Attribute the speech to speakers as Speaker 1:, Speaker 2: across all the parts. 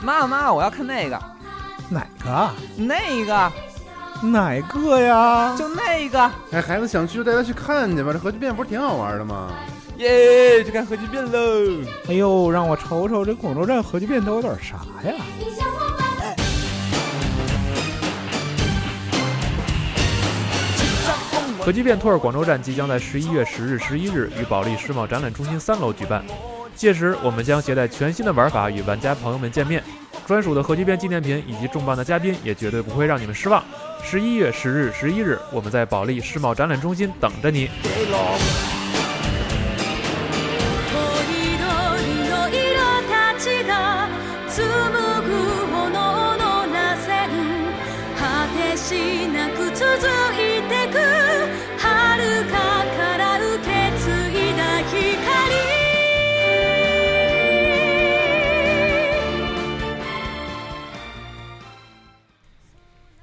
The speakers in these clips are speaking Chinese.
Speaker 1: 妈妈，我要看那个
Speaker 2: 哪个？
Speaker 1: 那个，
Speaker 2: 哪个呀？
Speaker 1: 就那个，
Speaker 3: 哎，孩子想去就带他去看去吧，这核聚变不是挺好玩的吗？
Speaker 1: 耶，去看核聚变喽！
Speaker 2: 哎呦，让我瞅瞅这广州站核聚变都有点啥呀？
Speaker 4: 核聚变 tour 广州站即将在十一月十日、十一日于保利世贸展览中心三楼举办，届时我们将携带全新的玩法与玩家朋友们见面，专属的核聚变纪念品以及重磅的嘉宾也绝对不会让你们失望。十一月十日、十一日，我们在保利世贸展览中心等着你。
Speaker 5: の色たちが紡ぐ炎の螺旋果てしなく続いてく遥かから受け継いだ光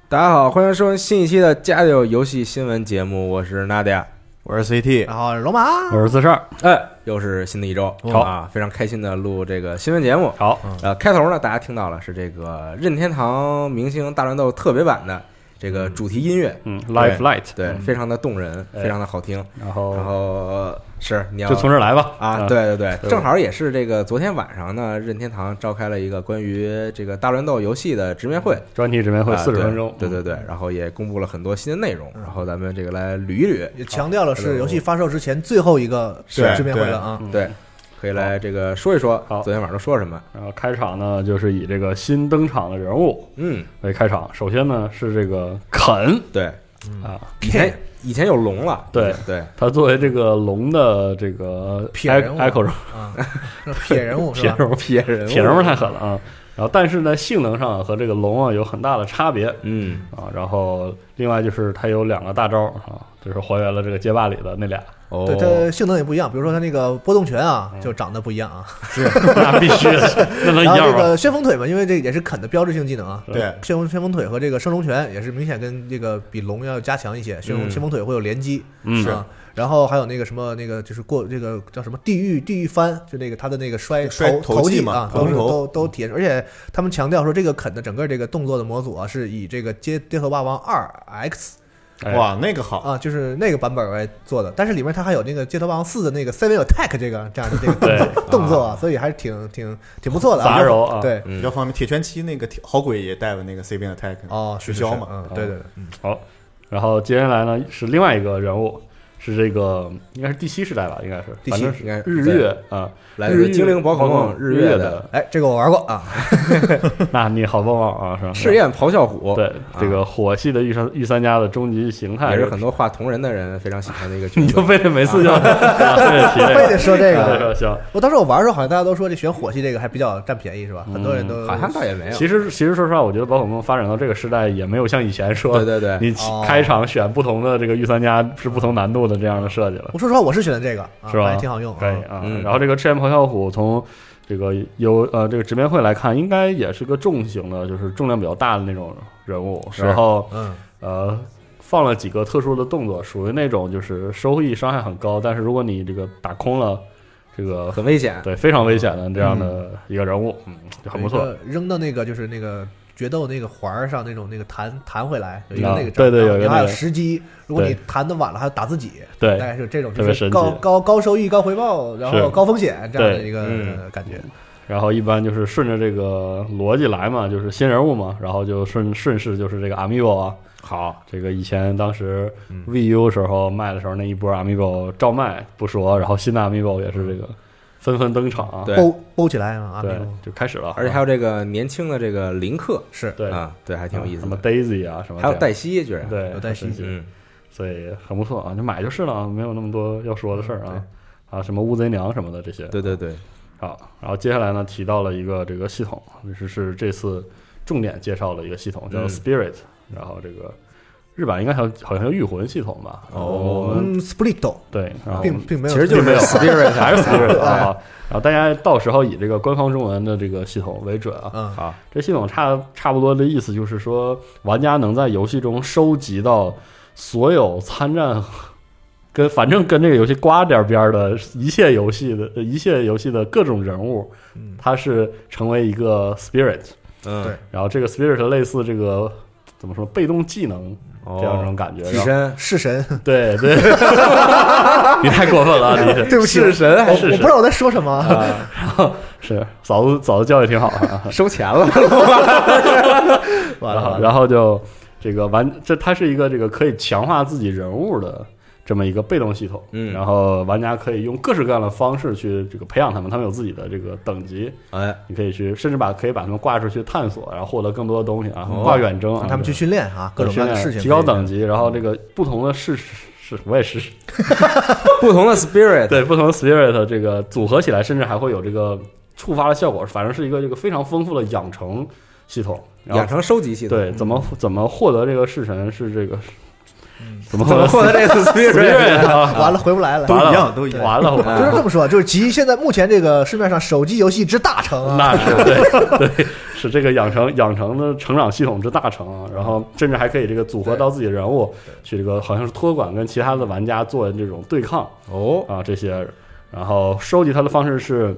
Speaker 6: 大家好，欢迎收听新一期的《家里有游戏新闻》节目，我是 Nadia。
Speaker 7: 我是
Speaker 8: 啊
Speaker 7: CT，
Speaker 2: 然后罗马，
Speaker 7: 我是四十二，
Speaker 6: 哎，又是新的一周，
Speaker 7: 好嗯
Speaker 6: 啊，非常开心的录这个新闻节目。
Speaker 7: 好，
Speaker 6: 呃，开头呢，大家听到了是这个任天堂明星大乱斗特别版的这个主题音乐，
Speaker 7: 嗯，Live
Speaker 6: 对
Speaker 7: Light，
Speaker 6: 对，非常的动人，
Speaker 7: 哎
Speaker 6: 非常的好听。
Speaker 7: 然
Speaker 6: 然
Speaker 7: 后
Speaker 6: 后呃是你要
Speaker 7: 就从这儿来吧，
Speaker 6: 啊，
Speaker 7: 嗯，
Speaker 6: 对对对，
Speaker 7: 对
Speaker 6: 正好也是这个昨天晚上呢，任天堂召开了一个关于这个大乱斗游戏的直面会，
Speaker 7: 专题直 面会
Speaker 6: 啊
Speaker 7: 四十
Speaker 6: 对
Speaker 7: 分钟，嗯
Speaker 6: 对对对，然后也公布了很多新的内容，然后咱们这个来捋一捋，
Speaker 2: 也强调了是游戏发售之前最后一个
Speaker 6: 对
Speaker 2: 直面会了啊。
Speaker 7: 嗯
Speaker 6: 对，可以来这个说一说
Speaker 7: 好
Speaker 6: 昨天晚上都说什么。
Speaker 7: 然后开场呢，就是以这个新登场的人物
Speaker 6: 嗯，
Speaker 7: 为开场，首先呢是这个肯
Speaker 6: 对，
Speaker 7: 啊，
Speaker 6: 以前以前有龙了，
Speaker 7: 对
Speaker 6: 对，
Speaker 7: 他作为这个龙的这个
Speaker 2: 撇人物
Speaker 7: echo 人
Speaker 2: 啊，撇 人物是
Speaker 7: 撇
Speaker 2: 吧？
Speaker 7: 人物，
Speaker 6: 铁人
Speaker 7: 撇人物太狠了啊。然后，但是呢，性能上和这个龙啊有很大的差别
Speaker 6: 嗯，
Speaker 7: 啊。然后，另外就是它有两个大招啊，就是还原了这个街霸里的那 俩，
Speaker 6: 哦，
Speaker 2: 对，它性能也不一样，比如说它那个波动拳啊，就长得不一样啊。
Speaker 7: 那必须的，嗯那能一
Speaker 2: 然后
Speaker 7: 样啊
Speaker 2: 这
Speaker 7: 吗？
Speaker 2: 个旋风腿嘛，因为这也是肯的标志性技能啊。
Speaker 7: 对
Speaker 2: 旋风旋风腿和这个升龙拳也是明显跟这个比龙要加强一些，旋风
Speaker 6: 嗯
Speaker 2: 旋风腿会有连击，
Speaker 7: 嗯
Speaker 2: 啊。然后还有那个什么，那个就是过这个叫什么地狱地狱翻，就那个他的那个摔
Speaker 8: 摔
Speaker 2: 头
Speaker 8: 头
Speaker 2: 头
Speaker 8: 技
Speaker 2: 技
Speaker 8: 嘛
Speaker 2: 啊，
Speaker 8: 头
Speaker 2: 都是
Speaker 8: 头
Speaker 2: 都都体验。而且他们强调说，这个肯的整个这个动作的模组啊，是以这个《街街头霸王二 X
Speaker 7: 哎
Speaker 8: 哇，那个》好，
Speaker 2: 啊，就是那个版本来做的。但是里面它还有那个《街头霸王四》的那个 Seven Attack 这个这样的这个动作动作啊，所以还是挺挺挺不错的啊。
Speaker 7: 杂糅啊，
Speaker 2: 对，
Speaker 8: 比较方便。铁拳七那个铁好鬼也带了那个 C 边 attack
Speaker 2: 哦，
Speaker 8: 取
Speaker 2: 是
Speaker 8: 消嘛，
Speaker 2: 是是嗯，对对对，
Speaker 7: 然后接下来呢是另外一个人物，是这个应该是第七世代吧，应该是，
Speaker 6: 第
Speaker 7: 反
Speaker 6: 七
Speaker 7: 正是
Speaker 6: 应该是
Speaker 7: 日月啊，
Speaker 6: 来自精灵宝可梦
Speaker 7: 日
Speaker 6: 月
Speaker 7: 的，
Speaker 2: 哎，这个我玩过啊，
Speaker 7: 那你好棒棒啊，是吧？
Speaker 6: 试验咆哮虎，
Speaker 7: 嗯对这个火系的御三御三家的终极形态
Speaker 6: 啊也是很。多画同人的人非常喜欢的一个角
Speaker 7: 你就
Speaker 6: 色。
Speaker 7: 非得每次 就啊非得提这
Speaker 2: 非
Speaker 7: 个啊
Speaker 2: 得说这
Speaker 7: 对
Speaker 2: 个。
Speaker 7: 对行，
Speaker 2: 我当时我玩的时候，好像大家都说这选火系这个还比较占便宜，是吧？
Speaker 7: 嗯
Speaker 2: 很多人都
Speaker 6: 好像倒也没有，
Speaker 7: 其实其实说实话，我觉得宝可梦发展到这个时代，也没有像以前说
Speaker 6: 对对对，
Speaker 7: 你
Speaker 2: 哦
Speaker 7: 开场选不同的这个御三家是不同难度的这样的设计了。
Speaker 2: 我说实话，我是选的这个，啊
Speaker 7: 是吧
Speaker 2: 还挺好用，
Speaker 7: 可以
Speaker 2: 啊
Speaker 7: 啊。
Speaker 6: 嗯
Speaker 7: 然后这个赤焰咆哮虎从这个有呃这个直面会来看，应该也是个重型的，就是重量比较大的那种人物。
Speaker 6: 是
Speaker 7: 然后
Speaker 2: 嗯，
Speaker 7: 呃放了几个特殊的动作，属于那种就是收益伤害很高，但是如果你这个打空了，这个
Speaker 6: 很危险。
Speaker 7: 对非常危险的这样的一个人物，嗯，就很不错。
Speaker 2: 有一个扔到那个就是那个决斗那个环儿上那种那个弹弹回来，有一个
Speaker 7: 啊
Speaker 2: 那个
Speaker 7: 对
Speaker 2: 招
Speaker 7: 对有一个
Speaker 2: 然后还有
Speaker 7: 那个
Speaker 2: 时机，如果
Speaker 7: 对
Speaker 2: 你弹的晚了，还要打自己，大
Speaker 7: 对，
Speaker 2: 概是这种，
Speaker 7: 特
Speaker 2: 就
Speaker 7: 别
Speaker 2: 是
Speaker 7: 神
Speaker 2: 高
Speaker 7: 奇
Speaker 2: 高高收益高回报，然后
Speaker 7: 是
Speaker 2: 高风险这样的
Speaker 7: 对
Speaker 2: 一个
Speaker 6: 嗯
Speaker 2: 呃感觉。
Speaker 7: 然后一般就是顺着这个逻辑来嘛，就是新人物嘛，然后就顺顺势就是这个 Amiibo 啊，
Speaker 6: 好，嗯
Speaker 7: 这个以前当时 VU 时候卖的时候那一波 Amiibo 照卖不说，然后新的 Amiibo 也是这个纷纷登场啊，
Speaker 6: 对
Speaker 2: 包包起来啊，
Speaker 7: 对
Speaker 2: 那种
Speaker 7: 就开始了，
Speaker 6: 而且还有这个年轻的这个林克
Speaker 2: 是
Speaker 7: 对
Speaker 6: 啊，对，还挺有意思
Speaker 7: 什么
Speaker 6: 的。
Speaker 7: Daisy 啊什么这
Speaker 6: 还
Speaker 7: 样，
Speaker 6: 有黛西，居然，
Speaker 7: 对
Speaker 2: 有带新
Speaker 7: 很神奇
Speaker 6: 嗯，
Speaker 7: 所以很不错啊，就买就是了啊，没有那么多要说的事儿啊。啊，什么乌贼娘什么的这些，
Speaker 6: 对对对，
Speaker 7: 好，啊然后接下来呢，提到了一个这个系统，就是是这次重点介绍了一个系统叫
Speaker 6: 嗯
Speaker 7: Spirit，、然后这个日版应该好像好像叫御魂系统吧？
Speaker 6: 哦
Speaker 7: 我们
Speaker 2: 嗯，Split
Speaker 7: 对，然后
Speaker 2: 并并没有，
Speaker 6: 其实就是
Speaker 7: 没有
Speaker 6: Spirit，
Speaker 7: 还是 Spirit 啊。然后大家到时候以这个官方中文的这个系统为准啊。
Speaker 2: 嗯，
Speaker 7: 这系统差差不多的意思就是说，玩家能在游戏中收集到所有参战跟反正跟这个游戏刮点边儿的一切游戏的呃一切游戏的各种人物，
Speaker 2: 嗯
Speaker 7: 它是成为一个 spirit，
Speaker 6: 嗯，
Speaker 2: 对
Speaker 7: 然后这个 Spirit 类似这个怎么说被动技能这样一
Speaker 6: 哦，
Speaker 7: 种感觉，
Speaker 6: 替
Speaker 7: 然后
Speaker 6: 身，
Speaker 2: 弑神，
Speaker 7: 对对，你太过分了啊，你是
Speaker 2: 对不起，
Speaker 6: 弑神
Speaker 2: 我
Speaker 6: 还
Speaker 2: 我
Speaker 7: 是
Speaker 2: 不知道我在说什么啊，
Speaker 7: 啊，然后是嫂子嫂子教育挺好啊，
Speaker 6: 收钱了，
Speaker 2: 完
Speaker 7: 然
Speaker 2: 了
Speaker 7: 后
Speaker 2: 完了，
Speaker 7: 然后就这个玩这它是一个这个可以强化自己人物的这么一个被动系统，
Speaker 6: 嗯
Speaker 7: 然后玩家可以用各式各样的方式去这个培养他们，他们有自己的这个等级，
Speaker 6: 哎，
Speaker 7: 你可以去甚至把可以把他们挂出去探索，然后获得更多的东西啊，
Speaker 6: 哦
Speaker 7: 挂远征啊，
Speaker 2: 让他们去训练啊，各种各
Speaker 7: 训
Speaker 2: 样的
Speaker 7: 练
Speaker 2: 事情，
Speaker 7: 提高等级，然后这个不同的事是我也是
Speaker 6: 不同的 spirit，
Speaker 7: 对不同的 spirit 这个组合起来，甚至还会有这个触发的效果，反正是一个这个非常丰富的养成系统，然后
Speaker 6: 养成收集系统，嗯
Speaker 7: 对，怎么怎么获得这个式神是这个，怎么
Speaker 6: 嗯怎么获得这个 spirit？
Speaker 7: spirit 啊？
Speaker 2: 完了回不来了
Speaker 8: 都。
Speaker 7: 完了
Speaker 8: 一样，都一样。
Speaker 7: 完了，我
Speaker 2: 就是这么说，就是集现在目前这个市面上手机游戏之大成啊，
Speaker 7: 那是对对，是这个养成养成的成长系统之大成啊，然后甚至还可以这个组合到自己人物去这个好像是托管跟其他的玩家做这种对抗
Speaker 6: 哦，
Speaker 7: 啊这些，然后收集它的方式是。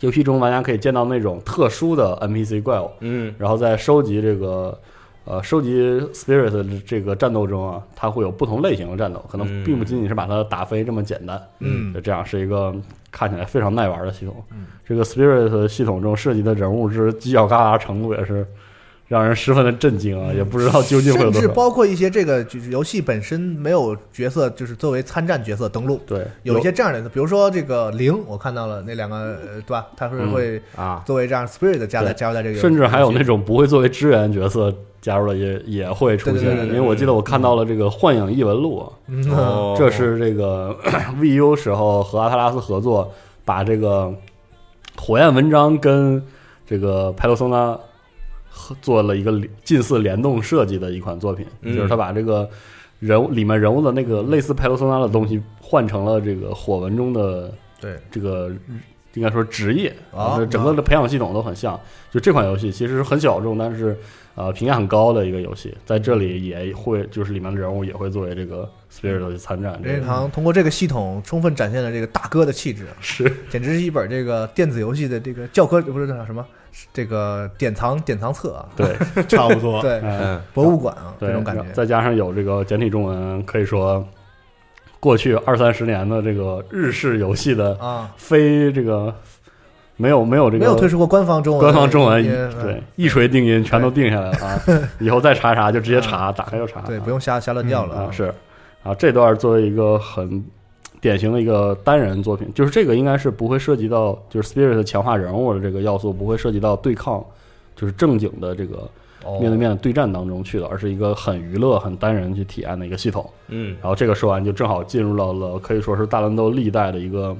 Speaker 7: 游戏中玩家可以见到那种特殊的 NPC 怪物，
Speaker 6: 嗯，
Speaker 7: 然后在收集这个呃收集 spirit 的这个战斗中啊，它会有不同类型的战斗，可能
Speaker 6: 嗯
Speaker 7: 并不仅仅是把它打飞这么简单。
Speaker 2: 嗯
Speaker 7: 就这样是一个看起来非常耐玩的系统。啊这个 spirit 系统中涉及的人物之犄角旮旯程度也是让人十分的震惊啊，也不知道究竟会有
Speaker 2: 嗯甚
Speaker 7: 多
Speaker 2: 至
Speaker 7: 少。
Speaker 2: 包括一些这个就是游戏本身没有角色，就是作为参战角色登录，
Speaker 7: 对，
Speaker 2: 有一些这样的，比如说这个零，我看到了那两个，呃对吧？他是
Speaker 7: 嗯
Speaker 2: 会
Speaker 6: 啊，
Speaker 2: 作为这样 spirit 加在
Speaker 7: 对
Speaker 2: 加入在这个游戏，
Speaker 7: 甚至还有那种不会作为支援角色加入的也也会出
Speaker 2: 对对对
Speaker 7: 现，
Speaker 2: 对
Speaker 7: 因
Speaker 2: 对
Speaker 7: 为我记得我看到了这个《幻影异闻录》啊，
Speaker 2: 嗯
Speaker 8: 哦
Speaker 7: 这是这个 VU 时候和阿特拉斯合作，把这个火焰文章跟这个派洛松纳合做了一个联近似联动设计的一款作品，
Speaker 6: 嗯
Speaker 7: 就是他把这个人物里面人物的那个类似派洛松纳的东西换成了这个火纹中的
Speaker 2: 对
Speaker 7: 这个应该说职业
Speaker 2: 啊
Speaker 7: 就是整个的培养系统都很像。就这款游戏其实是很小众，但是呃评价很高的一个游戏，在这里也会就是里面的人物也会作为这个 Spirit 去参战。
Speaker 2: 任
Speaker 7: 这
Speaker 2: 天
Speaker 7: 个
Speaker 2: 堂通过这个系统充分展现了这个大哥的气质，啊
Speaker 7: 是
Speaker 2: 简直是一本这个电子游戏的这个教科，不是叫什么这个典藏典藏册啊，
Speaker 7: 对，
Speaker 8: 差不多。
Speaker 2: 对，
Speaker 7: 嗯，
Speaker 6: 嗯，
Speaker 2: 博物馆啊，
Speaker 7: 对
Speaker 2: 这种感觉。
Speaker 7: 再加上有这个简体中文，可以说过去二三十年的这个日式游戏的
Speaker 2: 啊，
Speaker 7: 非这个没有没有这个
Speaker 2: 没有推出过官方中文，嗯
Speaker 7: 官方中文一
Speaker 2: 也
Speaker 7: 对一锤定音全都定下来了 啊！以后再查啥就直接查，打开就查。
Speaker 2: 嗯对，
Speaker 7: 啊
Speaker 2: 不用瞎瞎乱叫了
Speaker 7: 啊，是啊，这段作为一个很典型的一个单人作品，就是这个应该是不会涉及到就是 Spirit 强化人物的这个要素，不会涉及到对抗，就是正经的这个
Speaker 2: 哦
Speaker 7: 面对面的对战当中去的，而是一个很娱乐、很单人去体验的一个系统。
Speaker 6: 嗯，
Speaker 7: 然后这个说完，就正好进入到了可以说是大乱斗历代的一个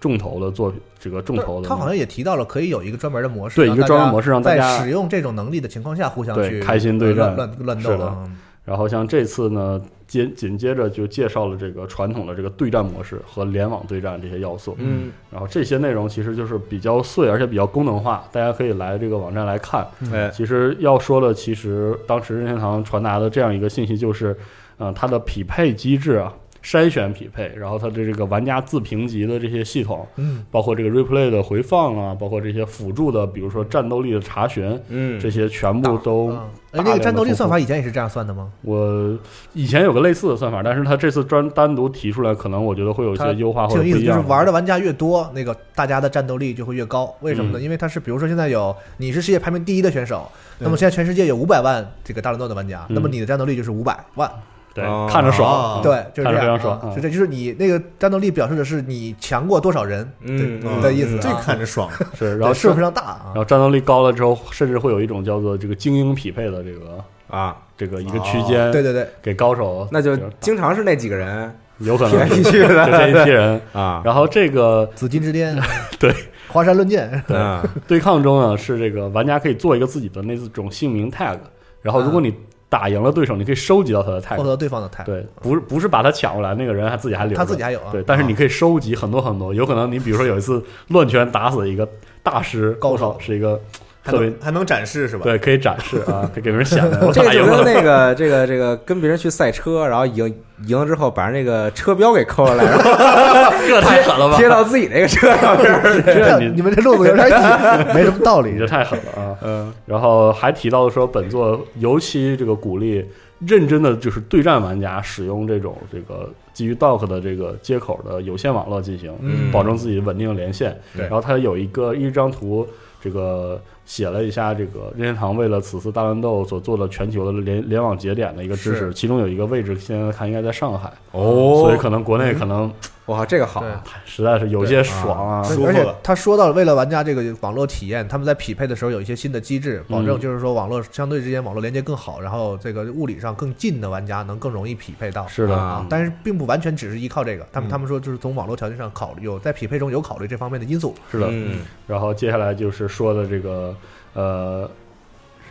Speaker 7: 重头的作品，这个重头的嗯
Speaker 2: 他好像也提到了，可以有一个专门的模式，
Speaker 7: 对
Speaker 2: 让
Speaker 7: 一个
Speaker 2: 大
Speaker 7: 专门
Speaker 2: 家
Speaker 7: 模式让大
Speaker 2: 在
Speaker 7: 家
Speaker 2: 使用这种能力的情况下互相
Speaker 7: 对
Speaker 2: 去
Speaker 7: 开心对战
Speaker 2: 乱乱乱
Speaker 7: 是
Speaker 2: 斗
Speaker 7: 的
Speaker 2: 了。嗯
Speaker 7: 然后像这次呢，紧紧接着就介绍了这个传统的这个对战模式和联网对战这些要素。
Speaker 6: 嗯，
Speaker 7: 然后这些内容其实就是比较碎，而且比较功能化，大家可以来这个网站来看。
Speaker 6: 哎，
Speaker 7: 其实要说的，其实当时任天堂传达的这样一个信息就是，嗯、它的匹配机制啊，筛选匹配，然后它的这个玩家自评级的这些系统，
Speaker 2: 嗯，
Speaker 7: 包括这个 replay 的回放啊，包括这些辅助的，比如说战斗力的查询，
Speaker 6: 嗯，
Speaker 7: 这些全部都
Speaker 2: 啊哎，
Speaker 7: 大
Speaker 2: 那
Speaker 7: 量
Speaker 2: 个
Speaker 7: 的
Speaker 2: 战斗力
Speaker 7: 丰富
Speaker 2: 算法以前也是这样算的吗？
Speaker 7: 我以前有个类似的算法，但是他这次专单独提出来，可能我觉得会有一些优啊化或
Speaker 2: 挺
Speaker 7: 者
Speaker 2: 有
Speaker 7: 不
Speaker 2: 意思，
Speaker 7: 一
Speaker 2: 就是
Speaker 7: 样。
Speaker 2: 玩的玩家越多，那个大家的战斗力就会越高。为什么
Speaker 7: 嗯
Speaker 2: 呢？因为它是，比如说现在有你是世界排名第一的选手，那么现在全世界有五百万这个大乱斗的玩家，
Speaker 7: 嗯
Speaker 2: 那么你的战斗力就是五百万，
Speaker 7: 对
Speaker 6: 哦，
Speaker 7: 看着爽，
Speaker 2: 啊
Speaker 7: 嗯
Speaker 2: 对，就是
Speaker 7: 看着
Speaker 2: 这
Speaker 7: 非
Speaker 2: 样
Speaker 7: 常爽
Speaker 2: 啊，
Speaker 7: 嗯
Speaker 2: 是这就是你那个战斗力表示的是你强过多少人
Speaker 6: 嗯
Speaker 2: 对的意思啊，
Speaker 8: 这个看着爽。
Speaker 7: 是，嗯然
Speaker 2: 然
Speaker 7: 后
Speaker 2: 后是
Speaker 7: 是
Speaker 2: 非，常大啊
Speaker 7: 然，后战斗力高了之后，甚至会有一种叫做这个精英匹配的这个
Speaker 6: 啊，
Speaker 7: 这个一个区间，
Speaker 2: 对对对，
Speaker 7: 给高手，
Speaker 6: 那就是经常是那几个人
Speaker 7: 有可
Speaker 6: 踢来
Speaker 7: 能
Speaker 6: 踢
Speaker 7: 就
Speaker 6: 去 的，
Speaker 7: 这一批人。
Speaker 6: 啊，
Speaker 7: 然后这个
Speaker 2: 紫金之巅，
Speaker 7: 对，
Speaker 2: 华山论剑，
Speaker 6: 对，
Speaker 7: 对抗中呢，是这个玩家可以做一个自己的那种姓名 tag，然后如果你打赢了对手，你可以收集到他的 tag，
Speaker 2: 获得对方的态，
Speaker 7: 对，不是不是把他抢过来，那个人还自己还留着，
Speaker 2: 嗯他自己还有啊，
Speaker 7: 对，但是你可以收集很多很多，有可能你比如说有一次乱拳打死一个大师，
Speaker 2: 高手
Speaker 7: 我操是一个
Speaker 2: 还
Speaker 7: 特别
Speaker 2: 能还能展示是吧？
Speaker 7: 对，可以展示啊，可以给别人显摆。我
Speaker 6: 这
Speaker 7: 打
Speaker 6: 个
Speaker 7: 赢
Speaker 6: 就跟
Speaker 7: 了，
Speaker 6: 那个这个这个跟别人去赛车，然后赢赢了之后把人这个车标给抠下来，然后
Speaker 7: 这太狠了吧！
Speaker 6: 贴到自己那个车上边儿。
Speaker 7: 这你
Speaker 2: 你们这路子有 点野，没什么道理
Speaker 7: 你。这太狠了啊！嗯，然后还提到说，本作尤其这个鼓励认真的就是对战玩家使用这种这个基于 dock 的这个接口的有线网络进行，
Speaker 6: 嗯
Speaker 7: 保证自己稳定连线。
Speaker 2: 对
Speaker 7: 然后它有一个一张图，这个写了一下这个任天堂为了此次大乱斗所做的全球的联联网节点的一个支持，其中有一个位置现在看应该在上海，所以
Speaker 6: 哦，
Speaker 7: 可能国内可能
Speaker 6: 我靠，这个好啊，
Speaker 7: 实在是有些爽啊。
Speaker 2: 而
Speaker 8: 舒服
Speaker 2: 而且
Speaker 8: 了
Speaker 2: 他说到了，为了玩家这个网络体验，他们在匹配的时候有一些新的机制，保
Speaker 7: 嗯
Speaker 2: 证就是说网络相对之间网络连接更好，然后这个物理上更近的玩家能更容易匹配到。
Speaker 7: 是的，嗯
Speaker 2: 啊，但是并不完全只是依靠这个，他们他们说就是从网络条件上考虑，有在匹配中有考虑这方面的因素。
Speaker 7: 是的，
Speaker 6: 嗯
Speaker 7: 然后接下来就是说的这个呃，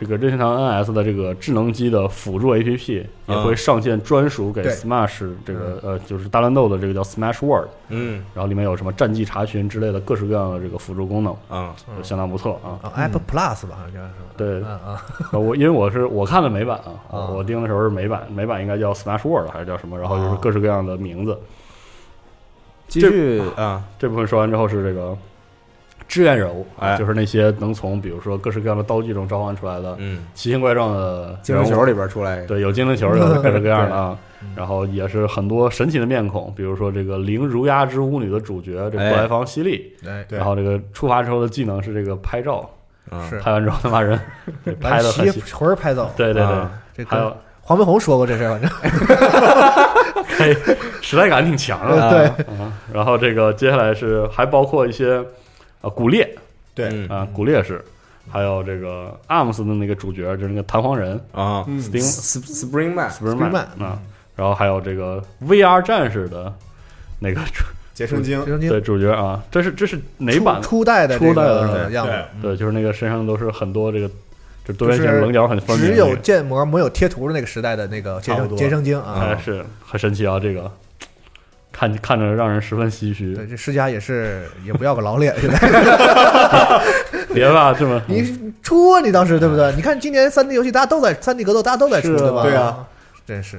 Speaker 7: 这个任天堂 NS 的这个智能机的辅助 APP 也会上线专属给
Speaker 2: 对
Speaker 7: Smash 这个呃就是大乱斗的这个叫 Smash World，
Speaker 6: 嗯
Speaker 7: 然后里面有什么战绩查询之类的各式各样的这个辅助功能，
Speaker 6: 啊，
Speaker 2: 嗯
Speaker 7: 就相当不错啊。
Speaker 2: 啊，App Plus 吧，好像是。
Speaker 7: 对呃
Speaker 2: 嗯，啊，
Speaker 7: 我因为我是我看的美版啊，
Speaker 2: 啊
Speaker 7: 我盯的时候是美版，美版应该叫 Smash World 还是叫什么？然后就是各式各样的名字。
Speaker 6: 继续啊，
Speaker 7: 这部分说完之后是这个志愿人物，
Speaker 6: 哎
Speaker 7: 就是那些能从比如说各式各样的道具中召唤出来的
Speaker 6: 嗯，
Speaker 7: 奇形怪状的
Speaker 6: 精灵
Speaker 7: 人物
Speaker 6: 球里边出来一个，
Speaker 7: 对，有精灵球，有各式各样的啊
Speaker 2: 对嗯。
Speaker 7: 然后也是很多神奇的面孔，比如说这个《灵如鸦之巫女》的主角这个
Speaker 6: 哎
Speaker 7: 布莱方犀利，
Speaker 2: 对，
Speaker 8: 对
Speaker 7: 然后这个触发之后的技能是这个拍照，
Speaker 6: 啊
Speaker 2: 是
Speaker 7: 拍完之后他把人给拍的
Speaker 2: 把
Speaker 7: 很
Speaker 2: 鞋
Speaker 7: 细，
Speaker 2: 魂儿拍走。
Speaker 7: 对对对
Speaker 6: 啊，
Speaker 2: 这
Speaker 7: 还有
Speaker 2: 个黄飞鸿说过这事儿，反正
Speaker 7: 嘿，时代感挺强的。
Speaker 2: 对
Speaker 7: 啊然后这个接下来是还包括一些啊骨裂
Speaker 6: 嗯
Speaker 2: 嗯
Speaker 8: 对，
Speaker 7: 啊骨裂式，还有这个 ARMS 的那个主角就是那个弹簧人
Speaker 6: 啊
Speaker 8: 嗯
Speaker 7: Steam
Speaker 6: ，Sp-，Spring Man，
Speaker 7: Superman
Speaker 2: 嗯
Speaker 7: 啊，然后还有这个 VR 战士的那个主
Speaker 8: 结成精
Speaker 2: 直，升机
Speaker 7: 对主角啊，这是这是哪版的？
Speaker 2: 初初代的这
Speaker 7: 初代的
Speaker 2: 个样子
Speaker 8: 对，
Speaker 7: 对，就是那个身上都是很多这个，就多元性
Speaker 2: 就是
Speaker 7: 棱角很分明
Speaker 2: 只
Speaker 7: 的那
Speaker 2: 有
Speaker 7: 个，
Speaker 2: 建模没有贴图的那个时代的那个结
Speaker 8: 差不
Speaker 2: 生
Speaker 8: 多
Speaker 2: 结生精啊。
Speaker 7: 哎，是很神奇啊！这个看看着让人十分唏嘘，
Speaker 2: 对，这世嘉也是也不要个老脸，现在
Speaker 7: 别吧，这么
Speaker 2: 你出啊，你当时对不对？你看今年三 D 游戏大家都在三 D 格斗，大家都在出，
Speaker 7: 是啊
Speaker 2: 对吧？
Speaker 8: 对啊，
Speaker 2: 真是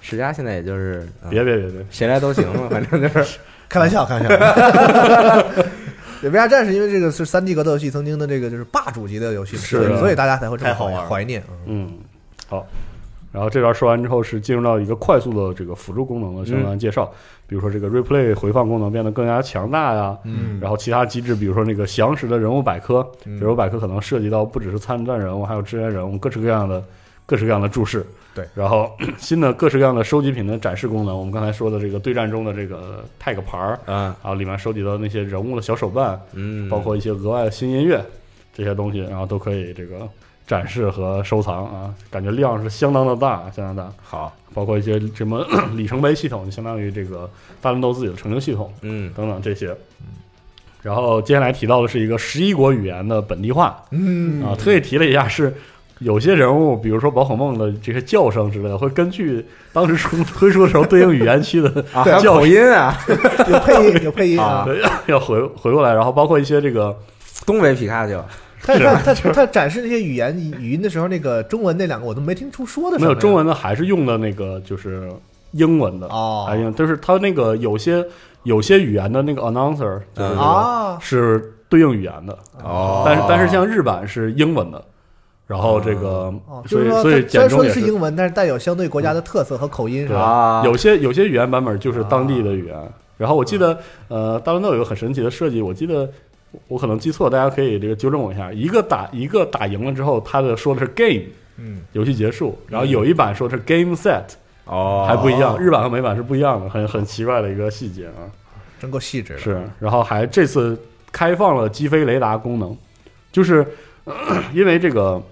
Speaker 6: 世嘉现在也就是啊
Speaker 7: 别别别别，
Speaker 6: 谁来都行 了，反正就是
Speaker 2: 开玩笑，开玩笑。对，VR 战士因为这个是三 D 格斗游戏曾经的这个就是霸主级的游戏，
Speaker 7: 是
Speaker 2: 所以
Speaker 7: 啊
Speaker 2: 所以大家才会这么
Speaker 8: 太好玩了
Speaker 2: 怀念。嗯
Speaker 7: 嗯，好。然后这边说完之后，是进入到一个快速的这个辅助功能的相
Speaker 2: 嗯
Speaker 7: 关介绍，比如说这个 replay 回放功能变得更加强大呀，
Speaker 8: 嗯
Speaker 7: 然后其他机制，比如说那个详实的人物百科，
Speaker 2: 嗯
Speaker 7: 人物百科可能涉及到不只是参战人物，还有支援人物，各式各样的各式各样的注释。
Speaker 2: 对，
Speaker 7: 然后 新的各式各样的收集品的展示功能，我们刚才说的这个对战中的这个 tag 牌儿，
Speaker 6: 啊，
Speaker 7: 然后里面收集到那些人物的小手办，
Speaker 6: 嗯，
Speaker 7: 包括一些额外的新音乐这些东西，然后都可以这个展示和收藏啊，感觉量是相当的大，相当大。
Speaker 6: 好，
Speaker 7: 包括一些什么 里程碑系统，相当于这个大乱斗自己的成就系统。
Speaker 6: 嗯
Speaker 7: 等等这些。然后接下来提到的是一个十一国语言的本地化
Speaker 2: 嗯，
Speaker 7: 啊，特意提了一下是。有些人物，比如说宝可梦的这些叫声之类的，会根据当时出推出的时候对应语言区的
Speaker 6: 啊，还有
Speaker 7: 叫
Speaker 6: 口
Speaker 7: 声
Speaker 6: 音啊，
Speaker 2: 嗯有配音，有配音啊。
Speaker 7: 对 要回回过来，然后包括一些这个
Speaker 6: 东北皮卡丘，
Speaker 2: 他
Speaker 7: 啊
Speaker 2: 他他他展示那些语言语音的时候，那个中文那两个我都没听出说的什
Speaker 7: 没有
Speaker 2: 么呀。
Speaker 7: 中文的，还是用的那个就是英文的，啊
Speaker 2: 哦
Speaker 7: 还用就是它那个有些有些语言的那个 announcer 就是这个
Speaker 2: 啊，
Speaker 7: 是对应语言的，
Speaker 6: 哦
Speaker 7: 但是但是像日版是英文的，然后这个
Speaker 2: 哦，就
Speaker 7: 所
Speaker 2: 是
Speaker 7: 以
Speaker 2: 说
Speaker 7: 所以
Speaker 2: 它虽
Speaker 7: 简
Speaker 2: 然说
Speaker 7: 中也嗯
Speaker 2: 的是英文，但是带有相对国家的特色和口音，是
Speaker 7: 对
Speaker 2: 吧？
Speaker 6: 啊
Speaker 7: 有些有些语言版本就是当地的语言。然后我记得呃，大乱斗有个很神奇的设计，我记得我我可能记错，大家可以这个纠正我一下。一个打一个打赢了之后，他的说的是 game。
Speaker 2: 嗯，
Speaker 7: 游戏结束，然后有一版说的是 game set，
Speaker 6: 哦，
Speaker 7: 还不一样，日版和美版是不一样的，很很奇怪的一个细节啊。
Speaker 2: 真够细致的。
Speaker 7: 是，然后还这次开放了击飞雷达功能，就是 咳咳因为这个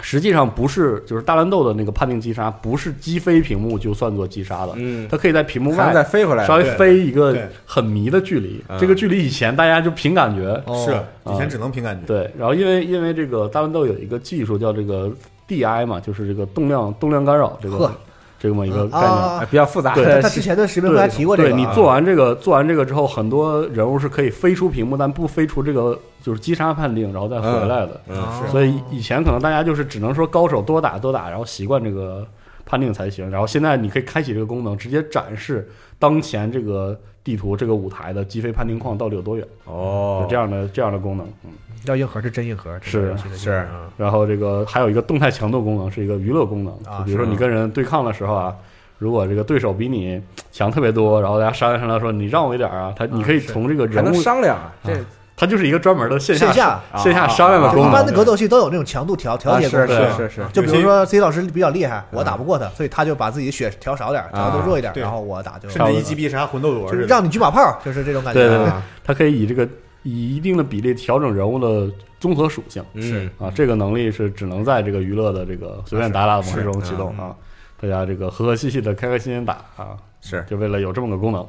Speaker 7: 实际上不是就是大乱斗的那个判定击杀，不是击飞屏幕就算作击杀的，
Speaker 6: 嗯，
Speaker 7: 它可以在屏幕
Speaker 6: 还能
Speaker 7: 外
Speaker 6: 再飞回来，
Speaker 7: 稍微
Speaker 8: 对
Speaker 7: 飞一个
Speaker 8: 对
Speaker 7: 很迷的距离
Speaker 6: 嗯，
Speaker 7: 这个距离以前大家就凭感觉，
Speaker 2: 哦
Speaker 8: 是以前只能凭感觉，
Speaker 7: 对，然后因为因为这个大乱斗有一个技术叫这个 DI 嘛，就是这个动量动量干扰这个
Speaker 2: 呵。
Speaker 7: 这么一个概念。
Speaker 2: 啊
Speaker 6: 哎，比较复杂。
Speaker 7: 对
Speaker 2: 他他之前的视频课还提过这个
Speaker 7: 对
Speaker 2: 啊，
Speaker 7: 你做完这个，做完这个之后，很多人物是可以飞出屏幕，但不飞出这个就是击杀判定，然后再回来的。
Speaker 6: 嗯，
Speaker 2: 是
Speaker 7: 所以以前可能大家就是只能说高手多打多打，然后习惯这个判定才行。然后现在你可以开启这个功能，直接展示当前这个地图这个舞台的击飞判定框到底有多远，
Speaker 6: 哦
Speaker 7: 有，这样的这样的功能。嗯，
Speaker 2: 要硬核是真硬核，这个游戏的
Speaker 6: 是
Speaker 2: 硬核啊
Speaker 7: 然后这个还有一个动态强度功能，是一个娱乐功能。
Speaker 2: 啊
Speaker 7: 就比如说
Speaker 6: 是
Speaker 7: 你跟人对抗的时候啊，如果这个对手比你强特别多，然后大家商量商量说你让我一点儿啊，他你可以
Speaker 2: 是
Speaker 7: 从这个
Speaker 6: 还
Speaker 7: 人
Speaker 6: 能
Speaker 7: 物，
Speaker 6: 商量啊，这
Speaker 7: 它就是一个专门的嗯线
Speaker 2: 线
Speaker 7: 下
Speaker 2: 下
Speaker 6: 啊
Speaker 7: 线下商量的
Speaker 2: 就
Speaker 7: 功
Speaker 2: 一般
Speaker 7: 能
Speaker 2: 的。格斗戏都有那种强度调调
Speaker 6: 啊
Speaker 2: 节功
Speaker 6: 是
Speaker 2: 能，
Speaker 6: 是是是，
Speaker 2: 就比
Speaker 8: 有
Speaker 2: 如
Speaker 8: 些
Speaker 2: 说 C 老师比较厉害，
Speaker 7: 嗯
Speaker 2: 我打不过他，所以他就把自己的血调少点，调
Speaker 7: 啊
Speaker 2: 的弱一点，
Speaker 8: 对
Speaker 2: 然后我打就
Speaker 8: 甚至一击必杀魂斗罗
Speaker 2: 就是
Speaker 8: 似的。
Speaker 2: 让你举马炮，就是这种感觉。
Speaker 7: 对对对
Speaker 6: 啊，
Speaker 7: 它可以以这个以一定的比例调整人物的综合属性
Speaker 6: 嗯，
Speaker 7: 啊，这个能力是只能在这个娱乐的这个随便打打模式中启动啊。大家这个和和气气的、开开心心打啊，
Speaker 6: 是
Speaker 7: 就为了有这么个功能。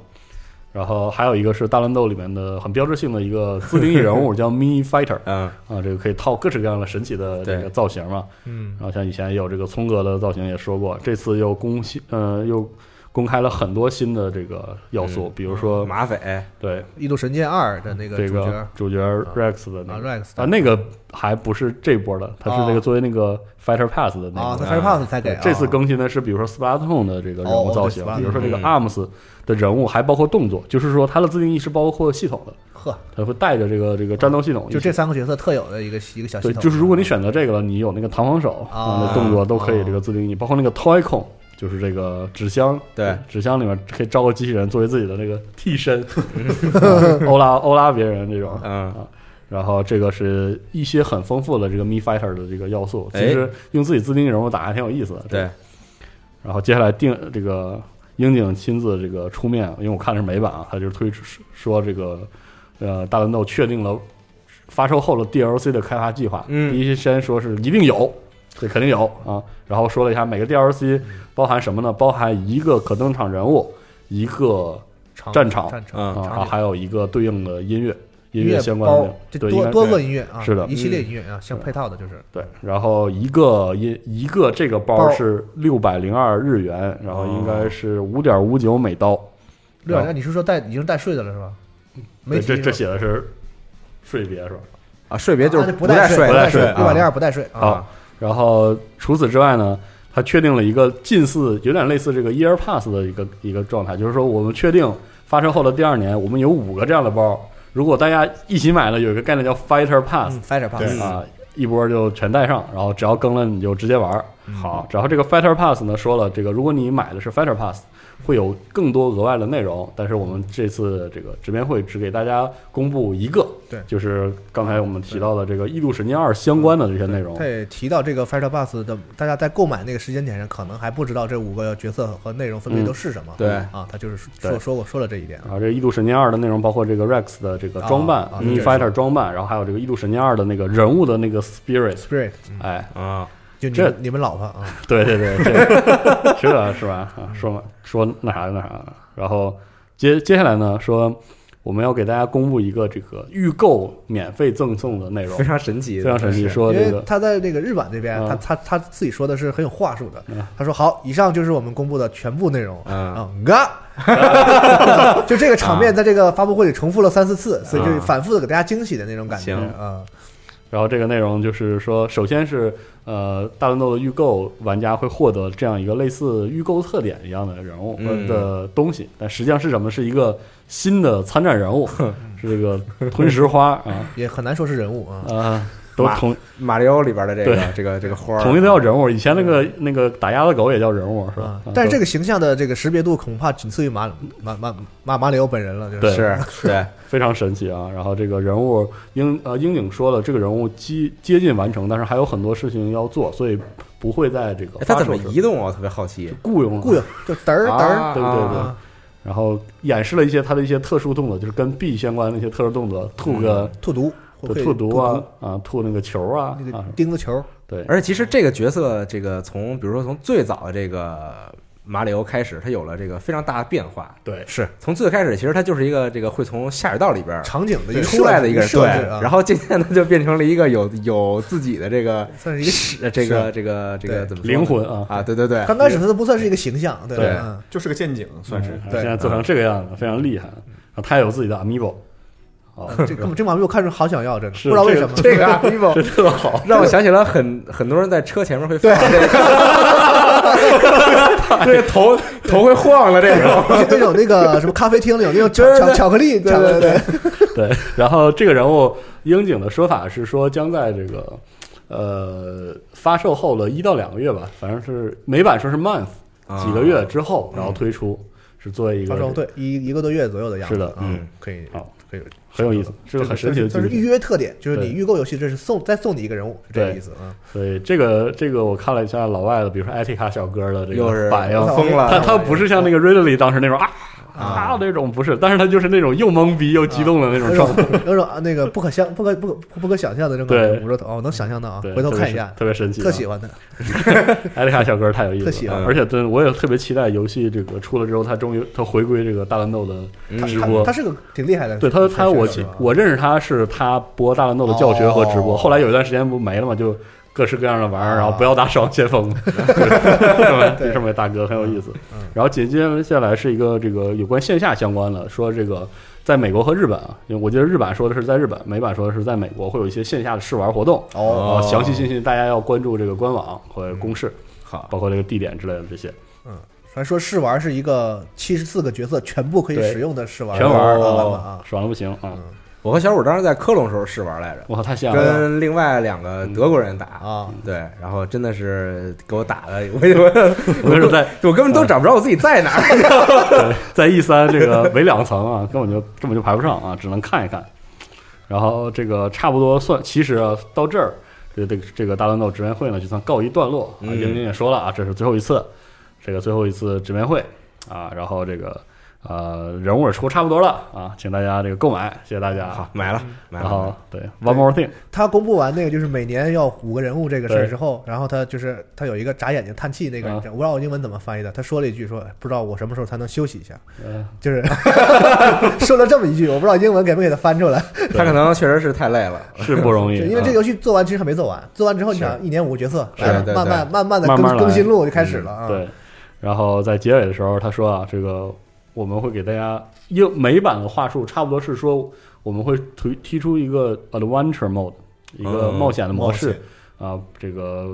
Speaker 7: 然后还有一个是大乱斗里面的很标志性的一个自定义人 物叫 Me Fighter
Speaker 6: 嗯，
Speaker 7: 啊，这个可以套各式各样的神奇的这个
Speaker 6: 对
Speaker 7: 造型嘛。
Speaker 2: 嗯，
Speaker 7: 然后像以前有这个聪哥的造型也说过，这次又公新呃又公开了很多新的这个要素，比如说
Speaker 6: 嗯马匪
Speaker 7: 对
Speaker 2: 《异度神剑二》的那个
Speaker 7: 这
Speaker 2: 主角
Speaker 7: 个主角 Rex 的
Speaker 2: 啊
Speaker 7: 那个
Speaker 2: ，Rex
Speaker 7: 啊那个还不是这波的，它是那
Speaker 2: 啊
Speaker 7: 个作为那个 Fighter Pass 的那
Speaker 2: 啊，
Speaker 7: 个
Speaker 2: 他 Fire Pass 才给
Speaker 7: 这次
Speaker 2: 啊
Speaker 7: 更新的是，比如说 Splatoon 的这个人物造型
Speaker 2: 哦对，Splatoon
Speaker 7: 比如说这个
Speaker 6: 嗯
Speaker 7: Arms 的人物，还包括动作，就是说它的自定义是包括系统的，
Speaker 2: 呵，
Speaker 7: 它会带着这个这个战斗系统一起。
Speaker 2: 就这三个角色特有的一个一个小系
Speaker 7: 对，
Speaker 2: 统。嗯
Speaker 7: 就是如果你选择这个了，你有那个弹簧手
Speaker 2: 啊
Speaker 7: 那动作都可以这个自定义，包括那个 Toycon。就是这个纸箱，
Speaker 6: 对，
Speaker 7: 纸箱里面可以招个机器人作为自己的那个替 身， 欧拉欧拉别人这种，
Speaker 6: 嗯
Speaker 7: 然后这个是一些很丰富的这个 Me Fighter 的这个要素，其
Speaker 6: 哎
Speaker 7: 实用自己自定义人物打还挺有意思的。
Speaker 6: 对，
Speaker 7: 然后接下来定这个樱井亲自这个出面，因为我看的是美版啊，他就推出说这个呃大乱斗确定了发售后的 DLC 的开发计划，
Speaker 6: 嗯
Speaker 7: 第一先说是一定有。这肯定有啊，然后说了一下每个 DLC 包含什么呢？包含一个可登场人物，一个
Speaker 2: 长
Speaker 7: 战场
Speaker 2: 战场
Speaker 6: 嗯
Speaker 7: 啊，然
Speaker 2: 场
Speaker 7: 后
Speaker 2: 景
Speaker 7: 还有一个对应的音乐，音
Speaker 2: 乐
Speaker 7: 相关的内容
Speaker 2: 包，这
Speaker 7: 对应
Speaker 2: 多
Speaker 7: 该
Speaker 2: 多
Speaker 7: 对
Speaker 2: 个音乐啊，
Speaker 7: 是的嗯
Speaker 2: 一系列音乐啊，像配套的就是
Speaker 7: 对，然后一个一一个这个包
Speaker 2: 包哦
Speaker 7: 是六百零二日元，然后应该是五点五九美刀。
Speaker 2: 六点，你是说带已经带税的了是吧？
Speaker 7: 嗯
Speaker 2: 没
Speaker 7: 对，这这
Speaker 2: 提是吧
Speaker 7: 写的是税别是吧？
Speaker 6: 啊，税别就
Speaker 2: 啊
Speaker 6: 是
Speaker 2: 这不
Speaker 6: 带
Speaker 2: 带
Speaker 6: 税
Speaker 2: 不
Speaker 7: 带
Speaker 2: 带
Speaker 7: 税
Speaker 2: 税，六百零
Speaker 7: 啊
Speaker 2: 二不带税
Speaker 7: 啊
Speaker 2: 啊。
Speaker 7: 然后除此之外呢，它确定了一个近似有点类似这个 Year Pass 的一个一个状态，就是说我们确定发售后的第二年，我们有五个这样的包，如果大家一起买了，有一个概念叫 Fighter Pass，、
Speaker 2: ，Fighter Pass
Speaker 8: 对
Speaker 7: 啊，一波就全带上，然后只要更了你就直接玩儿。
Speaker 2: 嗯
Speaker 7: 好，然后这个 Fighter Pass 呢说了，这个如果你买的是 Fighter Pass，会有更多额外的内容，但是我们这次这个直面会只给大家公布一个，
Speaker 2: 对
Speaker 7: 就是刚才我们提到的这个《异度神剑二》相关的这些内容
Speaker 2: 他。也提到这个 Fighter Pass 的，大家在购买那个时间点上，可能还不知道这五个角色和内容分别
Speaker 7: 嗯
Speaker 2: 都是什么。
Speaker 6: 对
Speaker 2: 啊，他就是
Speaker 7: 对嗯
Speaker 2: 说说过说了这一点
Speaker 7: 然后啊这个《异度神剑二》的内容包括这个 Rex 的这个装扮
Speaker 2: 啊啊
Speaker 7: m i
Speaker 2: 对
Speaker 7: Fighter 装扮，然后还有这个《异度神剑二》的那个人物的那个 Spirit，
Speaker 2: ，Spirit，
Speaker 7: 哎，
Speaker 6: 啊，
Speaker 2: 就你
Speaker 7: 这
Speaker 2: 你们老婆啊，
Speaker 7: 对对对，这这是吧？啊，说嘛说那啥那啥了，然后接接下来呢，说我们要给大家公布一个这个预购免费赠送的内容
Speaker 6: 非，常神奇，啊
Speaker 7: 非常神奇，
Speaker 6: 是
Speaker 7: 说
Speaker 2: 因
Speaker 7: 这
Speaker 2: 为
Speaker 7: 个
Speaker 2: 他在那个日版这边，他
Speaker 7: 啊
Speaker 2: 他他自己说的是很有话术的
Speaker 7: 嗯。
Speaker 2: 他说好，以上就是我们公布的全部内容
Speaker 6: 嗯
Speaker 7: 哦
Speaker 2: 啊，嘎，啊 就这个场面在这个发布会里重复了三四次，所以就
Speaker 6: 啊
Speaker 2: 反复的给大家惊喜的那种感觉
Speaker 6: 行
Speaker 2: 啊。
Speaker 7: 然后这个内容就是说，首先是呃大乱斗的预购，玩家会获得这样一个类似预购特点一样的人物呃
Speaker 6: 嗯
Speaker 7: 的东西，但实际上是什么呢？是一个新的参战人物，是这个吞食花啊
Speaker 2: 也很难说是人物啊，
Speaker 7: 啊，都
Speaker 6: 哇
Speaker 7: 同
Speaker 6: 马里奥里边的这个
Speaker 7: 对
Speaker 6: 这个这个花儿，
Speaker 7: 统一都叫人物，以前那个那个打鸭子狗也叫人物，是吧
Speaker 2: 啊？，但是这
Speaker 7: 个
Speaker 2: 个形象的这个识别度恐怕仅次于马马马马马里奥本人了，就是
Speaker 7: 对
Speaker 6: 是对，
Speaker 7: 非常神奇啊。然后这个人物英呃英影说了，这个人物接接近完成，但是还有很多事情要做，所以不会在这个
Speaker 6: 哎他怎么
Speaker 7: 发售时
Speaker 6: 移动啊？我特别好奇，
Speaker 7: 雇佣了
Speaker 2: 雇佣就嘚儿嘚儿，
Speaker 6: 啊
Speaker 7: 对对对
Speaker 2: 啊
Speaker 7: 然后演示了一些他的一些特殊动作，就是跟 B 相关的一些特殊动作，吐个
Speaker 2: 吐毒，会
Speaker 7: 吐毒啊啊，吐那个球啊
Speaker 2: 那个
Speaker 7: 啊，
Speaker 2: 钉子球，
Speaker 7: 对，
Speaker 6: 而且其实这个角色，这个从比如说从最早的这个马里奥开始，它有了这个非常大的变化。
Speaker 7: 对，
Speaker 2: 是
Speaker 6: 从最开始，其实它就是一个这个会从下水道里边儿
Speaker 2: 场景的一个
Speaker 6: 出来的一个
Speaker 2: 设置
Speaker 6: 对
Speaker 2: 啊，
Speaker 6: 然后渐渐的就变成了一个有有自己的这个
Speaker 2: 算是一个
Speaker 6: 是这个这个这个
Speaker 2: 对
Speaker 6: 怎么说呢
Speaker 7: 灵魂啊，
Speaker 2: 嗯
Speaker 6: 啊？对对对，
Speaker 2: 刚开始它都不算是一个形象，对吧
Speaker 7: 对
Speaker 2: 嗯
Speaker 8: 就是个陷阱，算是
Speaker 7: 嗯
Speaker 2: 对嗯
Speaker 7: 现在做成这个样子，非常厉害。然后他也有自己的 Amiibo，哦，
Speaker 2: 啊这根本这马我看着好想要，真的不
Speaker 7: 是
Speaker 2: 知道为什么。
Speaker 6: 这个啊
Speaker 2: 哦
Speaker 6: vivo
Speaker 7: 这特好，
Speaker 6: 让我想起了很很多人在车前面会放这个，这个头 头会晃了这 种。
Speaker 2: 就那种那个什么咖啡厅里有那种巧
Speaker 6: 对对
Speaker 2: 巧
Speaker 6: 对
Speaker 2: 巧克力，
Speaker 6: 对
Speaker 2: 巧克
Speaker 6: 对
Speaker 2: 力
Speaker 6: 对
Speaker 7: 对。然后这个人物樱井的说法是说，将在这个呃发售后的一到两个月吧，反正是美版说是 month
Speaker 6: 啊
Speaker 7: 几个月之后，然后推出，是作为一
Speaker 2: 发
Speaker 7: 个
Speaker 2: 售对一一个多月左右的样子。
Speaker 7: 是的
Speaker 2: 嗯
Speaker 6: 嗯，
Speaker 2: 可以
Speaker 7: 好，
Speaker 2: 可以，
Speaker 7: 很有意思，是个很神奇的机
Speaker 2: 它是预
Speaker 7: 制。
Speaker 2: 约特点，就是你
Speaker 7: 对
Speaker 2: 预购游戏，这是送再送你一个人物，是这个
Speaker 7: 对
Speaker 2: 意思啊。
Speaker 7: 所以这个这个我看了一下老外的，比如说艾提卡小哥的这
Speaker 6: 又
Speaker 7: 个
Speaker 6: 是
Speaker 7: 反应，
Speaker 6: 疯了
Speaker 7: 他他不是像那个 Ridley 当时那种啊啊那种不是，但是他就是那种又懵逼又激动的那种
Speaker 2: 有
Speaker 7: 状态。
Speaker 2: 种 有种啊那个不可相不可不可不可想象的这种感
Speaker 7: 对
Speaker 2: 觉，我说哦，能想象到啊，
Speaker 7: 对，
Speaker 2: 回头
Speaker 7: 特别
Speaker 2: 看一
Speaker 7: 神
Speaker 2: 下，
Speaker 7: 特别神奇啊，
Speaker 2: 特喜欢他。
Speaker 7: 艾丽卡小哥太有意思了，
Speaker 2: 特喜欢
Speaker 7: 而且真的我也特别期待游戏这个出了之后，他终于他回归这个大乱斗的直播
Speaker 2: 他。是个挺厉害的，
Speaker 7: 对他，他我
Speaker 2: 是吧
Speaker 7: 我认识他是他播大乱斗的教学和直播，
Speaker 2: 哦
Speaker 7: 后来有一段时间不没了嘛，就各式各样的玩儿，然后不要打双先锋，这上面大哥很有意思。然后紧接下来是一个这个有关线下相关的，说这个在美国和日本啊，因为我记得日版说的是在日本，美版说的是在美国会有一些线下的试玩活动，
Speaker 2: 哦
Speaker 7: 啊详细信息大家要关注这个官网和公示，
Speaker 6: 好，
Speaker 7: 包括这个地点之类的这些。
Speaker 2: 传说试玩是一个七十四个角色全部可以使用的试玩，
Speaker 7: 全玩儿
Speaker 2: 啊
Speaker 7: 哦
Speaker 2: 版本啊，
Speaker 7: 爽的不行啊！
Speaker 6: 我和小五当时在科隆时候试玩来着，
Speaker 7: 我靠，太香了！
Speaker 6: 跟另外两个德国人打。
Speaker 2: 啊，
Speaker 6: 对，然后真的是给我打的，我我
Speaker 7: 我跟你说，在
Speaker 6: 我根本都找不着我自己在哪儿。
Speaker 7: 在 E 三这个围两层啊，根本就根本就排不上啊，只能看一看。然后这个差不多算，其实啊，到这儿，这这个这个大乱斗直面会呢，就算告一段落啊。
Speaker 6: 嗯
Speaker 7: 英英也说了啊，这是最后一次，这个最后一次直面会啊。然后这个呃人物也出差不多了啊，请大家这个购买，谢谢大 家。
Speaker 6: 啊好，买了，买
Speaker 7: 然
Speaker 6: 了
Speaker 7: 后。对，One More Thing，
Speaker 2: 他公布完那个就是每年要五个人物这个事儿
Speaker 7: 对
Speaker 2: 之后，然后他就是他有一个眨眼睛叹气那个，
Speaker 7: 啊
Speaker 2: 我不知道我英文怎么翻译的，他说了一句说不知道我什么时候才能休息一下，
Speaker 7: 嗯，
Speaker 2: 就是 说了这么一句，我不知道英文给没给他 翻出来，
Speaker 6: 他可能确实是太累了，
Speaker 7: 是不容易
Speaker 2: 就，因为这
Speaker 7: 啊
Speaker 2: 个游戏做完其实还没做完，做完之后你
Speaker 7: 是
Speaker 2: 想一年五个角色，
Speaker 6: 是
Speaker 2: 来
Speaker 6: 对对
Speaker 2: 慢慢慢慢的
Speaker 7: 慢慢
Speaker 2: 更
Speaker 7: 来嗯
Speaker 2: 更新路就开始了啊，
Speaker 7: 对，然后在结尾的时候，他说啊，这个我们会给大家英美版的话术，差不多是说我们会推踢出一个 adventure mode，一个
Speaker 6: 嗯
Speaker 7: 冒险的模
Speaker 8: 冒
Speaker 7: 式
Speaker 8: 险
Speaker 7: 啊，这个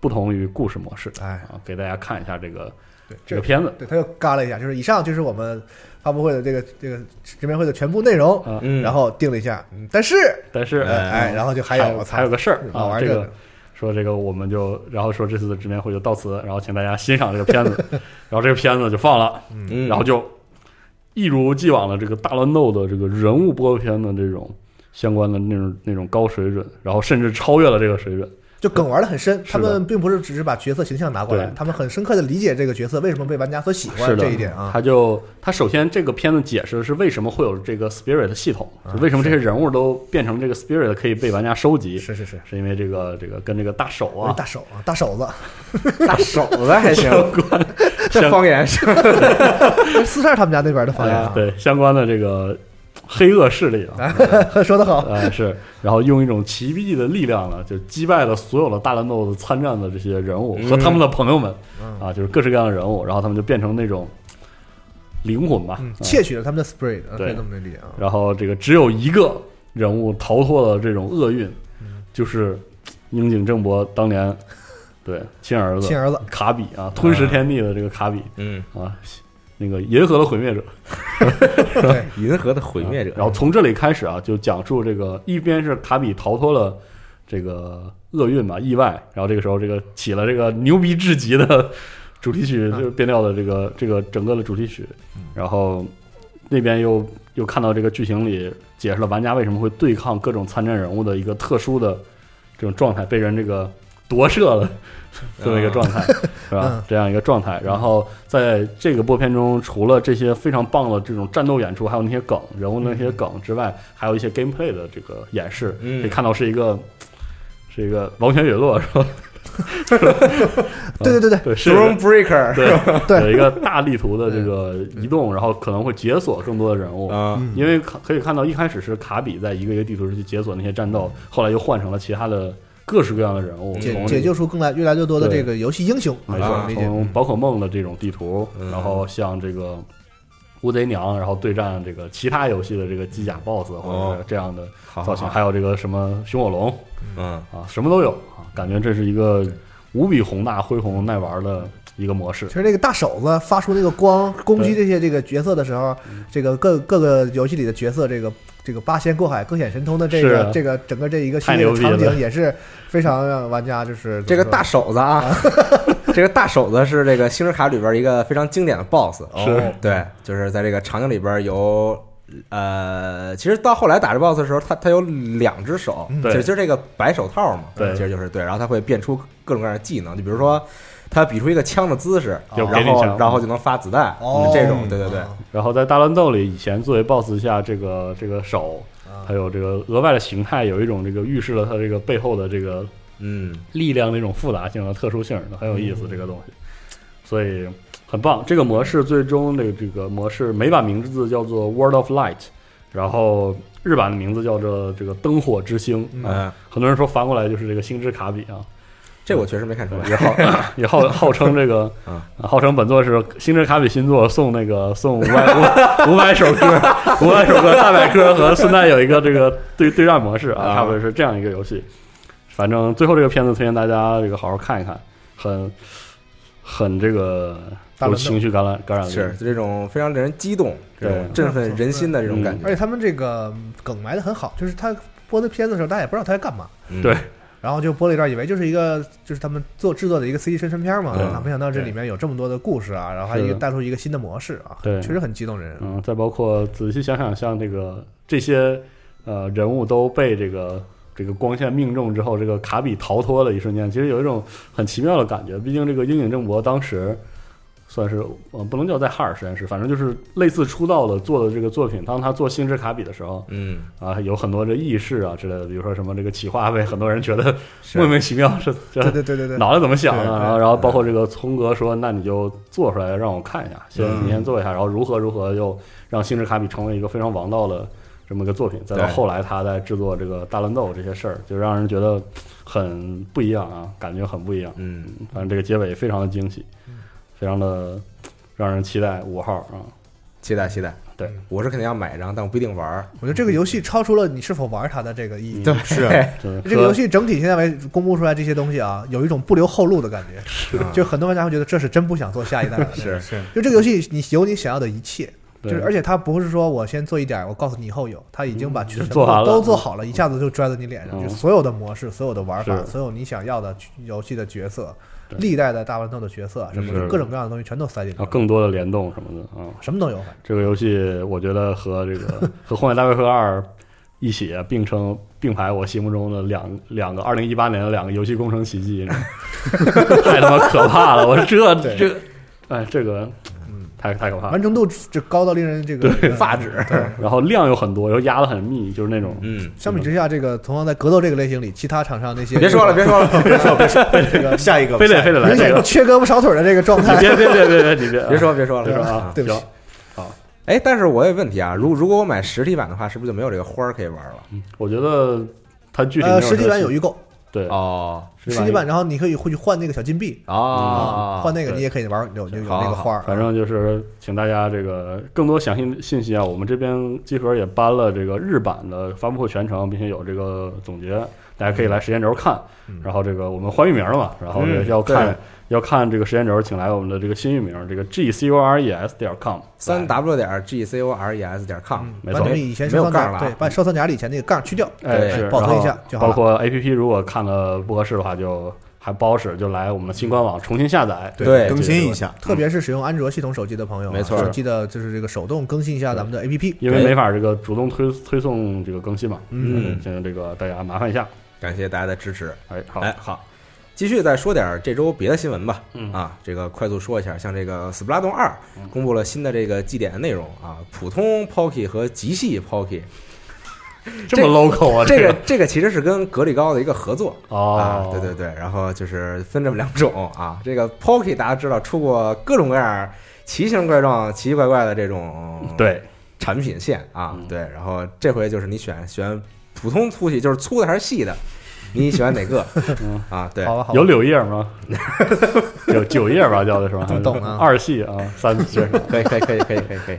Speaker 7: 不同于故事模式
Speaker 2: 哎，
Speaker 7: 啊，给大家看一下这个
Speaker 2: 对，
Speaker 7: 这
Speaker 2: 这
Speaker 7: 个片子。
Speaker 2: 对，他又嘎了一下，就是以上就是我们发布会的这个这个直面会的全部内容，
Speaker 7: 啊，
Speaker 6: 嗯，
Speaker 2: 然后定了一下，嗯但是
Speaker 7: 但是呃
Speaker 2: 哎哎，然后就还
Speaker 7: 还
Speaker 2: 有我操
Speaker 7: 还有个事儿啊，
Speaker 2: 好玩
Speaker 7: 这
Speaker 2: 这
Speaker 7: 个说这个我们就，然后说这次的直面会就到此，然后请大家欣赏这个片子， 然后这个片子就放了，
Speaker 6: 嗯
Speaker 7: 然后就一如既往的这个大乱斗的这个人物播片的这种相关的那种那种高水准，然后甚至超越了这个水准。
Speaker 2: 就梗玩的很深，
Speaker 7: 是
Speaker 2: 他
Speaker 7: 的
Speaker 2: 们并不是只是把角色形象拿过来
Speaker 7: 对，
Speaker 2: 他们很深刻的理解这个角色为什么被玩家所喜
Speaker 7: 是
Speaker 2: 欢
Speaker 7: 的
Speaker 2: 这一点啊，
Speaker 7: 他就他首先这个片子解释的是为什么会有这个 spirit 系统，
Speaker 2: 啊
Speaker 7: 就为什么这些人物都变成这个 spirit 可以被玩家收集，
Speaker 2: 是是是，
Speaker 7: 是因为这个这个跟这个大手
Speaker 2: 我
Speaker 7: 啊
Speaker 2: 是大手啊，大手子，
Speaker 6: 大手子嗯还 行，这
Speaker 7: 相
Speaker 6: 方言是
Speaker 2: 四十二他们家那边的方言啊，
Speaker 7: 哎对相关的这个黑恶势力啊，
Speaker 2: 哎 说得好，
Speaker 7: 啊，是，然后用一种奇迹的力量呢，就击败了所有的大乱斗的参战的这些人物和他们的朋友们、
Speaker 2: 嗯
Speaker 7: 啊，就是各式各样的人物，然后他们就变成那种灵魂吧，
Speaker 2: 嗯
Speaker 7: 啊，
Speaker 2: 窃取了他们的 spirit，啊
Speaker 7: 对
Speaker 2: 可以这么理解啊，
Speaker 7: 然后这个只有一个人物逃脱了这种厄运，
Speaker 2: 嗯
Speaker 7: 就是樱井正博当 年对亲儿子
Speaker 2: 亲 儿子
Speaker 7: 卡比啊，吞食天地的这个卡比
Speaker 6: 嗯，
Speaker 7: 啊，那个银河的毁灭者，
Speaker 2: 对，
Speaker 6: 银河的毁灭者，
Speaker 7: 啊然后从这里开始啊，就讲述这个一边是卡比逃脱了这个厄运嘛，意外，然后这个时候这个起了这个牛逼至极的主题曲，
Speaker 6: 嗯
Speaker 7: 就是变调的这个这个整个的主题曲，然后那边又又看到这个剧情里解释了玩家为什么会对抗各种参战人物的一个特殊的这种状态，被人这个夺舍了这么一个状态，是
Speaker 2: 嗯
Speaker 7: 吧？这样一个状态。然后在这个播片中，除了这些非常棒的这种战斗演出，还有那些梗、人物那些梗之外，
Speaker 2: 嗯
Speaker 7: 还有一些 gameplay 的这个演示，
Speaker 6: 嗯
Speaker 7: 可以看到是一个。是一个王权陨落是吧？
Speaker 2: 对对对
Speaker 7: 对，是
Speaker 6: Throne Breaker，
Speaker 7: 对
Speaker 2: 对嗯
Speaker 7: 有一个大地图的这 个移动，然后可能会解锁更多的人物。
Speaker 6: 啊，
Speaker 7: 因为可可以看到，一开始是卡比在一个一个地图上去解锁那些战斗，后来又换成了其他的各式各样的人物，
Speaker 2: 嗯解
Speaker 7: 从
Speaker 2: 解救出更来越来越多的
Speaker 7: 对
Speaker 2: 这个游戏英雄，
Speaker 7: 没
Speaker 2: 是吧
Speaker 7: 错，
Speaker 2: 理解。
Speaker 7: 从宝可梦的这种地图，
Speaker 6: 啊嗯
Speaker 7: 然后像这个乌贼娘，然后对战这个其他游戏的这个机甲 BOSS
Speaker 6: 哦
Speaker 7: 或者是这样的
Speaker 6: 好
Speaker 7: 造
Speaker 6: 好
Speaker 7: 型，
Speaker 6: 好，
Speaker 7: 还有这个什么熊火龙
Speaker 6: 嗯，
Speaker 7: 啊，什么都有啊，感觉这是一个无比宏大、恢宏、耐玩的一个模式
Speaker 6: 啊
Speaker 2: 其。实那个大手子发出那个光攻击这些这个角色的时候，
Speaker 7: 嗯
Speaker 2: 这个各各个游戏里的角色，这个这个八仙过海、各显神通的这
Speaker 7: 是
Speaker 2: 个
Speaker 7: 啊
Speaker 2: 这个整个这一个系
Speaker 7: 太
Speaker 2: 列
Speaker 7: 牛
Speaker 2: 的
Speaker 7: 逼
Speaker 2: 场
Speaker 7: 了
Speaker 2: 景也是非常让玩家就是
Speaker 6: 这个大手子啊， 这个大手子是这个星之卡里边一个非常经典的 BOSS，
Speaker 7: 哦是
Speaker 6: 对，就是在这个场景里边有，呃，其实到后来打这 BOSS 的时候，他他有两只手，
Speaker 2: 嗯
Speaker 6: 就
Speaker 7: 对
Speaker 6: 是就是这个白手套嘛，
Speaker 7: 对
Speaker 6: 其实就是对，然后他会变出各种各样的技能，就比如说他比出一个枪的姿势，
Speaker 7: 就给
Speaker 6: 然
Speaker 7: 你
Speaker 6: 后
Speaker 7: 枪
Speaker 6: 然后就能发子弹，嗯
Speaker 2: 哦
Speaker 6: 这种，对对对，
Speaker 7: 然后在大乱斗里，以前作为 BOSS 下这个这个手，
Speaker 2: 啊
Speaker 7: 还有这个额外的形态，有一种这个预示了它这个背后的这个
Speaker 6: 嗯，
Speaker 7: 力量的一种复杂性和特殊性，很有意思、这个东西，所以很棒。这个模式最终这个这个模式美版名字叫做 World of Light，然后日版的名字叫做这个灯火之星。啊
Speaker 6: 嗯，
Speaker 7: 很多人说翻过来就是这个星之卡比啊，
Speaker 6: 这我确实没看出来，
Speaker 7: 也号 也号号称这个
Speaker 6: 啊，
Speaker 7: 号称本作是星之卡比新作送那个送五百五五 百首歌，五百首歌大百科和顺带有一个这个对对战模式啊，
Speaker 6: 啊
Speaker 7: 差不多是这样一个游戏。反正最后这个片子推荐大家这个好好看一看，很很这个
Speaker 2: 大
Speaker 7: 有
Speaker 2: 乱斗
Speaker 7: 情绪感染感染力，
Speaker 6: 是就这种非常令人激动、这
Speaker 7: 对
Speaker 6: 种振奋人心的这种感觉
Speaker 2: 而且，他们这个梗埋的很好，就是他播的片子的时候，大家也不知道他在干嘛。
Speaker 6: 嗯
Speaker 7: 对
Speaker 2: 然后就播了一段，以为就是一个就是他们做制作的一个 CG 宣传片嘛，
Speaker 7: 对
Speaker 2: 然后没想到这里面有这么多的故事啊，然后还有一
Speaker 7: 是
Speaker 2: 个
Speaker 7: 的
Speaker 2: 带出一个新的模式啊，
Speaker 7: 对
Speaker 2: 确实很激动人。
Speaker 7: 嗯，再包括仔细想想，像这个这些呃人物都被这个这个光线命中之后，这个卡比逃脱了一瞬间，其实有一种很奇妙的感觉。毕竟这个樱井正博当时算是呃不能叫在哈尔实验室，反正就是类似出道的做的这个作品。当他做星之卡比的时候
Speaker 6: 嗯，
Speaker 7: 啊，有很多这意识啊之类的，比如说什么这个企划被很多人觉得
Speaker 6: 是
Speaker 7: 莫名其妙是这
Speaker 2: 对对对对对，
Speaker 7: 脑袋怎么想的？啊
Speaker 2: 对对
Speaker 7: 然后，然后包括这个聪哥说，那你就做出来让我看一下，先
Speaker 6: 嗯
Speaker 7: 你先做一下，然后如何如何又让星之卡比成为一个非常王道的这么一个作品。再到
Speaker 6: 对
Speaker 7: 后来他在制作这个大乱斗这些事儿，就让人觉得很不一样啊，感觉很不一样。
Speaker 6: 嗯，
Speaker 7: 反正这个结尾非常的惊喜，
Speaker 2: 嗯
Speaker 7: 非常的让人期待。五号啊，
Speaker 6: 期待期待，
Speaker 7: 对
Speaker 6: 我是肯定要买一张，但我不一定玩儿，
Speaker 2: 我觉得这个游戏超出了你是否玩它的这个
Speaker 7: 嗯
Speaker 2: 意义。
Speaker 6: 对，
Speaker 8: 是
Speaker 7: 就是啊
Speaker 2: 这个游
Speaker 7: 和
Speaker 2: 戏整体现在为止公布出来这些东西啊，有一种不留后路的感觉，就很多玩家会觉得这是真不想做下一代了。
Speaker 6: 是
Speaker 8: 是，
Speaker 2: 就这个游戏，你有你想要的一切，就
Speaker 7: 对
Speaker 2: 是而且它不是说我先做一点儿，我告诉你以后有，它已经把全
Speaker 7: 嗯
Speaker 2: 部
Speaker 7: 做完了
Speaker 2: 都做好了，一下子就拽到你脸上，
Speaker 7: 嗯
Speaker 2: 就所有的模式、所有的玩法、
Speaker 7: 是
Speaker 2: 所有你想要的游戏的角色、
Speaker 7: 对
Speaker 2: 历代的大乱斗的角色，什么
Speaker 7: 是
Speaker 2: 各种各样的东西全都塞进去
Speaker 7: 啊
Speaker 2: 了，
Speaker 7: 更多的联动什么的啊。
Speaker 2: 什么都有，反正
Speaker 7: 这个游戏我觉得和 这个和《荒野大镖客二》一起并称并排我心目中的两两个二零一八年的两个游戏工程奇迹， 你知道吗太他妈可怕了！我说这这，哎，这个太太可怕了
Speaker 2: 完。成度这高到令人这个 嗯
Speaker 6: 发指，
Speaker 2: 对。
Speaker 7: 然后量又很多，又压得很密，就是那种
Speaker 6: 嗯，
Speaker 2: 相比之下，这个同样在格斗这个类型里，其他厂商那些
Speaker 6: 别说了， 别说了，别说了，
Speaker 8: 下一个吧
Speaker 7: 非
Speaker 8: 下
Speaker 7: 得
Speaker 8: 一
Speaker 7: 非
Speaker 8: 个
Speaker 7: 得来
Speaker 2: 明
Speaker 7: 这
Speaker 2: 显
Speaker 7: 个，
Speaker 2: 缺胳膊少腿的这个状
Speaker 7: 你
Speaker 2: 态，
Speaker 7: 别别别别别，你别
Speaker 6: 别说了，别说了，
Speaker 7: 别说啊，
Speaker 2: 对不起
Speaker 7: 行，
Speaker 6: 哎，但是我有问题啊，如如果我买实体版的话，是不是就没有这个花儿可以玩了？
Speaker 7: 我觉得它 具体没
Speaker 2: 呃，
Speaker 7: 有
Speaker 2: 实体
Speaker 7: 说
Speaker 2: 版有预购，
Speaker 7: 对
Speaker 6: 哦
Speaker 2: 实体版，然后你可以会去换那个小金币啊
Speaker 6: 哦，
Speaker 2: 换那个
Speaker 7: 对
Speaker 2: 你也可以玩有有有
Speaker 6: 好
Speaker 2: 那个
Speaker 6: 好
Speaker 2: 花儿，啊
Speaker 7: 反正就是请大家这个更多详细信息啊，我们这边集合也搬了这个日版的发布会全程，并且有这个总结，大家可以来时间轴看。
Speaker 2: 嗯
Speaker 7: 然后这个我们换域名了嘛，然后这
Speaker 6: 嗯
Speaker 7: 要看、
Speaker 6: 对
Speaker 7: 要看这个时间轴，请来我们的这个新域名，这个 g c o r e s 点 com
Speaker 6: 三 w 点 g c o r e s 点 com，
Speaker 2: 嗯
Speaker 7: 没
Speaker 2: 把
Speaker 7: 错
Speaker 2: 你们以前
Speaker 6: 没
Speaker 2: 收
Speaker 6: 有
Speaker 2: 藏
Speaker 6: 杠
Speaker 2: 夹
Speaker 6: 了啊
Speaker 2: 对，把收藏夹里以前那个杠去掉，
Speaker 7: 哎
Speaker 6: 对
Speaker 7: 是，
Speaker 2: 保存
Speaker 7: 然后
Speaker 2: 一下就好
Speaker 7: 包
Speaker 2: 了
Speaker 7: 括 A P P 如果看了不合适的话就。还不好使，就来我们的新官网重新下载，
Speaker 6: 对对
Speaker 8: 更新一下，
Speaker 2: 特别是使用安卓系统手机的朋友啊，
Speaker 6: 没错
Speaker 2: 手机的就是这个手动更新一下咱们的 APP，
Speaker 7: 因为没法这个主动推推送这个更新嘛，
Speaker 6: 嗯
Speaker 7: 请这个大家麻烦一下，
Speaker 6: 感谢大家的支持。
Speaker 7: 哎，好，
Speaker 6: 哎，好，继续再说点儿这周别的新闻吧。
Speaker 7: 嗯
Speaker 6: 啊，这个快速说一下，像这个《Splatoon 二》公布了新的这个祭典内容啊，普通 Pocky 和极细 Pocky
Speaker 7: 这么 local 啊？
Speaker 6: 这
Speaker 7: 个
Speaker 6: 个这个其实是跟格力高的一个合作啊
Speaker 7: 哦，，
Speaker 6: 对对对，然后就是分这么两种啊。 这个 Pocky 大家知道出过各种各样奇形怪状、奇奇怪怪的这种
Speaker 7: 对
Speaker 6: 产品线啊，
Speaker 7: 嗯
Speaker 6: 对。然后这回就是你选选普通粗细，就是粗的还是细的，你喜欢 哪个
Speaker 7: 嗯
Speaker 6: 啊？对，
Speaker 2: 好吧，好吧
Speaker 7: 有柳叶吗？ 有九叶吧，叫的是吧？
Speaker 2: 怎么懂啊
Speaker 7: 二系啊，三是
Speaker 6: 可以可以可以可以可以可以，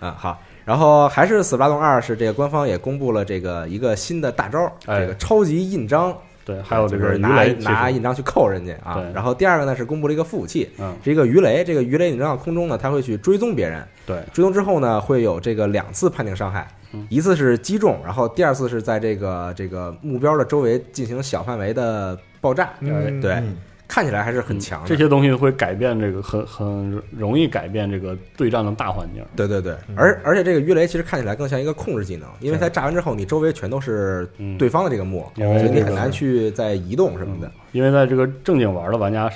Speaker 6: 嗯好。然后还是《死八洞二》是这个官方也公布了这个一个新的大招，
Speaker 7: 哎
Speaker 6: 这个超级印章，
Speaker 7: 对，还有这
Speaker 6: 就
Speaker 7: 个
Speaker 6: 是
Speaker 7: 鱼
Speaker 6: 拿
Speaker 7: 雷，
Speaker 6: 拿印章去扣人家啊
Speaker 7: 对。
Speaker 6: 然后第二个呢是公布了一个副武器，
Speaker 7: 嗯
Speaker 6: 是一个鱼雷。这个鱼雷你知道空中呢，它会去追踪别人，
Speaker 7: 对，
Speaker 6: 追踪之后呢会有这个两次判定伤害，
Speaker 7: 嗯
Speaker 6: 一次是击中，然后第二次是在这个这个目标的周围进行小范围的爆炸。
Speaker 2: 嗯
Speaker 6: 对
Speaker 8: 嗯，
Speaker 6: 看起来还是很强的。
Speaker 7: 哎嗯这些东西会改变这个很很容易改变这个对战的大环境。
Speaker 6: 对对对，而而且这个鱼雷其实看起来更像一个控制技能，因为它炸完之后，你周围全都是
Speaker 7: 嗯，
Speaker 6: 对，方的这个墨，
Speaker 7: 因为
Speaker 6: 所以你
Speaker 7: 这
Speaker 6: 很
Speaker 7: 个
Speaker 6: 难去再移动什么的。
Speaker 7: 嗯因为在这个正经玩的玩家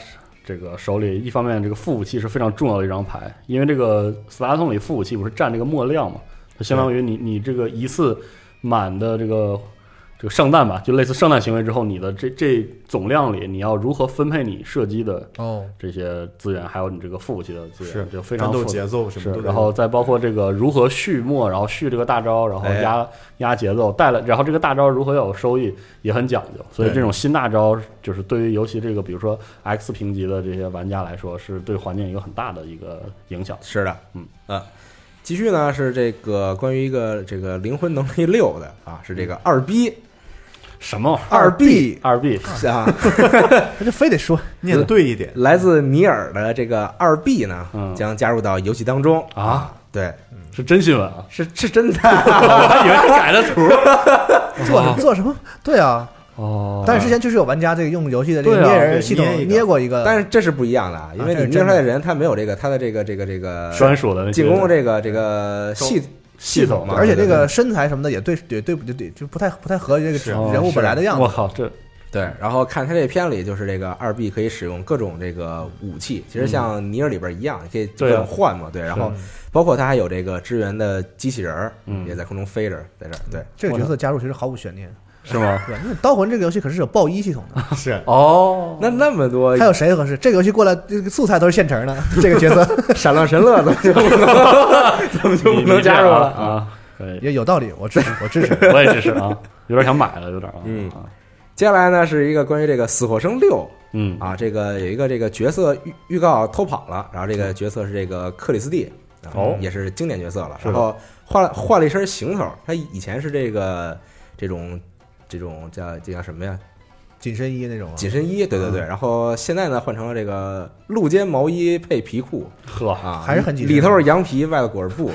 Speaker 7: 这个手里，一方面这个副武器是非常重要的一张牌，因为这个斯拉通里副武器不是占这个墨量嘛，就相当于你你这个一次满的这个这个上弹吧，就类似上弹行为之后，你的这这总量里，你要如何分配你射击的
Speaker 2: 哦，
Speaker 7: 这些资源，还有你这个副武器的资源，
Speaker 8: 是
Speaker 7: 就非
Speaker 8: 战
Speaker 7: 常
Speaker 8: 斗
Speaker 7: 复杂
Speaker 8: 节奏什
Speaker 7: 是
Speaker 8: 么都，得
Speaker 7: 然后再包括这个如何续墨，然后续这个大招，然后
Speaker 6: 哎
Speaker 7: 压、压节奏，带了，然后这个大招如何要有收益也很讲究。所以
Speaker 8: 对
Speaker 7: 这种新大招，就是对于尤其这个比如说 X 评级的这些玩家来说，是对环境一个很大的一个影响。
Speaker 6: 是的，
Speaker 7: 嗯
Speaker 6: 啊，继续呢是这个关于一个这个灵魂能力六的啊，是这个二 B
Speaker 7: 什么
Speaker 6: 二 B
Speaker 7: 二 B
Speaker 6: 啊，
Speaker 2: 他就非得说
Speaker 8: 念对一点，
Speaker 6: 来自尼尔的这个二 B 呢
Speaker 7: 嗯，
Speaker 6: 将加入到游戏当中。
Speaker 7: 啊，
Speaker 6: 对，
Speaker 7: 是真新闻啊！
Speaker 6: 是是真
Speaker 2: 啊
Speaker 6: 的，
Speaker 7: 我还以为是改的图
Speaker 2: 做做什么？ 对啊，
Speaker 7: 哦
Speaker 2: 但是之前就是有玩家这个用游戏的这个
Speaker 7: 对啊
Speaker 2: 捏
Speaker 8: 对
Speaker 2: 人系统
Speaker 8: 捏一个
Speaker 2: 捏过一个，
Speaker 6: 但是这是不一样的啊，因为
Speaker 2: 啊
Speaker 6: 你
Speaker 2: 这是
Speaker 6: 捏
Speaker 2: 真的
Speaker 6: 出来的人他没有这个他的这个这个这个
Speaker 7: 专属的那些
Speaker 6: 进攻这个这个系
Speaker 7: 系统嘛，
Speaker 6: 嘛，
Speaker 2: 而且这
Speaker 6: 对
Speaker 2: 个身材什么的也对也对不对对就不太不太合这个
Speaker 8: 是
Speaker 2: 人物本来的
Speaker 7: 哦
Speaker 2: 样
Speaker 6: 哦
Speaker 7: 我
Speaker 2: 子。
Speaker 7: 靠，这
Speaker 6: 对，然后看他这片里，就是这个二 B 可以使用各种这个武器，其实像尼尔里边一样，你可以各
Speaker 7: 对啊
Speaker 6: 种换嘛，嗯对，然后包括他还有这个支援的机器人儿，
Speaker 7: 嗯
Speaker 6: 也在空中飞着，在这儿，对，
Speaker 2: 这个角色加入其实毫无悬念，
Speaker 7: 是吗？
Speaker 2: 对吧，因为《刀魂》这个游戏可是有爆衣系统的，
Speaker 8: 是
Speaker 7: 哦，
Speaker 6: 那那么多
Speaker 2: 还有谁合适？这个游戏过来这个素材都是现成的， 这个角色
Speaker 6: 闪亮神乐，怎么就不 能怎么就不
Speaker 7: 你
Speaker 6: 能
Speaker 7: 你这
Speaker 6: 加入
Speaker 7: 样
Speaker 6: 了
Speaker 7: 啊？
Speaker 6: 啊？
Speaker 7: 啊可以，
Speaker 2: 也有道理，我支持我支持。
Speaker 7: 我也支持啊，有点想买了，有点啊，
Speaker 6: 嗯
Speaker 7: 啊
Speaker 6: 接下来呢是一个关于这个死或生六
Speaker 7: 嗯
Speaker 6: 啊，这个有一个这个角色预预告偷跑了，然后这
Speaker 2: 嗯
Speaker 6: 个角色是这个克里斯蒂，啊
Speaker 7: 哦
Speaker 6: 也是经典角色了，
Speaker 7: 是的
Speaker 6: 然后换了换了一身行头，他以前是这个这种这种叫这叫什么呀？
Speaker 2: 紧身衣那种啊，
Speaker 6: 紧身衣，对对对，然后现在呢换成了这个露肩毛衣配皮裤
Speaker 7: 呵，
Speaker 6: 啊，
Speaker 2: 还是很紧身嗯
Speaker 6: 里头是羊皮，外头裹着布，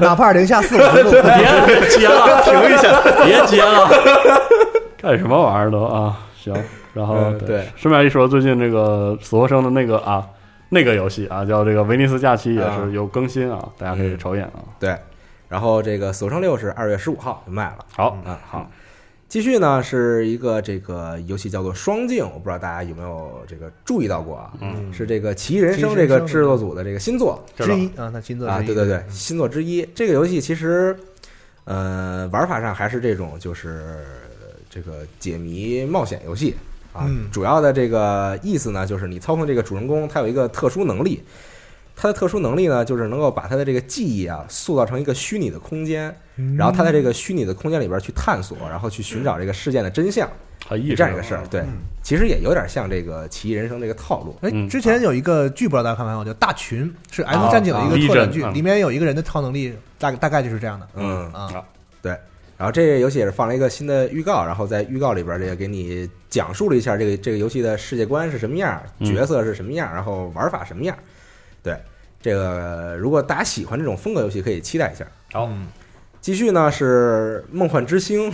Speaker 2: 哪怕是零下四五 十度，
Speaker 7: 别接了，停一 下，别接了，干什么玩意儿都啊？行，然后、
Speaker 6: 嗯对
Speaker 7: 顺便一说，最近这个死活生的那个啊，那个游戏啊，叫这个《威尼斯假期》，也
Speaker 6: 啊嗯
Speaker 7: 是有更新啊，大家可以瞅一眼啊。
Speaker 6: 对，然后这个《死生六》是二月十五号就卖了。
Speaker 7: 好，
Speaker 6: 啊，好，继续呢是一个这个游戏叫做《双镜》，我不知道大家有没有这个注意到过啊？
Speaker 7: 嗯
Speaker 6: 是这个《奇异人生》
Speaker 2: 奇异
Speaker 6: 这
Speaker 2: 人生
Speaker 6: 个制作组的这个新作
Speaker 7: 知道
Speaker 2: 之一啊，那金座
Speaker 6: 啊，
Speaker 2: 之一
Speaker 6: 对对对，新作之一。这个游戏其实，呃，玩法上还是这种就是呃这个解谜冒险游戏啊。
Speaker 2: 嗯
Speaker 6: 主要的这个意思呢，就是你操控这个主人公，他有一个特殊能力。他的特殊能力呢，就是能够把他的这个记忆啊，塑造成一个虚拟的空间，
Speaker 2: 嗯
Speaker 6: 然后他在这个虚拟的空间里边去探索，然后去寻找这个事件的真相，
Speaker 7: 好意
Speaker 6: 是
Speaker 7: 识
Speaker 6: 这样一个事儿。对，其实也有点像这个《奇异人生》这个套路。
Speaker 2: 哎
Speaker 7: 嗯，
Speaker 2: 之前有一个剧，不知道大家看没看过，叫《大群》，是《
Speaker 6: 啊
Speaker 2: F 战警》的一
Speaker 7: 啊
Speaker 2: 个拓展剧，
Speaker 7: 嗯
Speaker 2: 里面有一个人的超能力，大大概就是这样的。
Speaker 6: 嗯，
Speaker 2: 啊，
Speaker 6: 然后这个游戏也是放了一个新的预告，然后在预告里边儿这个给你讲述了一下这个这个游戏的世界观是什么样儿，
Speaker 7: 嗯
Speaker 6: 角色是什么样儿，然后玩法什么样儿。对，这个如果大家喜欢这种风格游戏，可以期待一下。
Speaker 7: 好，
Speaker 6: 继续呢是《梦幻之星》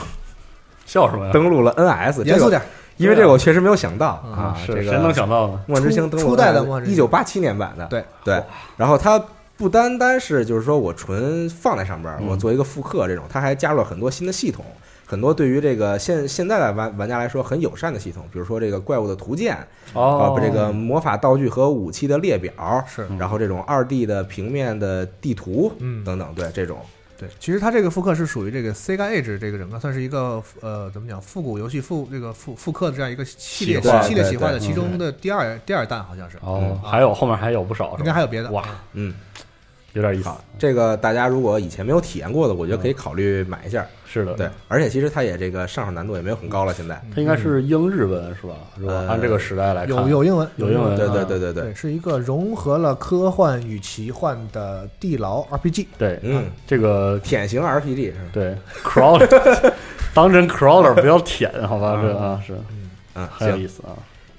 Speaker 7: 笑什么呀？
Speaker 6: 登陆了 NS，
Speaker 2: 啊严
Speaker 6: 这
Speaker 2: 肃
Speaker 6: 个，
Speaker 2: 点，
Speaker 6: 因为这个我确实没有想到啊
Speaker 7: 啊，，
Speaker 6: 这
Speaker 7: 是
Speaker 6: 个
Speaker 7: 谁能想到呢？
Speaker 6: 《梦幻之星》
Speaker 2: 嗯初
Speaker 6: 登陆
Speaker 2: 初代的梦幻之
Speaker 6: 一
Speaker 2: 星
Speaker 6: 九八七年版的，
Speaker 2: 对
Speaker 6: 对。然后它不单单是就是说我纯放在上边儿，
Speaker 7: 嗯
Speaker 6: 我做一个复刻这种，它还加入了很多新的系统，很多对于这个现现在的玩玩家来说很友善的系统，比如说这个怪物的图鉴啊，
Speaker 7: 哦
Speaker 6: 不，这个魔法道具和武器的列表，
Speaker 2: 是
Speaker 6: 然后这种二 D 的平面的地图
Speaker 2: 嗯
Speaker 6: 等等，对这种。
Speaker 2: 对，其实它这个复刻是属于这个 Sega Age 这个整个算是一个呃怎么讲复古游戏复这个复复刻的这样一个系列
Speaker 6: 企划
Speaker 2: 系列
Speaker 6: 对
Speaker 2: 企划的
Speaker 6: 对
Speaker 2: 其中的第二第二弹好像是，
Speaker 7: 哦，还有后面还有不少，是吧
Speaker 2: 应该还有别的
Speaker 7: 哇，
Speaker 6: 嗯，
Speaker 7: 有点意思，
Speaker 6: 这个大家如果以前没有体验过的，我觉得可以考虑买一下。
Speaker 7: 是的，
Speaker 6: 对，，而且其实它也这个上手难度也没有很高了，现在。
Speaker 7: 它应该是英日文是吧？如果
Speaker 6: 呃
Speaker 7: 按这个时代来看，
Speaker 2: 有有英文
Speaker 7: 有英文
Speaker 6: 对对
Speaker 7: 啊
Speaker 6: 对对对，
Speaker 2: 嗯对，是一个融合了科幻与奇幻的地牢 RPG。
Speaker 7: 对，
Speaker 6: 嗯，
Speaker 7: 这个
Speaker 6: 典型 RPG 是吧
Speaker 7: 对 crawler，当真 crawler 不要舔，好吧？这啊是
Speaker 6: 嗯，
Speaker 7: 很有
Speaker 6: 行，
Speaker 7: 意思啊，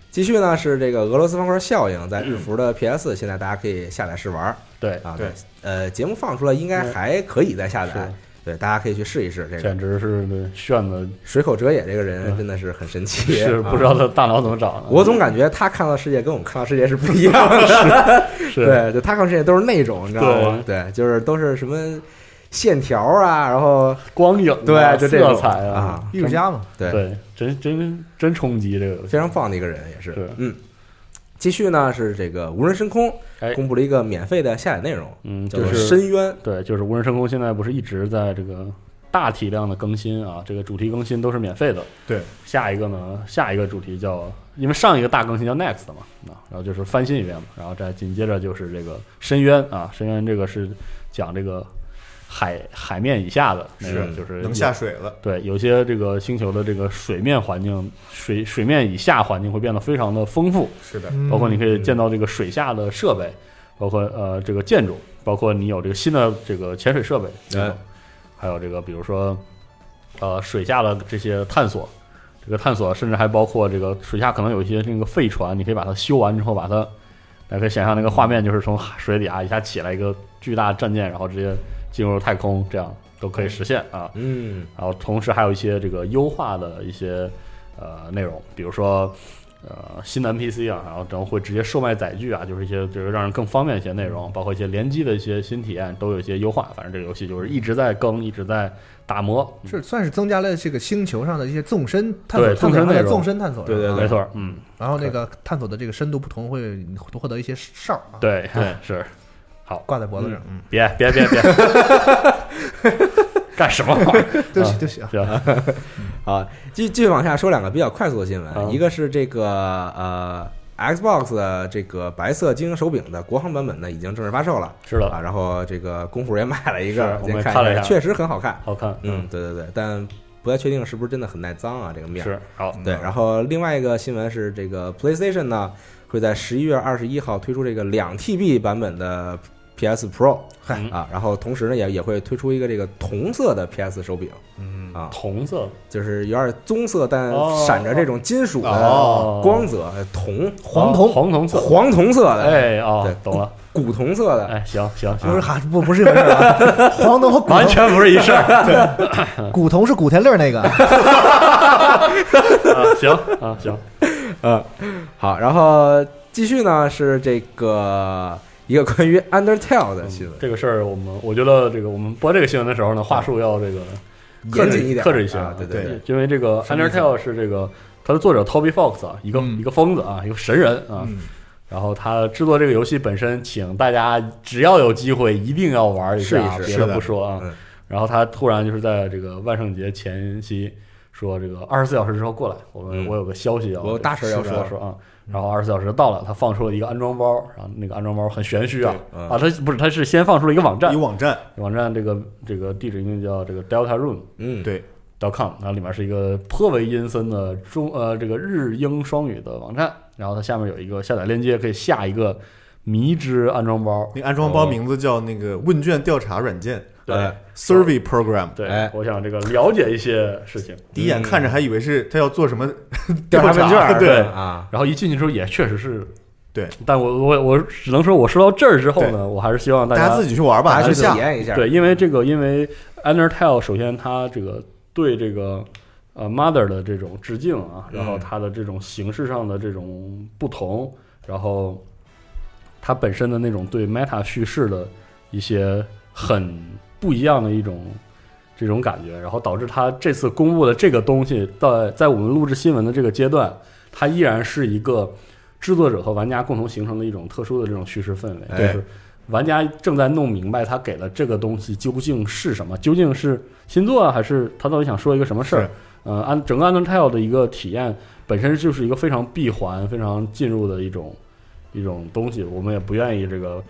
Speaker 6: 继续呢是这个俄罗斯方块效应，在日服的 PS 现在大家可以下载试玩儿
Speaker 7: 嗯对，
Speaker 6: 啊。
Speaker 8: 对，
Speaker 6: 呃，节目放出来应该还可以再下载
Speaker 7: 是，
Speaker 6: 对，大家可以去试一试。这个
Speaker 7: 简直是对炫的，
Speaker 6: 水口哲也这个人
Speaker 7: 嗯
Speaker 6: 真的是很神奇，
Speaker 7: 是不知
Speaker 6: 啊。
Speaker 7: 道他大脑怎么长的，
Speaker 6: 我总感觉他看到的世界跟我们看到的世界是不一样的，
Speaker 7: 是
Speaker 6: 对，就他看到的世界都是那种，你知道吗？对，就是都是什么线条啊，然后
Speaker 7: 光影啊
Speaker 6: 对，就这种
Speaker 7: 色彩
Speaker 6: 啊，
Speaker 2: 艺术家嘛，
Speaker 6: 对
Speaker 7: 对，真真真冲击这个游戏
Speaker 6: 非常棒的一个人，也是，
Speaker 7: 是
Speaker 6: 嗯。继续呢是这个无人深空
Speaker 7: 哎
Speaker 6: 公布了一个免费的下载内容，
Speaker 7: 嗯，
Speaker 6: 叫
Speaker 7: 就
Speaker 6: 做《
Speaker 7: 是
Speaker 6: 深渊》。
Speaker 7: 对，就是无人深空现在不是一直在这个大体量的更新啊，这个主题更新都是免费的。
Speaker 8: 对，
Speaker 7: 下一个呢，下一个主题叫，因为上一个大更新叫 Next 嘛，啊，然后就是翻新一遍嘛，然后再紧接着就是这个深渊啊，深渊这个是讲这个海海面以下的那个，
Speaker 6: 是
Speaker 7: 就是
Speaker 8: 能
Speaker 7: 有
Speaker 8: 下水了。
Speaker 7: 对，有些这个星球的这个水面环境，水水面以下环境会变得非常的丰富，
Speaker 8: 是的，
Speaker 7: 包括你可以见到这个水下的设备，包括呃这个建筑，包括你有这个新的这个潜水设备，
Speaker 6: 哎
Speaker 7: 还有这个比如说呃水下的这些探索，这个探索甚至还包括这个水下可能有一些那个废船，你可以把它修完之后把它，大家可以想象那个画面就是从海水里啊一下起来一个巨大的战舰，然后直接进入太空，这样都可以实现啊。
Speaker 6: 嗯，
Speaker 7: 然后同时还有一些这个优化的一些呃内容，比如说呃新的 NPC 啊，然后然后会直接售卖载具啊，就是一些这个让人更方便一些内容，包括一些联机的一些新体验都有一些优化。反正这个游戏就是一直在更，一直在打磨。嗯
Speaker 2: 是算是增加了这个星球上的一些纵深探索，
Speaker 7: 对纵
Speaker 2: 探索
Speaker 7: 深内
Speaker 2: 它的
Speaker 7: 容
Speaker 2: 纵深探索，
Speaker 6: 对对
Speaker 2: 是吧
Speaker 7: 没。错，嗯，
Speaker 2: 然后那个探索的这个深度不同，会获得一些哨啊，
Speaker 7: 对对是，
Speaker 2: 挂在脖子上。嗯，
Speaker 7: 别别别别，干什么玩意儿？
Speaker 2: 对不起，对不起啊，
Speaker 7: 是吧
Speaker 6: 啊，继继续往下说两个比较快速的新闻，
Speaker 7: 啊
Speaker 6: 一个是这个呃 Xbox 的这个白色精英手柄的国行版本呢已经正式发售了
Speaker 7: 知道
Speaker 6: 啊，然后这个功夫也买了一个
Speaker 7: 是，我
Speaker 6: 先
Speaker 7: 们
Speaker 6: 看
Speaker 7: 看了一
Speaker 6: 下，
Speaker 7: 下
Speaker 6: 确实很好看，
Speaker 7: 好看，
Speaker 6: 嗯，，对对对，但不太确定是不是真的很耐脏啊这个面儿
Speaker 7: 是好，
Speaker 6: 对，然后另外一个新闻是这个 PlayStation 呢会在十一月二十一号推出这个两 TB 版本的 PS Pro
Speaker 2: 嗨
Speaker 7: 嗯
Speaker 6: 啊，然后同时呢也也会推出一个这个同色的 PS 手柄
Speaker 8: 嗯，
Speaker 6: 啊，
Speaker 7: 红色
Speaker 6: 就是有点棕色，但
Speaker 7: 哦
Speaker 6: 闪着这种金属的
Speaker 7: 哦
Speaker 6: 光泽，呃铜、
Speaker 2: 黄铜
Speaker 7: 哦黄铜色，
Speaker 6: 黄铜色的、
Speaker 7: 哎哦
Speaker 6: 对，
Speaker 7: 懂了，
Speaker 6: 古铜色的，
Speaker 7: 哎，行行
Speaker 2: 不
Speaker 7: 行
Speaker 2: 是，哈，不不是一回事儿啊，黄铜和古
Speaker 7: 完
Speaker 2: 铜，
Speaker 7: 全不是一事儿。
Speaker 2: 古铜是古天乐那个，
Speaker 7: 啊，行 啊，行，
Speaker 6: 好，然后继续呢是这个一个关于 Undertale 的新闻，
Speaker 7: 嗯这个事儿我们我觉得这个我们播这个新闻的时候呢，话术要这个
Speaker 6: 严谨一
Speaker 7: 嗯
Speaker 6: 点，
Speaker 7: 克制一些
Speaker 6: 啊，对
Speaker 8: 对
Speaker 6: 对，
Speaker 7: 因为这个 Undertale 是这个它的作者 Toby Fox 啊，一个
Speaker 1: 嗯
Speaker 7: 一个疯子啊，一个神人啊。
Speaker 6: 嗯
Speaker 7: 然后他制作这个游戏本身，请大家只要有机会一定要玩下啊，
Speaker 6: 试一试
Speaker 7: 别
Speaker 8: 是
Speaker 7: 的
Speaker 8: 的
Speaker 7: 不说啊
Speaker 6: 嗯。
Speaker 7: 然后他突然就是在这个万圣节前夕说，这个二十四小时之后过来，我们
Speaker 6: 嗯
Speaker 7: 我有个消息要啊
Speaker 6: 我有大事要
Speaker 7: 是
Speaker 6: 说
Speaker 7: 的说啊。然后二十四小时到了，他放出了一个安装包，然后那个安装包很玄虚啊
Speaker 6: 对嗯
Speaker 7: 啊，他不是他是先放出了一个网站
Speaker 8: 有，网站，
Speaker 7: 网站这个这个地址应该叫这个 Delta Room。
Speaker 6: 嗯，
Speaker 8: 对，
Speaker 7: dot com，然后里面是一个颇为阴森的中呃这个日英双语的网站，然后它下面有一个下载链接，可以下一个迷之安装包。
Speaker 8: 那个安装包
Speaker 7: 哦
Speaker 8: 名字叫那个问卷调查软件
Speaker 7: 对
Speaker 6: 哎
Speaker 8: Survey Program。
Speaker 7: 对
Speaker 6: 哎，
Speaker 7: 我想这个了解一些事情，
Speaker 8: 第
Speaker 6: 嗯
Speaker 8: 一眼看着还以为是他要做什么
Speaker 6: 调查问卷 儿，
Speaker 8: 对，
Speaker 6: 啊，
Speaker 7: 然后一进去之后也确实是
Speaker 8: 对，
Speaker 7: 但我我我只能说我说到这儿之后
Speaker 8: 对
Speaker 7: 呢，我还是希望大
Speaker 8: 大家自己去玩吧，
Speaker 6: 大家去体
Speaker 8: 下。
Speaker 6: 验一下，
Speaker 7: 对，因为这个，因为 Undertale 首先它这个对这个呃 Mother 的这种致敬啊，然后
Speaker 6: 嗯
Speaker 7: 它的这种形式上的这种不同，然后它本身的那种对 Meta 叙事的一些很不一样的一种这种感觉，然后导致它这次公布的这个东西，在在我们录制新闻的这个阶段，它依然是一个制作者和玩家共同形成的一种特殊的这种叙事氛围，
Speaker 8: 哎
Speaker 7: 就是玩家正在弄明白他给了这个东西究竟是什么，究竟是新作啊，还是他到底想说一个什么事儿
Speaker 2: 是？
Speaker 7: 呃，安整个安顿 tile 的一个体验本身就是一个非常闭环、非常进入的一种一种东西，我们也不愿意这个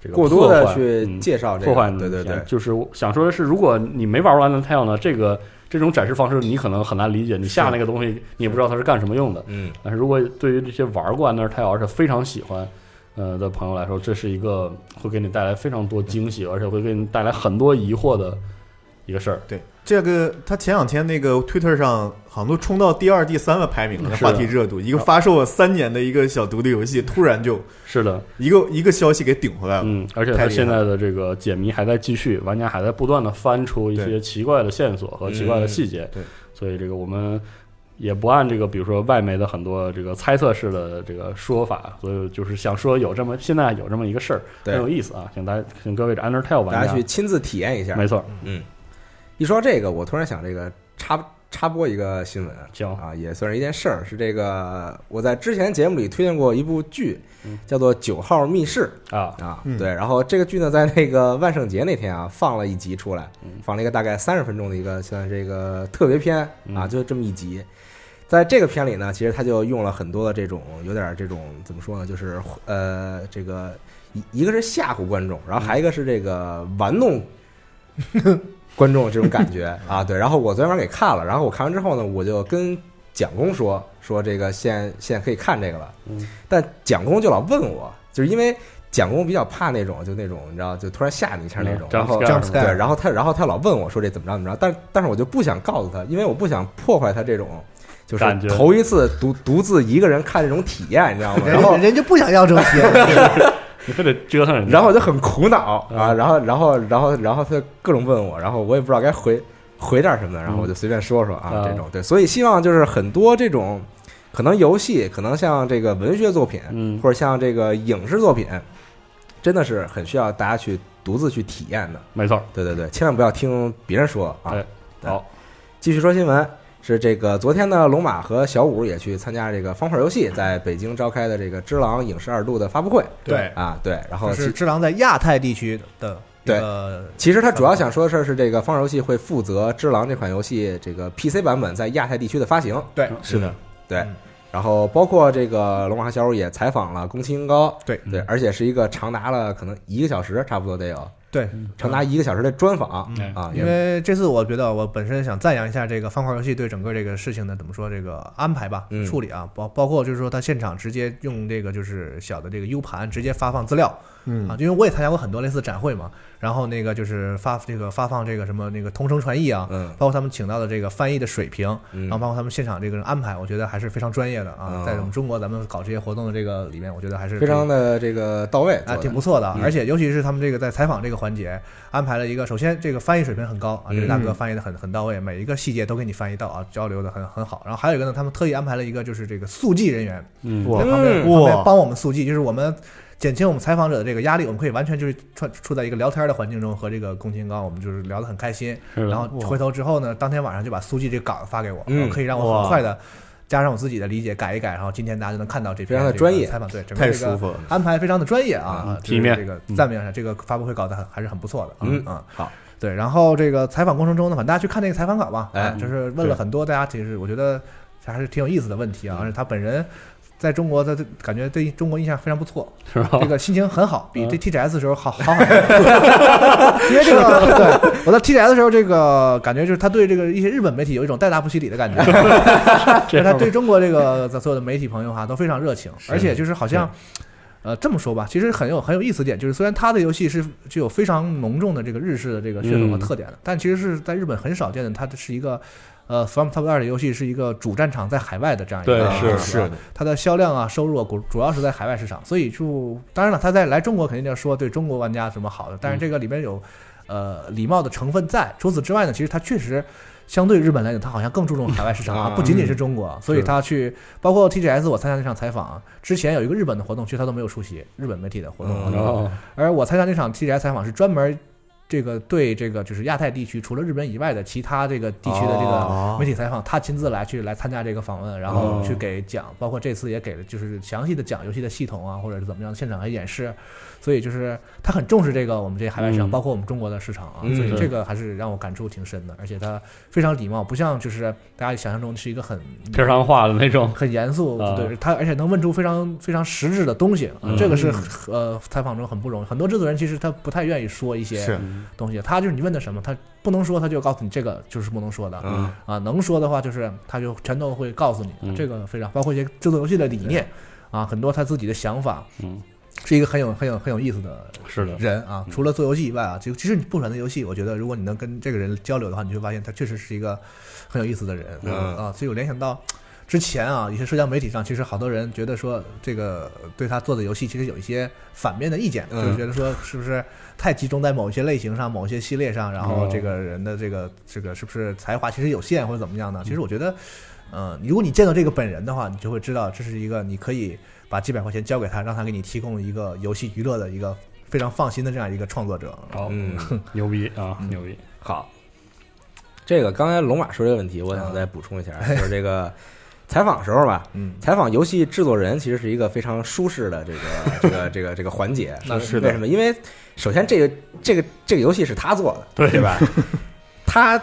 Speaker 7: 这个
Speaker 6: 过多
Speaker 7: 破
Speaker 6: 的
Speaker 7: 坏
Speaker 6: 去
Speaker 7: 嗯
Speaker 6: 介绍这个，
Speaker 7: 破坏你
Speaker 6: 对
Speaker 7: 的
Speaker 6: 对
Speaker 7: 体验
Speaker 6: 对，
Speaker 7: 就是我想说的是，如果你没玩完的 tile 呢，这个这种展示方式你可能很难理解，你下那个东西你也不知道它是干什么用的。
Speaker 6: 嗯，
Speaker 7: 但是如果对于这些玩过 Under Tile 而且非常喜欢，呃的朋友来说，这是一个会给你带来非常多惊喜，而且会给你带来很多疑惑的一个事儿。
Speaker 8: 对，这个他前两天那个 Twitter 上好像都冲到第二、第三个排名了，
Speaker 7: 是的
Speaker 8: 话题热度。一个发售了三年的一个小独立游戏，突然就是
Speaker 7: 的，
Speaker 8: 一个一个消息给顶回来了。
Speaker 7: 嗯，而且它现在的这个解谜还在继续，玩家还在不断的翻出一些
Speaker 8: 对
Speaker 7: 奇怪的线索和奇怪的细节。
Speaker 8: 对，
Speaker 7: 所以这个我们也不按这个，比如说外媒的很多这个猜测式的这个说法，所以就是想说有这么现在有这么一个事儿，
Speaker 6: 对
Speaker 7: 很有意思啊，请大家请各位这 Under Tile 玩
Speaker 6: 大家去亲自体验一下。
Speaker 7: 没错，
Speaker 6: 一说到这个，我突然想这个插插播一个新闻，
Speaker 7: 行
Speaker 6: 啊，也算是一件事儿，是这个我在之前节目里推荐过一部剧，叫做《九号密室》
Speaker 7: 啊，
Speaker 6: 啊，
Speaker 8: 嗯
Speaker 6: 对，然后这个剧呢，在那个万圣节那天啊，放了一集出来，
Speaker 7: 嗯
Speaker 6: 放了一个大概三十分钟的一个像这个特别篇啊，
Speaker 7: 嗯
Speaker 6: 就这么一集。在这个片里呢，其实他就用了很多的这种有点这种怎么说呢，就是呃，这个一一个是吓唬观众，然后还有一个是这个玩弄观众这种感觉 啊，对。然后我昨天晚上给看了，然后我看完之后呢，我就跟蒋工说说这个现现在可以看这个了，
Speaker 7: 嗯
Speaker 6: 但蒋工就老问我，就是因为蒋工比较怕那种就那种你知道就突然吓你一下那种，
Speaker 7: 嗯
Speaker 6: 然后
Speaker 7: jump scare
Speaker 6: 对，然后他然后他老问我说这怎么着怎么着，但但是我就不想告诉他，因为我不想破坏他这种。就是
Speaker 7: 感觉
Speaker 6: 头一次独独自一个人看这种体验，你知道吗？
Speaker 2: 人
Speaker 6: 然后
Speaker 2: 人家不想要这种体验，
Speaker 7: 你非得折腾人家，
Speaker 6: 然后我就很苦恼啊，
Speaker 7: 嗯
Speaker 6: 然后然后然后然后他就各种问我，然后我也不知道该回回点什么，然后我就随便说说啊
Speaker 7: 嗯
Speaker 6: 这种对，所以希望就是很多这种可能游戏，可能像这个文学作品，
Speaker 7: 嗯
Speaker 6: 或者像这个影视作品，真的是很需要大家去独自去体验的。
Speaker 7: 没错，
Speaker 6: 对对对，千万不要听别人说啊
Speaker 7: 对。
Speaker 6: 对
Speaker 7: 好，
Speaker 6: 继续说新闻。是这个，昨天呢，龙马和小五也去参加这个方块游戏在北京召开的这个《只狼影视二度》的发布会
Speaker 8: 对，
Speaker 6: 啊，对，然后
Speaker 2: 就
Speaker 6: 其
Speaker 2: 是只狼在亚太地区的一个
Speaker 6: 其实他主要想说的事儿是，这个方舟游戏会负责《只狼》这款游戏这个 PC 版本在亚太地区的发行。
Speaker 8: 对，
Speaker 7: 是的，
Speaker 6: 对
Speaker 2: 嗯，
Speaker 6: 然后包括这个龙马和小五也采访了宫崎英高，
Speaker 2: 对
Speaker 6: 对，而且是一个长达了可能一个小时，差不多得有
Speaker 2: 对，
Speaker 6: 长达一个小时的专访
Speaker 7: 嗯
Speaker 6: 啊，
Speaker 2: 因为这次我觉得我本身想赞扬一下这个方块游戏对整个这个事情的怎么说这个安排吧
Speaker 6: 嗯、
Speaker 2: 处理啊，包包括就是说他现场直接用这个就是小的这个 U 盘直接发放资料，
Speaker 8: 嗯
Speaker 2: 啊，因为我也参加过很多类似展会嘛，然后那个就是发这个发放这个什么那个同声传译啊，
Speaker 6: 嗯
Speaker 2: 包括他们请到的这个翻译的水平，
Speaker 6: 嗯
Speaker 2: 然后包括他们现场这个安排，我觉得还是非常专业的
Speaker 6: 哦，
Speaker 2: 啊在我们中国咱们搞这些活动的这个里面，我觉得还是
Speaker 6: 非常的这个到位
Speaker 2: 啊，
Speaker 6: 做
Speaker 2: 挺
Speaker 6: 的。
Speaker 2: 不错的
Speaker 6: 嗯，
Speaker 2: 而且尤其是他们这个在采访这个环节安排了一个，首先这个翻译水平很高啊，这个大哥翻译的很很到位，每一个细节都给你翻译到啊，交流的很很好。然后还有一个呢，他们特意安排了一个就是这个速记人员
Speaker 7: 嗯，
Speaker 8: 哇
Speaker 2: 在旁边
Speaker 6: 嗯
Speaker 2: 旁边
Speaker 8: 哇
Speaker 2: 帮我们速记，就是我们减轻我们采访者的这个压力，我们可以完全就是处处在一个聊天的环境中和这个龚清刚，我们就是聊得很开心。
Speaker 7: 是的
Speaker 2: 然后回头之后呢，当天晚上就把速记这个稿发给我，
Speaker 6: 嗯
Speaker 2: 然后可以让我很快的。加上我自己的理解改一改，然后今天大家就能看到这篇
Speaker 6: 非常的
Speaker 2: 这个
Speaker 6: 专业
Speaker 2: 采访，对，整个
Speaker 8: 太
Speaker 2: 这个
Speaker 8: 舒服了。
Speaker 2: 安排非常的专业啊，
Speaker 7: 嗯
Speaker 2: 啊
Speaker 7: 体面
Speaker 2: 这个赞美一下，这个发布会搞得很还是很不错的，
Speaker 6: 嗯
Speaker 2: 啊，
Speaker 6: 好，
Speaker 2: 对，然后这个采访过程中呢，反正大家去看那个采访稿吧，
Speaker 6: 哎
Speaker 2: 啊就是问了很多大家其实我觉得还是挺有意思的问题啊，而且他本人。在中国的感觉对中国印象非常不错，
Speaker 7: 是吧
Speaker 2: 这？个心情很好，比
Speaker 7: 嗯
Speaker 2: 这 TGS 的时候好好很多。 因 为这个，对我在 TGS 的时候，这个感觉就是他对这个一些日本媒体有一种带大不惜礼的 感觉，就是他对中国这个所有的媒体朋友哈、都非常热情，而且就是好像，呃，这么说吧，其实很有很有意思点，就是虽然他的游戏是具有非常浓重的这个日式的这个血统和
Speaker 7: 嗯
Speaker 2: 特点的，但其实是在日本很少见的，它是一个。呃，From Top 二的游戏是一个主战场在海外的这样一个
Speaker 6: 嗯
Speaker 7: 对是
Speaker 2: 啊
Speaker 8: 是的
Speaker 2: 它的销量啊、收入啊，主主要是在海外市场，所以就当然了，它在来中国肯定要说对中国玩家什么好的，但是这个里面有呃礼貌的成分在。除此之外呢，其实它确实相对日本来讲，它好像更注重海外市场，
Speaker 6: 啊
Speaker 2: 它不仅仅是中国，所以它去包括 TGS 我参加那场采访啊之前有一个日本的活动，其实他都没有出席，日本媒体的活动，
Speaker 6: 嗯
Speaker 7: 然后
Speaker 2: 而我参加那场 TGS 采访是专门。这个对这个就是亚太地区除了日本以外的其他这个地区的这
Speaker 8: 哦
Speaker 2: 个媒体采访，他亲自来去来参加这个访问，然
Speaker 7: 哦
Speaker 2: 后去给讲，包括这次也给了就是详细的讲游戏的系统啊，或者是怎么样，现场还演示，所以就是他很重视这个我们这海外市场，
Speaker 7: 嗯
Speaker 2: 包括我们中国的市场啊，
Speaker 6: 嗯
Speaker 2: 所以
Speaker 7: 对
Speaker 2: 这个还是让我感触挺深的，而且他非常礼貌，不像就是大家想象中是一个很
Speaker 7: 片儿上话的那种，
Speaker 2: 很严肃，
Speaker 7: 啊
Speaker 2: 对他，而且能问出非常非常实质的东西，啊
Speaker 7: 嗯
Speaker 2: 这个是呃采访中很不容易。很多制作人其实他不太愿意说一些
Speaker 3: 是
Speaker 6: 嗯
Speaker 2: 东西，他就是你问他什么，他不能说，他就告诉你这个就是不能说的、
Speaker 6: 嗯
Speaker 2: 啊，能说的话就是他就全都会告诉你，啊
Speaker 7: 嗯
Speaker 2: 这个非常包括一些制作游戏的理念啊，很多他自己的想法，
Speaker 7: 嗯，
Speaker 2: 是一个很有很有很有意思的
Speaker 7: 是的，
Speaker 2: 人啊，除了做游戏以外啊，就其实你不喜欢的游戏，我觉得如果你能跟这个人交流的话，你会发现他确实是一个很有意思的人、
Speaker 6: 嗯
Speaker 2: 啊。所以我联想到之前啊，一些社交媒体上，其实好多人觉得说这个对他做的游戏其实有一些反面的意见，
Speaker 6: 嗯
Speaker 2: 就是觉得说是不是太集中在某一些类型上、某一些系列上，然后
Speaker 7: 哦
Speaker 2: 这个人的这个这个是不是才华其实有限或者怎么样呢？其实我觉得。嗯，如果你见到这个本人的话，你就会知道这是一个你可以把几百块钱交给他，让他给你提供一个游戏娱乐的一个非常放心的这样一个创作者。
Speaker 7: 好，
Speaker 6: 嗯，
Speaker 7: 牛逼啊，牛逼，
Speaker 6: 好，这个刚才龙马说这个问题，我想再补充一下，就是这个采访时候吧，
Speaker 2: 嗯，
Speaker 6: 采访游戏制作人其实是一个非常舒适的这个 这个这个这个环节。
Speaker 2: 那是
Speaker 6: 为什么？因为首先这个这个这个游戏是他做的，
Speaker 7: 对
Speaker 6: 吧？他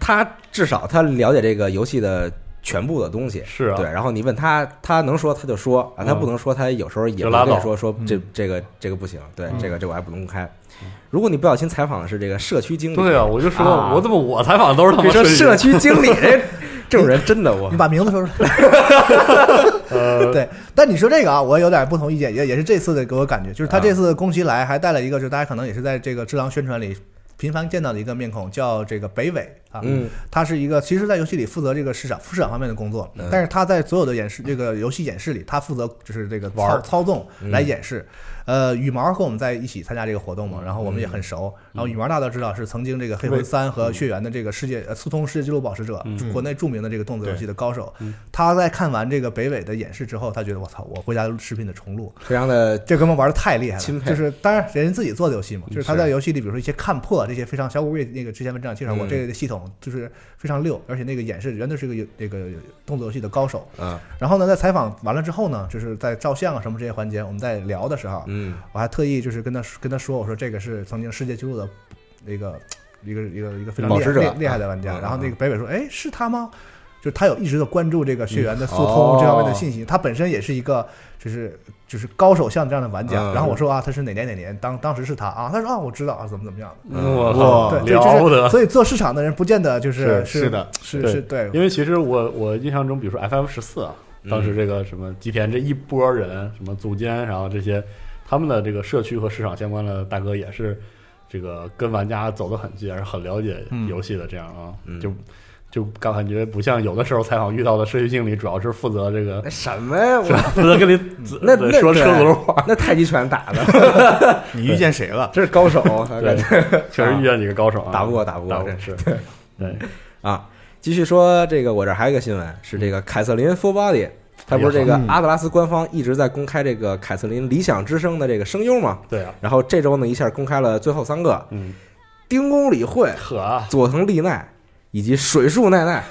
Speaker 6: 他至少他了解这个游戏的全部的东西。
Speaker 7: 是啊
Speaker 6: 对，，然后你问他，他能说他就说啊，他
Speaker 7: 嗯
Speaker 6: 不能说他有时候也
Speaker 7: 就
Speaker 6: 不
Speaker 7: 拉
Speaker 6: 跟
Speaker 7: 倒
Speaker 6: 你说说
Speaker 2: 嗯
Speaker 6: 这这个这个不行，对
Speaker 7: 嗯
Speaker 6: 这个这个我还不能公开。如果你不小心采访的是这个社区经理，
Speaker 7: 对啊，我就说
Speaker 6: 啊
Speaker 7: 我怎么我采访都是他
Speaker 6: 你
Speaker 7: 妈
Speaker 6: 说社
Speaker 7: 设计
Speaker 6: 区经理这这种人真的我
Speaker 2: 你把名字 说出来。
Speaker 7: 呃
Speaker 2: 对，但你说这个啊，我有点不同意见，也也是这次的给我感觉，就是他
Speaker 6: 啊
Speaker 2: 这次宫崎来还带了一个，就是大家可能也是在这个智狼宣传里频繁见到的一个面孔，叫这个北尾啊。
Speaker 6: 嗯
Speaker 2: 他是一个，其实，在游戏里负责这个市场市场方面的工作
Speaker 6: 嗯，
Speaker 2: 但是他在所有的演示这个游戏演示里，他负责就是这个操
Speaker 7: 玩儿
Speaker 2: 操纵
Speaker 6: 嗯
Speaker 2: 来演示。呃，羽毛和我们在一起参加这个活动嘛，
Speaker 7: 嗯
Speaker 2: 然后我们也很熟。然后羽毛大家都知道是曾经这个黑魂三和血缘的这个世界呃速通世界纪录保持者，
Speaker 7: 嗯
Speaker 2: 国内著名的这个动作游戏的高手。他在看完这个北纬的演示之后，他觉得我操，我回家视频得重录，
Speaker 6: 非常的
Speaker 2: 这哥们玩的太厉害
Speaker 6: 钦
Speaker 2: 了，
Speaker 6: 佩
Speaker 2: 就是当然人家自己做的游戏嘛，就是他
Speaker 6: 是
Speaker 2: 在游戏里，比如说一些看破这些非常小五也那个之前文章也介绍过，
Speaker 6: 嗯
Speaker 2: 这个系统就是非常溜，而且那个演示原来是个有那个动作游戏的高手。
Speaker 6: 啊
Speaker 2: 然后呢，在采访完了之后呢，就是在照相啊什么这些环节，我们在聊的时候，啊
Speaker 6: 嗯
Speaker 2: 我还特意就是跟他跟他说，我说这个是曾经世界纪录的那个一个一个一个非常
Speaker 6: 保
Speaker 2: 厉害
Speaker 6: 持者
Speaker 2: 厉厉害的
Speaker 8: 啊
Speaker 2: 玩家。
Speaker 6: 嗯
Speaker 2: 然后
Speaker 6: 嗯
Speaker 2: 那个北北说，哎，是他吗？就是他有一直的关注这个血缘的
Speaker 6: 嗯
Speaker 2: 速通这方面
Speaker 6: 哦
Speaker 2: 的信息，他本身也是一个就是就是高手像这样的玩家。
Speaker 6: 嗯
Speaker 2: 然后我说啊，他是哪年哪年，当当时是他啊，他说啊，我知道啊，怎么怎么样。
Speaker 7: 嗯
Speaker 6: 嗯
Speaker 8: 哇
Speaker 7: 我靠
Speaker 2: 对，
Speaker 7: 了
Speaker 2: 这
Speaker 7: 不
Speaker 2: 就是
Speaker 7: 得，
Speaker 2: 所以做市场的人不见得就是
Speaker 8: 是是的，
Speaker 2: 是
Speaker 7: 对
Speaker 2: 是
Speaker 6: 嗯
Speaker 2: 对，
Speaker 7: 因为其实我我印象中，比如说 FF 十四啊，当时这个什么吉田这一波人，什么组间，然后这些他们的这个社区和市场相关的大哥也是这个跟玩家走得很近，而且很了解游戏的这样啊，
Speaker 6: 嗯
Speaker 7: 就就感感觉不像有的时候采访遇到的社区经理，主要是负责这 个
Speaker 6: 那什么呀？
Speaker 7: 是
Speaker 6: 我
Speaker 7: 吧负责跟你自
Speaker 6: 那
Speaker 7: 对
Speaker 6: 那
Speaker 7: 说
Speaker 6: 对
Speaker 7: 车轱辘话，
Speaker 6: 那太极拳打的，
Speaker 8: 你遇见谁了？
Speaker 6: 这是高手，我
Speaker 7: 对
Speaker 6: 感觉，
Speaker 7: 确实遇见几个高手啊，
Speaker 6: 打不过，打不
Speaker 7: 打
Speaker 6: 过，
Speaker 7: 不过
Speaker 6: 真是
Speaker 7: 是， 对，
Speaker 6: 啊。继续说这个，我这儿还有一个新闻是这个凯瑟琳 Full Body，它不是这个
Speaker 8: 嗯
Speaker 6: 阿特拉斯官方一直在公开这个凯瑟琳理想之声的这个声优嘛？
Speaker 7: 对啊，
Speaker 6: 然后这周呢一下公开了最后三个，
Speaker 7: 嗯，
Speaker 6: 丁宫理惠、
Speaker 7: 可啊，
Speaker 6: 佐藤丽奈以及水树奈奈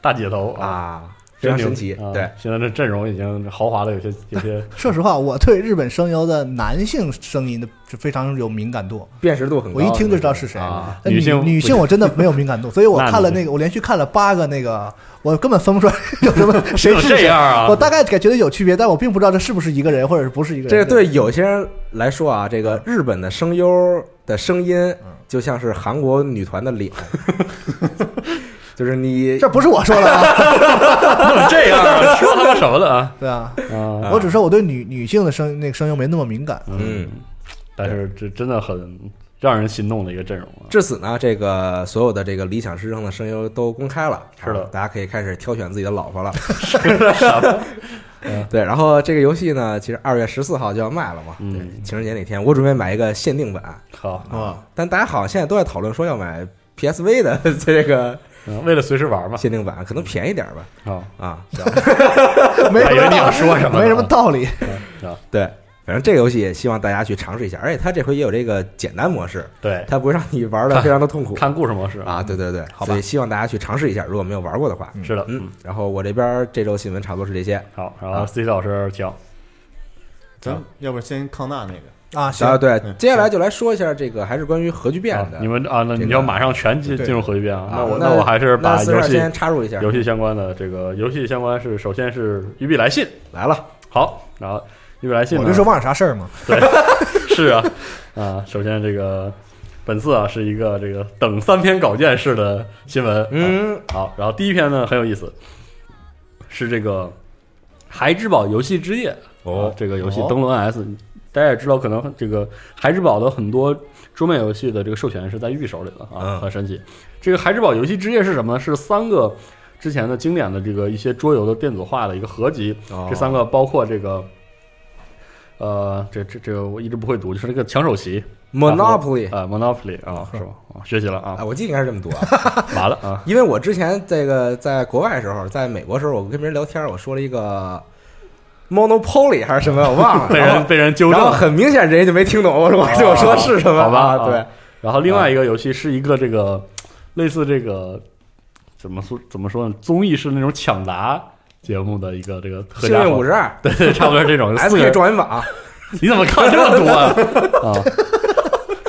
Speaker 7: 大姐头，
Speaker 6: 啊，非常
Speaker 7: 真
Speaker 6: 神
Speaker 7: 牛
Speaker 6: 奇，
Speaker 7: 啊
Speaker 6: 对，
Speaker 7: 现在这阵容已经豪华的有些有些
Speaker 2: 说实话，我对日本声优的男性声音的就非常有敏感度，
Speaker 6: 辨识度很高，
Speaker 2: 我一听就知道是谁。呃
Speaker 7: 啊，
Speaker 2: 女
Speaker 7: 性
Speaker 2: 女性我真的没有敏感度，所以我
Speaker 7: 那
Speaker 2: 看了
Speaker 7: 你
Speaker 2: 那个，我连续看了八个那个，我根本分不出来 有 什么谁
Speaker 7: 就是这
Speaker 2: 谁。
Speaker 7: 样啊，
Speaker 2: 我大概感觉得有区别，但我并不知道这是不是一个人，或者是不是一个人。
Speaker 6: 这个对有些人来说啊，这个日本的声优的声音就像是韩国女团的脸，就是你
Speaker 2: 这不是我说 的啊，
Speaker 7: 这样 啊说他妈什么的啊？
Speaker 2: 对啊，
Speaker 7: 啊，
Speaker 2: 我只说我对女女性的声那个声优没那么敏感。
Speaker 6: 嗯，
Speaker 7: 但是这真的很让人心动的一个阵容啊。
Speaker 6: 至此呢，这个所有的这个理想师生的声优都公开了，
Speaker 7: 是的
Speaker 6: 啊大家可以开始挑选自己的老婆了。
Speaker 7: 什 么
Speaker 6: 对，然后这个游戏呢，其实二月十四号就要卖了嘛，
Speaker 7: 嗯
Speaker 6: 对，情人节那天，我准备买一个限定版，
Speaker 7: 好，
Speaker 8: 啊，
Speaker 6: 但大家好像现在都在讨论说要买 PSV 的 这个
Speaker 7: 嗯为了随时玩嘛。
Speaker 6: 限定版，可能便宜点吧，
Speaker 7: 好，
Speaker 6: 啊，
Speaker 2: 没
Speaker 7: 我
Speaker 2: 什
Speaker 7: 以为啊
Speaker 2: 么
Speaker 7: 你
Speaker 2: 道
Speaker 7: 要说什么呢？
Speaker 2: 没什么道理。
Speaker 7: 啊，
Speaker 6: 对，反正这个游戏也希望大家去尝试一下，而且它这回也有这个简单模式，
Speaker 7: 对，
Speaker 6: 它不会让你玩的非常的痛苦
Speaker 7: 看故事模式
Speaker 6: 啊。，对对对，
Speaker 7: 好吧
Speaker 6: 所以希望大家去尝试一下，如果没有玩过的话。
Speaker 7: 是的，
Speaker 6: 嗯，，啊然后我这边这周新闻差不多是这些
Speaker 7: 好，然后 C 老师讲，
Speaker 8: 咱要不先康纳那个，
Speaker 2: 啊，
Speaker 6: 啊。
Speaker 2: 行，
Speaker 6: 对，
Speaker 8: 嗯
Speaker 6: 接下来就来说一下这个还是关于核聚变
Speaker 7: 啊
Speaker 6: 的。
Speaker 7: 你们啊，那
Speaker 6: 这个
Speaker 7: 你要马上全进
Speaker 2: 对
Speaker 7: 进入核聚变啊？
Speaker 6: 啊
Speaker 7: 那我
Speaker 6: 那
Speaker 7: 我还是
Speaker 6: 那
Speaker 7: 把
Speaker 6: 四十
Speaker 7: 游
Speaker 6: 二
Speaker 7: 戏
Speaker 6: 先插入一下，
Speaker 7: 游戏相关的这个游戏相关是首先是育碧来信
Speaker 6: 来
Speaker 7: 啊
Speaker 6: 了，
Speaker 7: 好，然后育碧来信
Speaker 2: 我
Speaker 7: 呢
Speaker 2: 就说忘点啥事儿嘛。
Speaker 7: 是 啊啊，首先这个本次啊是一个这个等三篇稿件式的新闻，啊
Speaker 6: 嗯，
Speaker 7: 好，然后第一篇呢很有意思，是这个《孩之宝游戏之夜》
Speaker 6: 哦
Speaker 7: 啊这个游戏
Speaker 2: 哦
Speaker 7: 登陆 NS，、大家也知道，可能这个《孩之宝》的很多桌面游戏的这个授权是在育碧手里的啊，
Speaker 6: 嗯
Speaker 7: 很神奇。这个《孩之宝游戏之夜》是什么呢？是三个之前的经典的这个一些桌游的电子化的一个合集，
Speaker 6: 哦
Speaker 7: 这三个包括这个。呃，这这这个我一直不会读，就是这个抢手棋
Speaker 6: Monopoly
Speaker 7: 啊、m o n o p o l y 啊、是吧？啊学习了啊
Speaker 6: 嗯啊，，我记得应该是这么读啊。
Speaker 7: 完了啊，
Speaker 6: 因为我之前这个在国外的时候，在美国的时候，我跟别人聊天，我说了一个 Monopoly 还是什么，我忘 了。
Speaker 7: 被
Speaker 6: 然
Speaker 7: 人
Speaker 6: 后
Speaker 7: 被人纠
Speaker 6: 然
Speaker 7: 正
Speaker 6: 后
Speaker 7: 了，
Speaker 6: 很明显人家就没听懂，我说 我就我说是什么，
Speaker 7: 好吧
Speaker 6: 啊
Speaker 7: 啊
Speaker 6: 对，
Speaker 7: 然后另
Speaker 6: 嗯
Speaker 7: 外一个游戏是一个这个类似这个怎么说怎么说呢？综艺式那种抢答节目的一个这个合
Speaker 6: 幸
Speaker 7: 家
Speaker 6: 运
Speaker 7: 伙
Speaker 6: 五十二
Speaker 7: 对对，差不多是 这种四个
Speaker 6: SK
Speaker 7: 人。
Speaker 6: 状 元榜，
Speaker 7: 你怎么看这么多啊？啊，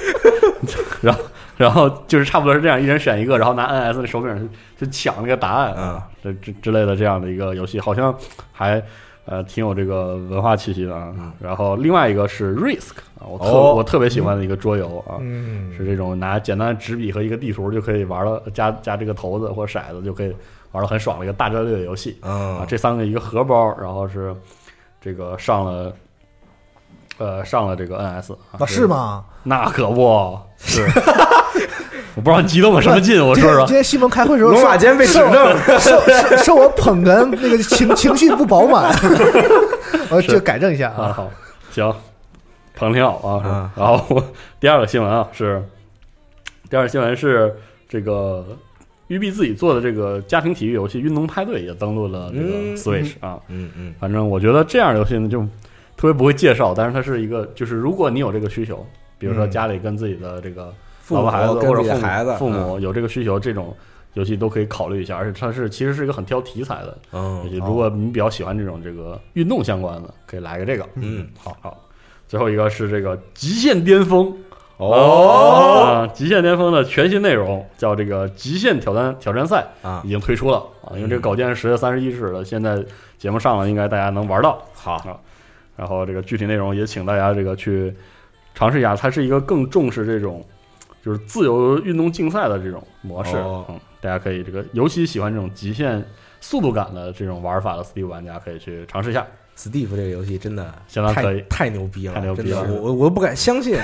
Speaker 7: 然后然后就是差不多是这样，一人选一个，然后拿 NS 的手柄去去抢那个答案
Speaker 6: 嗯
Speaker 7: 啊，这之之类的这样的一个游戏，好像还。呃，挺有这个文化气息的啊
Speaker 6: 嗯。
Speaker 7: 然后另外一个是 Risk 啊，我特、
Speaker 6: 哦
Speaker 7: 我特别喜欢的一个桌游啊，
Speaker 2: 嗯
Speaker 7: 是这种拿简单的纸笔和一个地图就可以玩了，加加这个骰子或者骰子就可以玩的很爽的一个大战略游戏啊
Speaker 6: 嗯。，
Speaker 7: 这三个一个荷包，然后是这个上了，呃，上了这个 NS 啊
Speaker 2: 啊，是？吗？
Speaker 7: 这那可不是， 我不知道你激动个什么劲，我
Speaker 2: 今
Speaker 7: 说
Speaker 2: 天
Speaker 7: 说
Speaker 2: 今。天西蒙开会的时候
Speaker 6: 罗马
Speaker 2: 说
Speaker 6: 间被指正，
Speaker 2: 受受受我捧哏，那个情情绪不饱 满， 我就改正一下
Speaker 7: 啊，
Speaker 2: 啊。
Speaker 7: 好，行，捧挺好啊。是
Speaker 6: 啊
Speaker 7: 然后我第二个新闻啊是，第二个新闻是这个育碧自己做的这个家庭体育游戏《运动派对》也登陆了这个
Speaker 6: 嗯
Speaker 7: Switch 啊。
Speaker 6: 嗯嗯，
Speaker 7: 反正我觉得这样的游戏呢，就特别不会介绍，但是它是一个，就是如果你有这个需求，比如说
Speaker 2: 嗯
Speaker 7: 家里跟自己的这个
Speaker 6: 父
Speaker 7: 老
Speaker 6: 母
Speaker 7: 婆孩子
Speaker 6: 跟
Speaker 7: 或者
Speaker 6: 自
Speaker 7: 父
Speaker 6: 己的
Speaker 7: 母
Speaker 6: 孩子，嗯
Speaker 7: 父母有这个需求，这种游戏都可以考虑一下。而且它是其实是一个很挑题材的，
Speaker 6: 嗯，嗯，
Speaker 7: 如果你比较喜欢这种这个运动相关的，可以来个这个。
Speaker 6: 嗯，
Speaker 7: 好好。最后一个是这个《极限巅峰》
Speaker 6: 哦
Speaker 7: 啊，极限巅峰》的全新内容叫这个《极限挑战挑战赛》
Speaker 6: 啊
Speaker 7: 已经推出了啊，因为这个稿件是十月三十一日的，现在节目上了，应该大家能玩到。好啊，然后这个具体内容也请大家这个去尝试一下，它是一个更重视这种就是自由运动竞赛的这种模式，
Speaker 6: 哦
Speaker 7: 嗯，大家可以这个尤其喜欢这种极限速度感的这种玩法的 Steam 玩家可以去尝试一下。
Speaker 6: Steve 这个游戏真的
Speaker 7: 相当
Speaker 6: 太
Speaker 7: 可以
Speaker 6: 太牛逼了，
Speaker 7: 太牛逼
Speaker 6: 真的
Speaker 7: 了
Speaker 6: 我我我不敢 相信，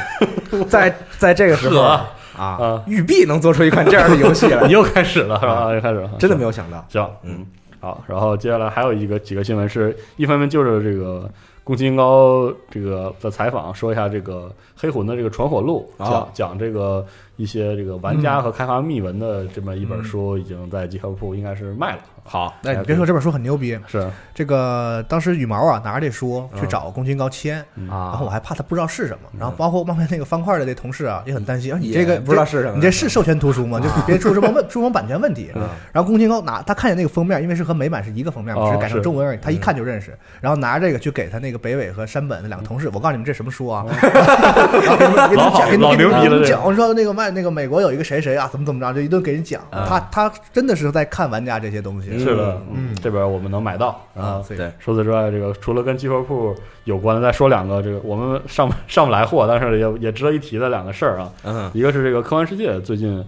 Speaker 6: 在在这个时候
Speaker 7: 呵
Speaker 6: 啊，
Speaker 7: 啊，
Speaker 6: 育碧能做出一款这样的游戏 来
Speaker 7: 你，又开始了是吧？又开始了，
Speaker 6: 真的没
Speaker 7: 有
Speaker 6: 有想到，
Speaker 7: 行，
Speaker 6: 嗯
Speaker 7: 嗯，好。然后接下来还有一个几个新闻是，一方面就是这个宫崎英高这个的采访，说一下这个黑魂的这个传火录，
Speaker 6: 啊
Speaker 7: 讲讲这个一些这个玩家和开发秘闻的这么一本书，已经在集合铺应该是卖了，啊
Speaker 6: 好，
Speaker 2: 哎，你别说这本书很牛逼，
Speaker 7: 是
Speaker 2: 这个当时羽毛啊拿着这书去找宫崎高签，
Speaker 6: 啊，
Speaker 2: 然后我还怕他不知道是什么，然后包括外面那个方块的那同事啊也很担心，啊你这个
Speaker 6: 也不知道是什么，
Speaker 2: 你这是授权图书吗？就别出什么问出什么版权问题。
Speaker 6: 嗯
Speaker 2: 然后宫崎高拿他看见那个封面，因为是和美版是一个封面嘛，
Speaker 7: 哦
Speaker 2: 只是改成
Speaker 7: 是
Speaker 2: 中文而已，他一看就认识。然后拿着这个去给他那个北尾和山本的两个同事，我告诉你们这什么书啊？然后给你们给你
Speaker 7: 老
Speaker 2: 们
Speaker 7: 好
Speaker 2: 讲，给你
Speaker 7: 老
Speaker 2: 们给你
Speaker 7: 牛
Speaker 2: 们
Speaker 7: 逼
Speaker 2: 给你
Speaker 7: 了
Speaker 2: 们
Speaker 7: 这
Speaker 2: 讲，我说那个外那个美国有一个谁谁啊，怎么怎么着，就一顿给人讲。他他真的是在看玩家这些东西。
Speaker 7: 是的，
Speaker 2: 嗯
Speaker 7: 这边我们能买到
Speaker 2: 啊，
Speaker 7: 啊。
Speaker 2: 所以
Speaker 6: 对
Speaker 7: 除此之外，这个除了跟集合铺有关的，再说两个这个我们上不上不来货，但是也也值得一提的两个事儿啊。
Speaker 6: 嗯
Speaker 7: 一个是这个科幻世界最近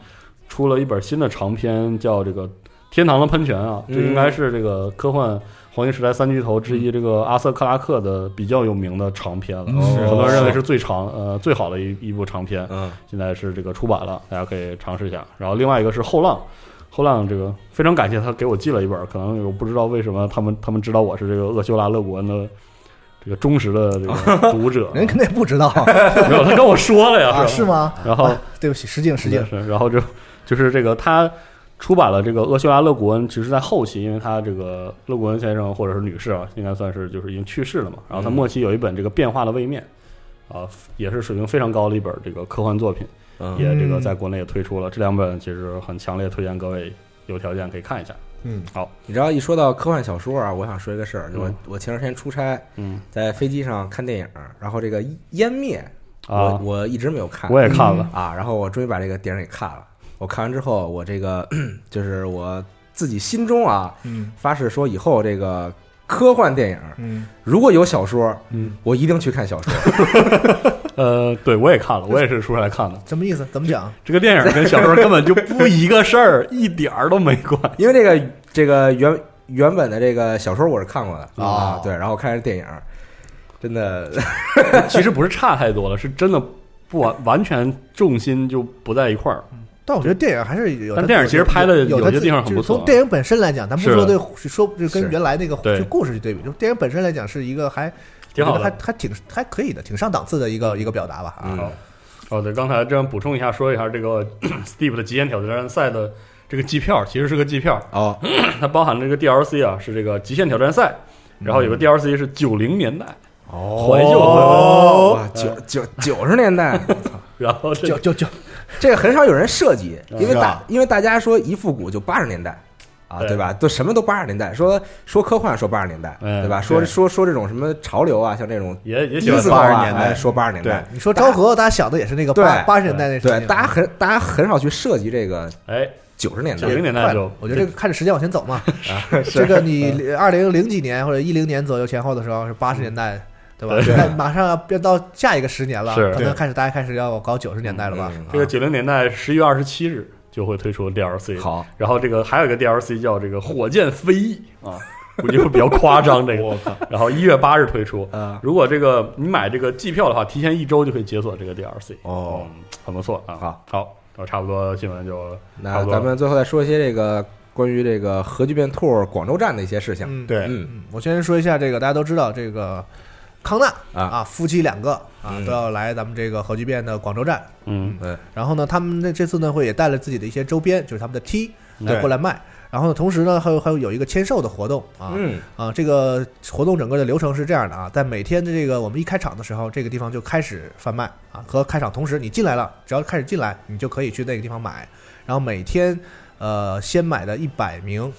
Speaker 7: 出了一本新的长篇，叫这个《天堂的喷泉》啊，这
Speaker 6: 嗯
Speaker 7: 应该是这个科幻黄金时代三巨头之一这个阿瑟克拉克的比较有名的长篇了，
Speaker 2: 是，
Speaker 7: 很多人认为是最长呃最好的一一部长篇，
Speaker 6: 嗯
Speaker 7: 现在是这个出版了，大家可以尝试一下。然后另外一个是后浪。后浪这个非常感谢他给我寄了一本，可能我不知道为什么他们他们知道我是这个厄修拉·勒伯恩的这个忠实的这个读者
Speaker 2: 人肯定也不知道
Speaker 7: 没有他跟我说了呀，
Speaker 2: 啊，
Speaker 7: 是
Speaker 2: 是
Speaker 7: 吧？
Speaker 2: 吗？
Speaker 7: 然后
Speaker 2: 啊对不起，失敬失敬。
Speaker 7: 是，然后就就是这个他出版了这个厄修拉·勒古恩，其实在后期，因为他这个勒古恩先生或者是女士啊，应该算是就是已经去世了嘛。然后他
Speaker 6: 嗯
Speaker 7: 末期有一本这个《变化的位面》，啊，也是水平非常高的一本这个科幻作品，
Speaker 6: 嗯
Speaker 7: 也这个在国内也推出了。这两本其实很强烈推荐各位有条件可以看一下。
Speaker 8: 嗯，
Speaker 6: 你知道一说到科幻小说啊，我想说一个事儿，就我
Speaker 7: 嗯
Speaker 6: 我前段时间出差，
Speaker 7: 嗯
Speaker 6: 在飞机上看电影，然后这个《湮灭》
Speaker 7: 啊
Speaker 6: 我，我一直没有看，
Speaker 7: 我也看了，
Speaker 6: 啊，然后我终于把这个电影给看了。我看完之后，我这个 就是我自己心中啊
Speaker 2: 嗯
Speaker 6: 发誓说，以后这个科幻电影
Speaker 2: 嗯，
Speaker 6: 如果有小说，
Speaker 7: 嗯，
Speaker 6: 我一定去看小 说。
Speaker 7: 呃，对我也看了，我也是出来看的。
Speaker 2: 什么意思？怎么讲？
Speaker 7: 这个电影跟小说根本就不一个事儿， 一点儿都没关。
Speaker 6: 因为这个这个原原本的这个小说我是看过的、
Speaker 2: 哦
Speaker 6: 啊，对，然后看这电影，真的
Speaker 7: 其实不是差太多了，是真的不完完全重心就不在一块儿。
Speaker 2: 但我觉得电影还是有它
Speaker 7: 但
Speaker 2: 自己，
Speaker 7: 电影其实拍的
Speaker 2: 有
Speaker 7: 有
Speaker 2: 它
Speaker 7: 些
Speaker 2: 自己
Speaker 7: 地方很
Speaker 2: 就是
Speaker 7: 不错啊
Speaker 2: 从电影本身来讲，咱不
Speaker 7: 是
Speaker 2: 说对说就跟
Speaker 6: 是
Speaker 2: 原来那个
Speaker 7: 对
Speaker 2: 就故事去对比，就电影本身来讲是一个还
Speaker 7: 挺好
Speaker 2: 我觉得
Speaker 7: 的
Speaker 2: 还还挺还可以的，挺上档次的一个一个表达吧。啊，
Speaker 6: 嗯，
Speaker 7: 哦，对，刚才这样补充一下，说一下这个 Steve 的极限挑战赛的这个机票，其实是个机票，
Speaker 6: 哦，
Speaker 7: 它包含这个 DLC 啊，是这个极限挑战赛，
Speaker 6: 嗯
Speaker 7: 然后有个 DLC 是九零年代怀旧氛围，
Speaker 6: 哦哇九九九十年代，
Speaker 7: 然后这
Speaker 2: 就就就
Speaker 6: 这个很少有人涉及，因为
Speaker 8: 是
Speaker 6: 大
Speaker 8: 吧
Speaker 6: 因为大家说一复古就八十年代啊，
Speaker 7: 对
Speaker 6: 对吧？都什么都八十年代，说说科幻说八十年代，
Speaker 7: 嗯
Speaker 6: 对吧？说
Speaker 7: 对
Speaker 6: 说说这种什么潮流啊，像这种
Speaker 7: 也也
Speaker 6: 第
Speaker 7: 喜
Speaker 6: 一
Speaker 7: 欢
Speaker 6: 次
Speaker 8: 80
Speaker 6: 啊
Speaker 8: 年代
Speaker 6: 哎说八十年代，
Speaker 2: 你说昭和，大家想的也是那个
Speaker 6: 对
Speaker 2: 八八十年代那啊时
Speaker 6: 对
Speaker 2: 间，
Speaker 6: 大家很大家很少去涉及这个
Speaker 7: 哎
Speaker 6: 九十年代
Speaker 7: 九，零年代就
Speaker 2: 我觉得这个看着时间往前走嘛。这个你二零零几年或者一零年左右前后的时候是八十年代，对吧？
Speaker 7: 对
Speaker 2: 那马上要变到下一个十年了，
Speaker 7: 是
Speaker 2: 可能开始大家开始要搞九十年代了吧？啊
Speaker 6: 嗯
Speaker 7: 这个九零年代十一月二十七日就会推出 DLC，
Speaker 6: 好，
Speaker 7: 然后这个还有一个 DLC 叫这个火箭飞翼啊，估计会比较夸张这个。然后一月八日推出，
Speaker 6: 啊
Speaker 7: 如果这个你买这个季票的话，提前一周就可以解锁这个 DLC，
Speaker 6: 哦，
Speaker 7: 嗯，很不错啊。
Speaker 6: 好，
Speaker 7: 好，那差不多新闻就差
Speaker 6: 那
Speaker 7: 不多
Speaker 6: 咱们最后再说一些这个关于这个核聚变兔广州站的一些事情。
Speaker 2: 嗯，
Speaker 8: 对
Speaker 6: 嗯，
Speaker 2: 嗯，我先说一下这个，大家都知道这个康纳
Speaker 6: 啊
Speaker 2: 夫妻两个啊
Speaker 6: 嗯
Speaker 2: 都要来咱们这个核聚变的广州站，
Speaker 7: 嗯
Speaker 2: 然后呢，他们那这次呢会也带了自己的一些周边，就是他们的 T 来
Speaker 8: 对
Speaker 2: 过来卖。然后呢，同时呢还有还有有一个签售的活动啊，
Speaker 6: 嗯
Speaker 2: 啊，这个活动整个的流程是这样的啊，在每天的这个我们一开场的时候，这个地方就开始贩卖啊，和开场同时你进来了，只要开始进来，你就可以去那个地方买。然后每天呃先买的一百名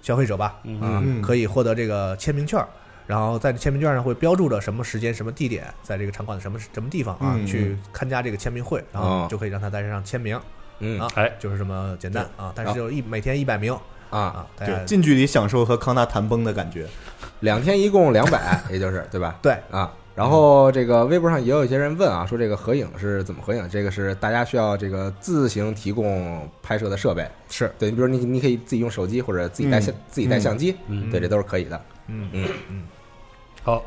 Speaker 2: 消费者吧，
Speaker 7: 嗯，
Speaker 6: 啊
Speaker 8: 嗯
Speaker 2: 可以获得这个签名券儿，然后在签名券上会标注着什么时间、什么地点，在这个场馆的什么什么地方啊，
Speaker 8: 嗯
Speaker 2: 去参加这个签名会，然后
Speaker 6: 哦
Speaker 2: 就可以让他在这上签名，
Speaker 6: 嗯
Speaker 2: 啊
Speaker 7: 哎，
Speaker 2: 就是这么简单啊。但
Speaker 6: 然
Speaker 2: 是
Speaker 6: 后
Speaker 2: 就一每天一百名
Speaker 6: 啊，
Speaker 2: 啊，大
Speaker 8: 对，
Speaker 2: 家
Speaker 8: 近距离享受和康纳谈崩的感觉。
Speaker 6: 两天一共两百，也就是对吧？
Speaker 2: 对
Speaker 6: 啊。然后这个微博上也有一些人问啊，说这个合影是怎么合影？这个是大家需要这个自行提供拍摄的设备，
Speaker 2: 是
Speaker 6: 对，你比如你你可以自己用手机或者自己带相、自己带相机，
Speaker 7: 嗯
Speaker 6: 对，这都是可以的。
Speaker 2: 嗯
Speaker 6: 嗯
Speaker 7: 好，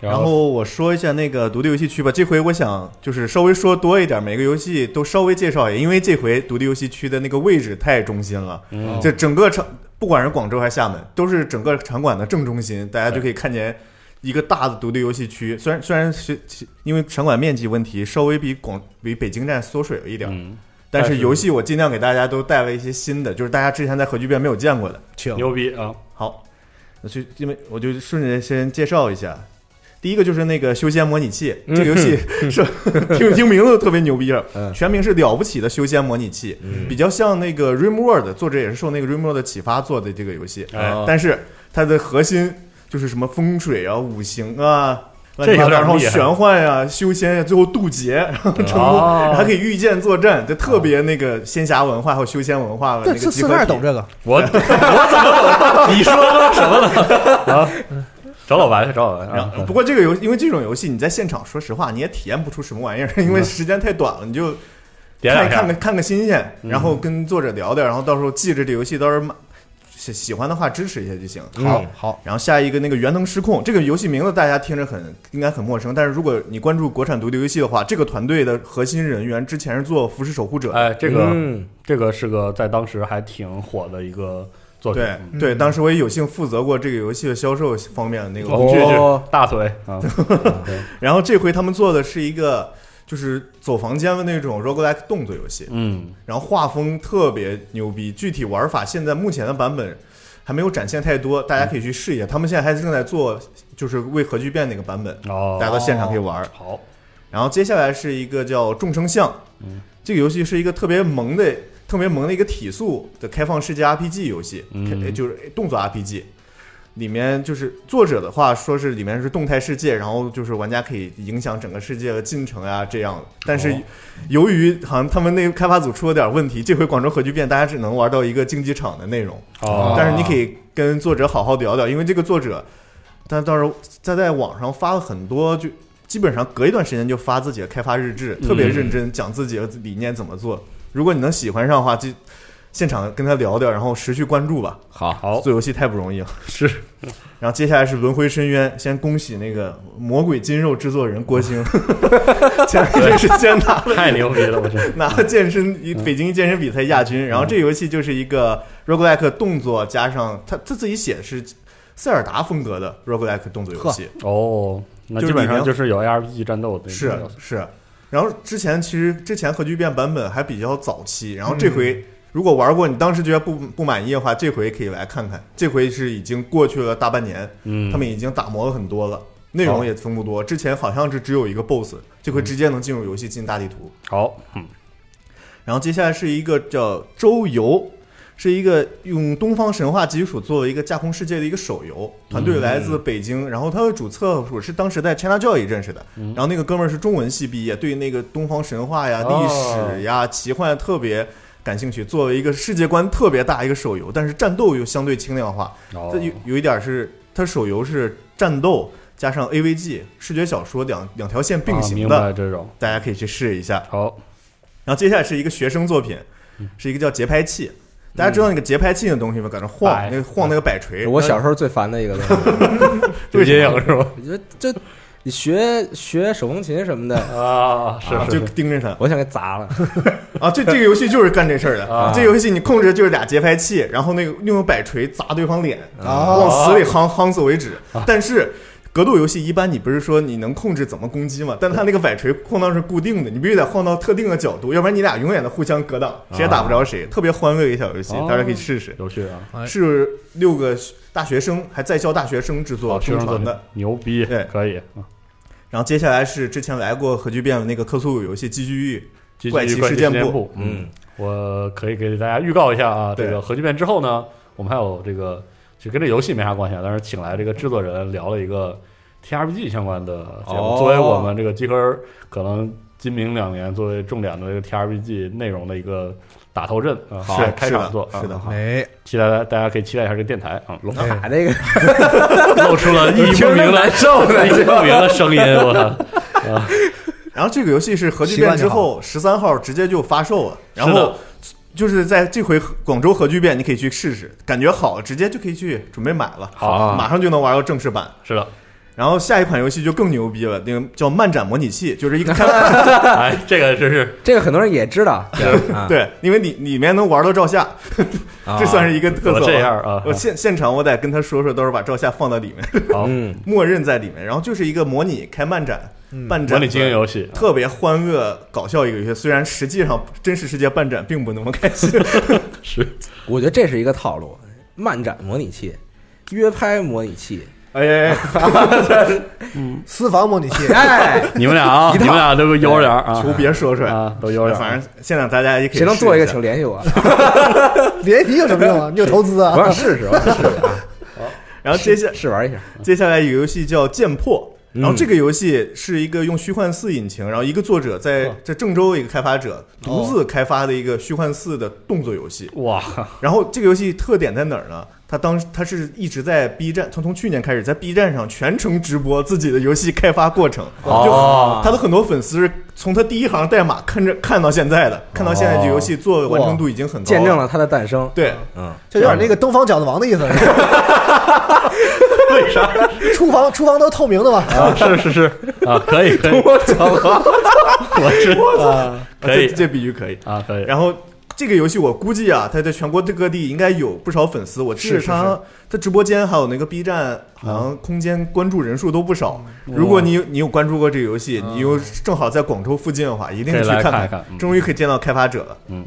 Speaker 8: 然后我说一下那个独立游戏区吧，这回我想就是稍微说多一点，每个游戏都稍微介绍一下，因为这回独立游戏区的那个位置太中心了，
Speaker 7: 嗯
Speaker 8: 这整个场不管是广州还是厦门，都是整个场馆的正中心，大家就可以看见一个大的独立游戏区。虽然虽然是其因为场馆面积问题，稍微比广比北京站缩水了一点，
Speaker 7: 嗯
Speaker 8: 但
Speaker 7: 但
Speaker 8: 是
Speaker 7: 是
Speaker 8: 游戏我尽量给大家都带了一些新的，就是大家之前在核聚变没有见过的。
Speaker 2: 请
Speaker 7: 牛逼啊，
Speaker 8: 好，那就因为我就顺着先介绍一下，第一个就是那个修仙模拟器，这个游戏 是听听名字都特别牛逼了，
Speaker 6: 嗯
Speaker 8: 全名是了不起的修仙模拟器，比较像那个 RimWorld，作者也是受那个 RimWorld 的启发做的这个游戏，
Speaker 7: 哎
Speaker 8: 但是它的核心就是什么风水啊、五行啊。
Speaker 7: 这有点
Speaker 8: 然后
Speaker 7: 厉害
Speaker 8: 玄幻呀、修仙呀，最后渡劫，然后成
Speaker 7: 哦
Speaker 8: 功， 还可以御剑作战，就特别那个仙侠文化还有修仙文化的那
Speaker 2: 对
Speaker 8: 个
Speaker 2: 四
Speaker 8: 集
Speaker 2: 四
Speaker 8: 合
Speaker 2: 十二
Speaker 8: 体
Speaker 2: 懂这个，
Speaker 7: 我我怎么懂？ 你说什么了？ 啊，找老白去，找老白
Speaker 8: 然
Speaker 7: 啊
Speaker 8: 后，不过这个游，因为这种游戏你在现场，说实话你也体验不出什么玩意儿，因为时间太短了，你就
Speaker 7: 嗯
Speaker 8: 看看
Speaker 7: 点嗯两
Speaker 8: 个
Speaker 7: 下，
Speaker 8: 看个新鲜，然后跟作者聊聊，然后到时候记着这游戏，到时候买喜喜欢的话支持一下就行。
Speaker 2: 好
Speaker 6: 嗯
Speaker 2: 好。
Speaker 8: 然后下一个那个《元能失控》这个游戏名字大家听着很应该很陌生，但是如果你关注国产独立游戏的话，这个团队的核心人员之前是做《浮士守护者》的，
Speaker 7: 哎，这个。
Speaker 6: 嗯
Speaker 7: 这个是个在当时还挺火的一个作品，嗯
Speaker 8: 对对，当时我也有幸负责过这个游戏的销售
Speaker 2: 嗯
Speaker 8: 方面的那个
Speaker 7: 哦
Speaker 6: 哦
Speaker 7: 大腿啊，
Speaker 8: 然后这回他们做的是一个，
Speaker 2: 就是走房间的那种 roguelike 动作游戏，
Speaker 7: 嗯，
Speaker 2: 然后画风特别牛逼，具体玩法现在目前的版本还没有展现太多，大家可以去试一下。他们现在还正在做，就是为核聚变那个版本，
Speaker 7: 哦，
Speaker 2: 大家到现场可以玩。
Speaker 7: 好，
Speaker 2: 然后接下来是一个叫《众生相》，
Speaker 7: 嗯
Speaker 2: 这个游戏是一个特别萌的、特别萌的一个体速的开放世界 RPG 游戏，
Speaker 7: 嗯
Speaker 2: 开就是动作 RPG。里面就是作者的话说是里面是动态世界，然后就是玩家可以影响整个世界的进程啊这样的。但是
Speaker 7: 哦
Speaker 2: 由于好像他们那个开发组出了点问题，这回广州核聚变大家只能玩到一个竞技场的内容。
Speaker 7: 哦，
Speaker 2: 但是你可以跟作者好好聊聊，因为这个作者，他到时候他在网上发了很多，就基本上隔一段时间就发自己的开发日志，
Speaker 7: 嗯
Speaker 2: 特别认真讲自己的理念怎么做。如果你能喜欢上的话，就现场跟他聊聊，然后持续关注吧。
Speaker 9: 好，
Speaker 7: 好
Speaker 2: 做游戏太不容易了。
Speaker 7: 是，
Speaker 2: 然后接下来是轮回深渊，先恭喜那个魔鬼筋肉制作人 郭兴，前 一阵时间拿
Speaker 7: 太牛逼了，我这
Speaker 2: 拿了健身一北京健身比赛亚军。然后这游戏就是一个 roguelike 动作加上他他自己写的是塞尔达风格的 roguelike 动作游戏，
Speaker 7: 哦，那
Speaker 2: 就
Speaker 7: 基
Speaker 2: 是
Speaker 7: 本
Speaker 2: 你
Speaker 7: 上
Speaker 2: 要
Speaker 7: 就是有 ARPG 战斗的，
Speaker 2: 是是。然后之前其实之前核聚变版本还比较早期，然后这回如果玩过，你当时觉得不不满意的话，这回可以来看看。这回是已经过去了大半年，
Speaker 7: 嗯，
Speaker 2: 他们已经打磨了很多了。内容也丰富多，之前好像是只有一个 BOSS，这回直接能进入游戏进大地图。
Speaker 7: 好，嗯，
Speaker 2: 然后接下来是一个叫《周游》，是一个用东方神话基础作为一个架空世界的一个手游，团队来自北京，然后他的主策我是当时在 China Joy 认识的，
Speaker 7: 嗯
Speaker 2: 然后那个哥们儿是中文系毕业，对那个东方神话哎呀、历
Speaker 7: 哦
Speaker 2: 史呀、奇幻特别。感兴趣，作为一个世界观特别大一个手游，但是战斗又相对轻量化。
Speaker 7: 哦
Speaker 2: 它有有一点是，它手游是战斗加上 AVG 视觉小说两两条线并
Speaker 7: 啊
Speaker 2: 行
Speaker 7: 明
Speaker 2: 的，
Speaker 7: 白这种，
Speaker 2: 大家可以去试一下。
Speaker 7: 好，
Speaker 2: 然后接下来是一个学生作品，是一个叫节拍器。大家知道那个节拍器的东西吗？搁那晃
Speaker 7: 摆，
Speaker 2: 那个晃那个摆锤。
Speaker 6: 我小时候最烦的一个东西，
Speaker 7: 有阴影是吧？
Speaker 6: 我觉得这你学学手风琴什么 的，
Speaker 7: 啊，是
Speaker 2: 啊
Speaker 7: 是
Speaker 2: 就是盯着它
Speaker 6: 我想给砸了。
Speaker 2: 啊！这这 个游戏就是干这事儿的。
Speaker 7: 啊
Speaker 2: 这游戏你控制的就是俩节拍器，然后那个用摆锤砸对方脸，
Speaker 10: 哦
Speaker 2: 往死里夯夯死为止。但是格斗游戏一般你不是说你能控制怎么攻击吗？但它那个摆锤晃荡是固定的，你必须得晃到特定的角度，要不然你俩永远的互相格挡，谁也打不着谁。特别欢乐一个小游戏
Speaker 7: 哦，
Speaker 2: 大家可以试试。
Speaker 7: 有趣啊，
Speaker 10: 哎
Speaker 2: 是六个大学生还在校大学生制作
Speaker 7: 好，学生
Speaker 2: 出
Speaker 7: 作
Speaker 2: 传
Speaker 7: 品
Speaker 2: 的。
Speaker 7: 牛逼，
Speaker 2: 对
Speaker 7: 可以，啊
Speaker 2: 然后接下来是之前来过核聚变的那个科苏鲁游戏《寄居域
Speaker 7: 继续
Speaker 2: 怪奇
Speaker 7: 事
Speaker 2: 事件
Speaker 7: 部
Speaker 2: 簿，
Speaker 7: 嗯，我可以给大家预告一下啊，这
Speaker 2: 对
Speaker 7: 个核聚变之后呢，我们还有这个，就跟这游戏没啥关系啊，但是请来这个制作人聊了一个 T R P G 相关的节目，
Speaker 6: 哦
Speaker 7: 作为我们这个集合可能今明两年作为重点的这个 T R P G 内容的一个打头阵啊，
Speaker 2: 好
Speaker 7: 开开
Speaker 2: 是的
Speaker 7: 场做啊
Speaker 2: 是的
Speaker 7: 好
Speaker 10: 哎，
Speaker 7: 期待大家可以期待一下这个电台啊，
Speaker 6: 龙卡哎这个
Speaker 7: 露出了意义不明的受的意义不明的声音，我操！》。
Speaker 2: 然后这个游戏是核聚变之后十三号直接就发售了，然
Speaker 7: 是的
Speaker 2: 后就是在这回广州核聚变，你可以去试试，感觉好，直接就可以去准备买了，
Speaker 7: 好啊
Speaker 2: 马上就能玩到正式版。
Speaker 7: 是的，
Speaker 2: 然后下一款游戏就更牛逼了，那个叫《漫展模拟器》，就是一个 开
Speaker 7: 哎，这个真是
Speaker 6: 这个很多人也知道，啊
Speaker 2: 对，因为里里面能玩到照相，这算是一个特
Speaker 7: 怎
Speaker 2: 色
Speaker 7: 么
Speaker 2: 吧。
Speaker 7: 这样啊
Speaker 2: 我现现场我得跟他说说，到时候把照相放到里面。
Speaker 7: 好
Speaker 6: 嗯，
Speaker 2: 默认在里面，然后就是一个模拟开漫展，漫
Speaker 7: 模
Speaker 2: 展
Speaker 7: 拟啊经营游戏，
Speaker 2: 特别欢乐搞笑一个游戏，虽然实际上真实世界办展并不那么开心。
Speaker 7: 是
Speaker 6: 我觉得这是一个套路，漫展模拟器。约拍模拟器，
Speaker 2: 哎哎哎，
Speaker 10: 私房模拟器，
Speaker 6: 哎，
Speaker 7: 你们俩啊，
Speaker 6: 一套
Speaker 7: 你们俩都悠着点儿啊，
Speaker 2: 求别说出来，哎
Speaker 7: 啊，都悠着点儿。
Speaker 2: 反正现在大家也可以
Speaker 6: 谁能做一个
Speaker 2: 试
Speaker 6: 请
Speaker 2: 下
Speaker 6: 联系我。
Speaker 10: 联谊有什么用 啊？你有投资
Speaker 6: 我
Speaker 10: 啊？
Speaker 6: 想试试，我想试试啊，
Speaker 2: 然后接下
Speaker 6: 试玩一下。
Speaker 2: 接下来有个游戏叫《剑破》，
Speaker 6: 嗯
Speaker 2: 然后这个游戏是一个用虚幻四引擎，然后一个作者在
Speaker 7: 哦
Speaker 2: 在郑州一个开发者独
Speaker 10: 哦
Speaker 2: 自开发的一个虚幻四的动作游戏。
Speaker 7: 哇，
Speaker 2: 然后这个游戏特点在哪儿呢？它当时它是一直在 B 站，从从去年开始在 B 站上全程直播自己的游戏开发过程，
Speaker 7: 哦
Speaker 2: 就他的很多粉丝是从他第一行代码看着看到现在的，看到现在这游戏做的完成度已经很高，
Speaker 6: 见证。了它的诞生。
Speaker 2: 对，
Speaker 6: 嗯，
Speaker 10: 就有点那个东方饺子王的意思，是吧
Speaker 7: 为啥
Speaker 10: 厨房厨房都透明的嘛。
Speaker 7: 啊？是是是啊，可以可 以，
Speaker 6: 我巧合，
Speaker 7: 我知道，可以
Speaker 2: 这这比喻可以。
Speaker 7: 啊，可以。
Speaker 2: 然后这个游戏我估计啊，它在全国各地应该有不少粉丝。我记
Speaker 7: 是
Speaker 2: 得
Speaker 7: 是
Speaker 2: 它它直播间还有那个 B 站，好像空间关注人数都不少。如果你有你有关注过这个游戏，你又正好在广州附近的话，一定
Speaker 7: 嗯可以
Speaker 2: 去
Speaker 7: 来
Speaker 2: 看
Speaker 7: 一。看，嗯
Speaker 2: 终于可以见到开发者了。
Speaker 7: 嗯。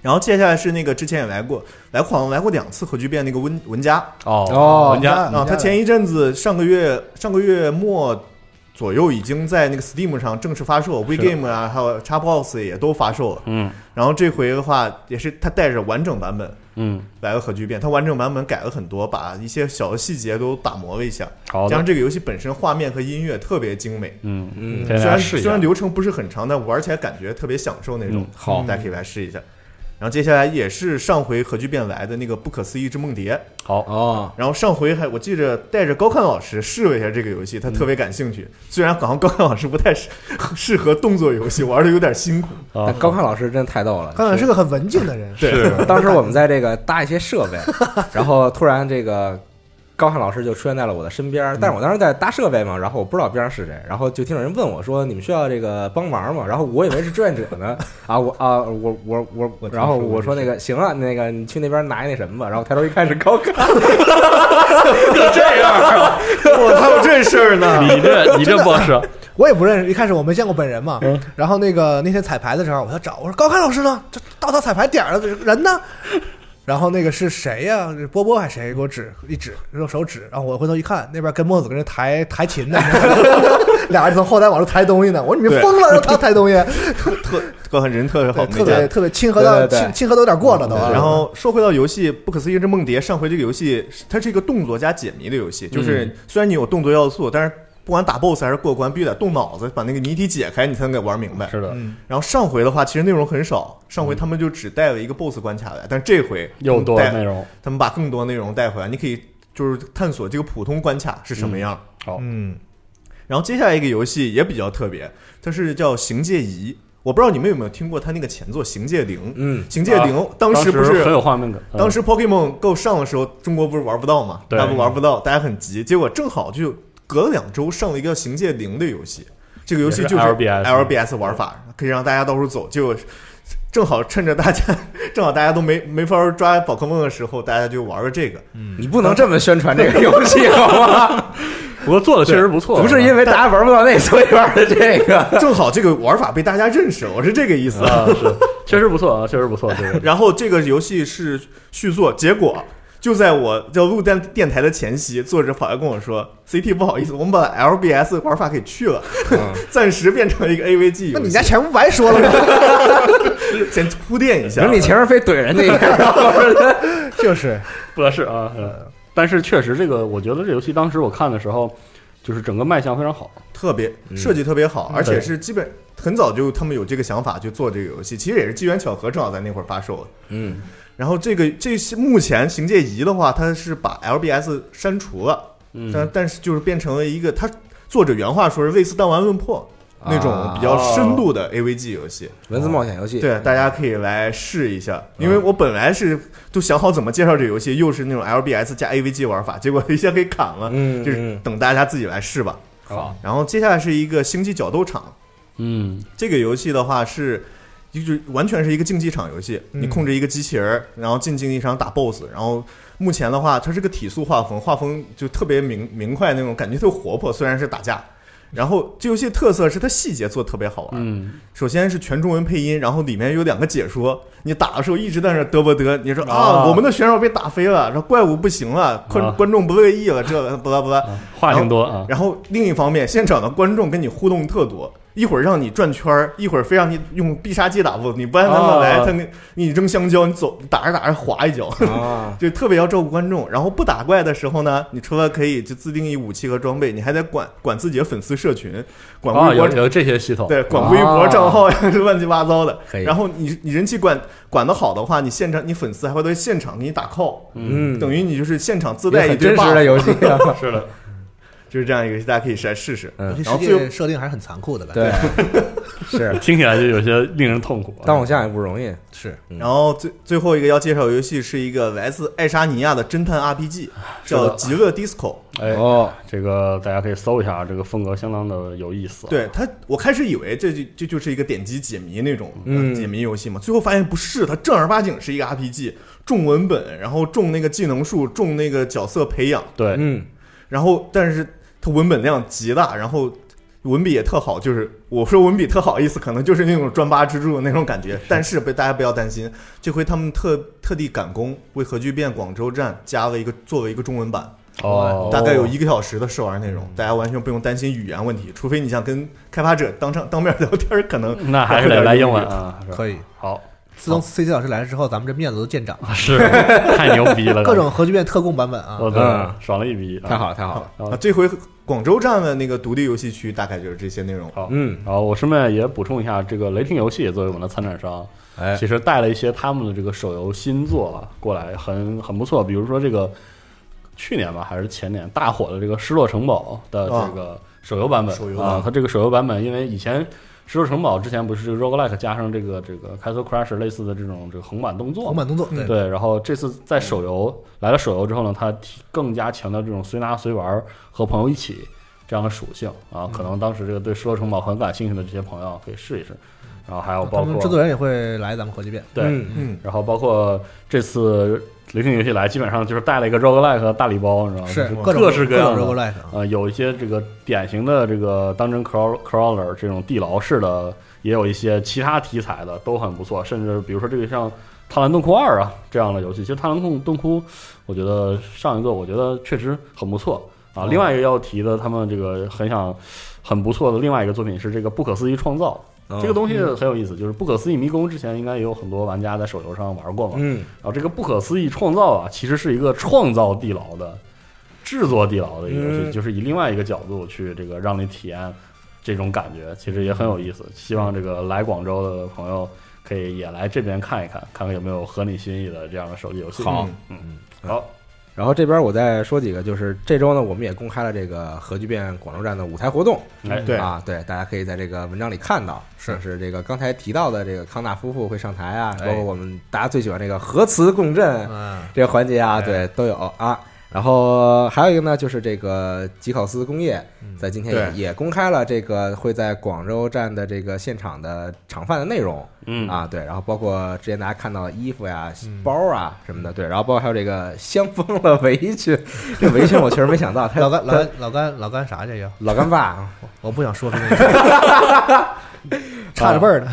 Speaker 2: 然后接下来是那个之前也来过，来过好像来过两次核聚变那个文文佳
Speaker 7: 哦，
Speaker 6: 哦
Speaker 7: 玩家
Speaker 2: 啊，他前一阵子上个月上个月末左右已经在那个 Steam 上正式发售
Speaker 7: 是的
Speaker 2: ，WeGame 啊还有 Xbox 也都发售了。
Speaker 7: 嗯
Speaker 2: 然后这回的话也是他带着完整版本
Speaker 7: 嗯，
Speaker 2: 来了核聚变，他完整版本改了很多，把一些小的细节都打磨了一下，
Speaker 7: 好的
Speaker 2: 加上，这个游戏本身画面和音乐特别精美。
Speaker 7: 嗯
Speaker 6: 嗯
Speaker 7: 大
Speaker 2: 虽
Speaker 7: 家
Speaker 2: 然
Speaker 7: 试一
Speaker 2: 虽
Speaker 7: 下
Speaker 2: 然，流程不是很长，但玩起来感觉特别享受那种
Speaker 7: 嗯。
Speaker 6: 好
Speaker 2: 大家可以来试一下。然后接下来也是上回核聚变来的那个《不可思议之梦蝶》，
Speaker 7: 好，
Speaker 6: 哦，
Speaker 2: 然后上回还我记着带着高看老师试了一下这个游戏，他特别感兴趣。虽然好像高看老师不太适适合动作游戏，玩的有点辛苦。
Speaker 7: 啊
Speaker 6: 但高看老师真的太逗了，
Speaker 11: 刚才是个很文静的人，
Speaker 2: 对，
Speaker 6: 当时我们在这个搭一些设备，然后突然这个高瀚老师就出现在了我的身边，但是我当时在搭设备嘛，然后我不知道边上是谁，然后就听有人问我说：“你们需要这个帮忙吗？”然后我以为是志愿者 呢，啊，我啊，我我我我，然后我说那个行啊，那个你去那边拿一那什么吧，然后抬头一看是高瀚，
Speaker 7: 这样，
Speaker 2: 我还有这事儿呢。
Speaker 7: 你这你这 boss，
Speaker 11: 我也不认识，一开始我没见过本人嘛。
Speaker 2: 嗯
Speaker 11: 然后那个那天彩排的时候，我要找，我说高开老师呢？这到他彩排点儿了，人呢？然后那个是谁呀、是波波还是谁给我指一指，用手指。然后我回头一看，那边跟墨子跟人抬抬琴呢， 俩人从后台往出抬东西呢。我说你们疯了，让他抬东西，
Speaker 2: 特高看人特别好，
Speaker 11: 对特
Speaker 2: 没
Speaker 11: 别
Speaker 2: 见
Speaker 11: 特别亲和到
Speaker 6: 对对对
Speaker 11: 亲亲和都有点过了都。
Speaker 2: 然后说回到游戏《不可思议之梦蝶》，上回这个游戏它是一个动作加解谜的游戏，就是虽然你有动作要素，但是不管打 BOSS 还是过关，必须得动脑子把那个谜题解开，你才能给玩 明白。
Speaker 7: 是的，
Speaker 11: 嗯，
Speaker 2: 然后上回的话，其实内容很少，上回他们就只带了一个 BOSS 关卡来，但是这回
Speaker 7: 又多
Speaker 2: 带
Speaker 7: 内容，
Speaker 2: 他们把更多内容带回来，你可以就是探索这个普通关卡是什么样。
Speaker 7: 好，
Speaker 11: 嗯，
Speaker 2: 然后接下来一个游戏也比较特别，它是叫《行界仪》，我不知道你们有没有听过它那个前作《行界零》。
Speaker 6: 嗯，
Speaker 2: 行界
Speaker 11: 啊
Speaker 2: 零、当时
Speaker 7: 时
Speaker 2: 不是
Speaker 7: 很有画面感，嗯
Speaker 2: 当时 Pokemon Go 上的时候，中国不是玩不到嘛，
Speaker 7: 对
Speaker 2: 大陆玩不到，大家很急，结果正好就隔了两周上了一个《行界零》的游戏，这个游戏就是
Speaker 7: 嗯也是 LBS
Speaker 2: LBS 玩法，可以让大家到处走，就正好趁着大家 正好大家都没没法抓宝可梦的时候，大家就玩个这个。
Speaker 7: 嗯
Speaker 6: 你不能这么宣传这个游戏好吗？
Speaker 7: 不过做的确实不错， 啊
Speaker 6: 不啊是因为大家玩不到那，所以玩的这 个。
Speaker 2: 正好这个玩法被大家认识，我是这个意思。
Speaker 7: 啊，是确实不错啊，确实不 错，这个
Speaker 2: 然后这个游戏是续作，结果就在我要录电电台的前夕，作者跑来跟我说：“CT 不好意思，我们把 LBS 玩法给去了，暂时变成了一个 AVG 游戏。”
Speaker 11: 那你家前不白说了吗？
Speaker 2: 先铺垫一
Speaker 6: 你
Speaker 2: 下
Speaker 6: 说，你前面非怼人家一 下，
Speaker 11: 就是，
Speaker 7: 不合适啊。
Speaker 2: 呃
Speaker 7: 嗯但是确实，这个我觉得这游戏当时我看的时候，就是整个卖相非常好。
Speaker 2: 特别
Speaker 6: 嗯
Speaker 2: 设计特别好，而且
Speaker 7: 对
Speaker 2: 是基本很早就他们有这个想法去做这个游戏，其实也是机缘巧合，正好在那会儿发售的。
Speaker 6: 嗯，
Speaker 2: 然后这个这些目前行界仪的话，它是把 LBS 删除了，但
Speaker 7: 嗯，
Speaker 2: 但是就是变成了一个，它作者原话说是类似弹丸论破。那种比较深度的 AVG 游戏，
Speaker 6: 啊文字冒险游戏，
Speaker 2: 对，大家可以来试一下。因为我本来是都想好怎么介绍这游戏，又是那种 LBS 加 AVG 玩法，结果 一下给砍了，
Speaker 6: 嗯，嗯，
Speaker 2: 就是等大家自己来试吧。
Speaker 6: 好，
Speaker 2: 然后接下来是一个星际角斗场，
Speaker 7: 嗯，
Speaker 2: 这个游戏的话是。就是完全是一个竞技场游戏，你控制一个机器人儿，然后进竞技场打 BOSS。然后目前的话，它是个体速画风，画风就特别明明快那种，感觉特活泼。虽然是打架，然后这游戏特色是它细节做得特别好玩，
Speaker 7: 嗯，
Speaker 2: 首先是全中文配音，然后里面有两个解说，你打的时候一直在那嘚啵嘚，你说啊
Speaker 7: 啊
Speaker 2: 我们的选手被打飞了，然后怪物不行了，观、
Speaker 7: 啊
Speaker 2: 观众不乐意了，这个不拉不拉。
Speaker 7: 啊话挺多啊，
Speaker 2: 然后另一方面，现场的观众跟你互动特多，一会儿让你转圈儿，一会儿非让你用必杀技打 BOSS，你不按他们来，
Speaker 7: 啊
Speaker 2: 他给你扔香蕉，你走打着打着滑一脚，
Speaker 6: 啊，
Speaker 2: 就特别要照顾观众。然后不打怪的时候呢，你除了可以就自定义武器和装备，你还得管管自己的粉丝社群，管
Speaker 7: 啊，
Speaker 2: 微博
Speaker 7: 有有这些哦系统，
Speaker 2: 对，管微博
Speaker 6: 啊
Speaker 2: 账号呀， 乱七八糟的
Speaker 6: 可以。
Speaker 2: 然后你你人气管管得好的话，你现场你粉丝还会在现场给你打 call，
Speaker 6: 嗯，
Speaker 2: 等于你就是现场自
Speaker 6: 也
Speaker 2: 带一
Speaker 6: 很
Speaker 2: 堆
Speaker 6: 真实的
Speaker 2: buff，
Speaker 6: 游戏啊，
Speaker 7: 是的，
Speaker 8: 就是这样一个游戏，大家可以来试试。
Speaker 6: 嗯
Speaker 2: 这
Speaker 8: 然后
Speaker 2: 世
Speaker 8: 最后
Speaker 2: 界设定还是很残酷的感觉。
Speaker 6: 对， 是，
Speaker 7: 听起来就有些令人痛苦啊。
Speaker 6: 当偶像也不容易。嗯
Speaker 2: 是
Speaker 8: 然后最最后一个要介绍的游戏是一个来自爱沙尼亚的侦探 RPG，
Speaker 7: 是的
Speaker 8: 叫《极乐 DISCO》。
Speaker 7: 哎，
Speaker 6: 哦，
Speaker 7: 这个大家可以搜一下啊，这个风格相当的有意思。啊
Speaker 8: 对，它，我开始以
Speaker 2: 啊
Speaker 8: 为这就这就是一个点击解谜那种呃
Speaker 6: 嗯
Speaker 8: 解谜游戏嘛，最后发现不是，它正儿八经是一个 RPG，重文本，然后重那个技能树，重那个角色培养，
Speaker 7: 对，
Speaker 6: 嗯，
Speaker 8: 然后但是它文本量极大，然后文笔也特好，就是我说文笔特好意思，可能就是那种专八之助的那种感觉。但是不，大家不要担心，这回他们特特地赶工为核聚变广州站加了一个作为一个中文版，
Speaker 7: 哦，嗯
Speaker 8: 大概有一个小时的试玩内容，大家完全不用担心语言问题，除非你想跟开发者当上当面聊天儿，可能
Speaker 7: 那还是得来英文啊。是吧
Speaker 2: 可以，
Speaker 7: 好，
Speaker 2: 自从 C J 老师来了之后，咱们这面子都见长了，
Speaker 7: 啊是太牛逼了，
Speaker 2: 各种核聚变特供版本啊，
Speaker 7: 我的
Speaker 6: 嗯
Speaker 7: 爽了一逼，
Speaker 6: 太好了，太好了。
Speaker 7: 好
Speaker 8: 啊，这回广州站的那个独立游戏区大概就是这些内容。
Speaker 6: 嗯，
Speaker 7: 然后我顺便也补充一下，这个雷霆游戏也作为我们的参展商，
Speaker 6: 哎
Speaker 7: 其实带了一些他们的这个手游新作啊过来，很很不错。比如说这个去年吧还是前年大火的这个《失落城堡》的
Speaker 8: 啊
Speaker 7: 这个手游版本
Speaker 8: 手游
Speaker 7: 啊
Speaker 8: 版，
Speaker 7: 它这个手游版本因为以前。失落城堡之前不是这个 roguelike 加上这个这个 castle crash 类似的这种这个横版动作
Speaker 2: 横
Speaker 7: 嘛？
Speaker 2: 版动
Speaker 8: 嗯
Speaker 2: 作，对，
Speaker 7: 对，然后这次在手游来了手游之后呢，它提更加强调这种随拿随玩儿和朋友一起这样的属性啊。可
Speaker 2: 嗯
Speaker 7: 能当时这个对《失落城堡》很感兴趣的这些朋友可以试一试。然后还有
Speaker 2: 他
Speaker 7: 包
Speaker 2: 们制作
Speaker 7: 括
Speaker 2: 人也会来咱们核聚变，
Speaker 7: 对，
Speaker 6: 嗯
Speaker 8: 嗯，
Speaker 7: 然后包括这次雷霆游戏来，基本上就是带了一个 roguelike 和大礼包，
Speaker 8: 嗯
Speaker 7: 你知道吗？就是是
Speaker 2: 各种
Speaker 7: 各式各样
Speaker 2: 种 r o g
Speaker 7: 的。
Speaker 2: u l i k e
Speaker 7: 呃，有一些这个典型的这个当真 crawl crawler 这种地牢式的，也有一些其他题材的都很不错，甚至比如说这个像《贪婪洞窟二》啊这样的游戏，其实《贪婪洞洞窟》我觉得上一个我觉得确实很不错啊。另外一个要提的，他们这个很想很不错的另外一个作品是这个《不可思议创造》，
Speaker 6: 哦嗯
Speaker 7: 这个东西很有意思，就是《不可思议迷宫》之前应该也有很多玩家在手游上玩过嘛。
Speaker 6: 嗯，
Speaker 7: 然后啊这个不可思议创造啊，其实是一个创造地牢的制作地牢的一个游戏，
Speaker 6: 嗯
Speaker 7: 就是以另外一个角度去这个让你体验这种感觉，其实也很有意思。希望这个来广州的朋友可以也来这边看一看，看看有没有合你心意的这样的手机游戏。
Speaker 6: 好，
Speaker 7: 嗯，好，
Speaker 6: 然后这边我再说几个，就是这周呢，我们也公开了这个核聚变广州站的舞台活动，
Speaker 7: 哎，
Speaker 8: 对
Speaker 6: 啊，对，大家可以在这个文章里看到，
Speaker 2: 是
Speaker 6: 是这个刚才提到的这个康纳夫妇会上台啊，
Speaker 2: 哎
Speaker 6: 包括我们大家最喜欢这个核磁共振
Speaker 2: 嗯，
Speaker 6: 这个环节啊，
Speaker 2: 哎
Speaker 6: 对，都有啊。然后还有一个呢，就是这个吉考斯工业
Speaker 2: 嗯
Speaker 6: 在今天
Speaker 8: 对
Speaker 6: 也也公开了这个会在广州站的这个现场的场饭的内容，
Speaker 7: 嗯，
Speaker 6: 啊，对，然后包括之前大家看到的衣服呀、
Speaker 2: 嗯
Speaker 6: 包啊什么的，对，然后包括还有这个香疯了围裙， 这围裙我确实没想到，他
Speaker 2: 老干老干老干老干啥去呀？
Speaker 6: 老干 爸，
Speaker 2: 我不想说出那个， 差着辈儿呢，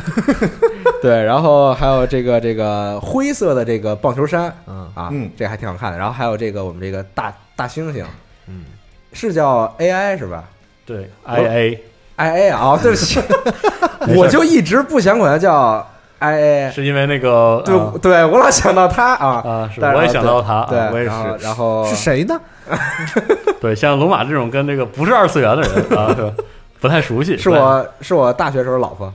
Speaker 6: 对，然后还有这个这个灰色的这个棒球衫
Speaker 7: 哦
Speaker 2: 嗯，
Speaker 6: 啊，
Speaker 8: 嗯
Speaker 6: 这还挺好看的，然后还有这个我们这个大大猩猩，
Speaker 2: 嗯，
Speaker 6: 是叫 AI 是吧
Speaker 7: 对，I A
Speaker 6: ？I A 啊，对不起
Speaker 7: 没，事
Speaker 6: 我就一直不想管它叫 I A，
Speaker 7: 是因为那个
Speaker 6: 对对，我老想到它啊，
Speaker 7: 啊，是
Speaker 6: 但是
Speaker 7: 我也想到他，
Speaker 6: 对，
Speaker 7: 啊
Speaker 8: 我也
Speaker 6: 然后
Speaker 8: 是
Speaker 6: 然后
Speaker 2: 是谁呢？
Speaker 7: 对，像龙马这种跟这个不是二次元的人啊， 是吧不太熟悉，
Speaker 6: 是我是我大学时候老婆。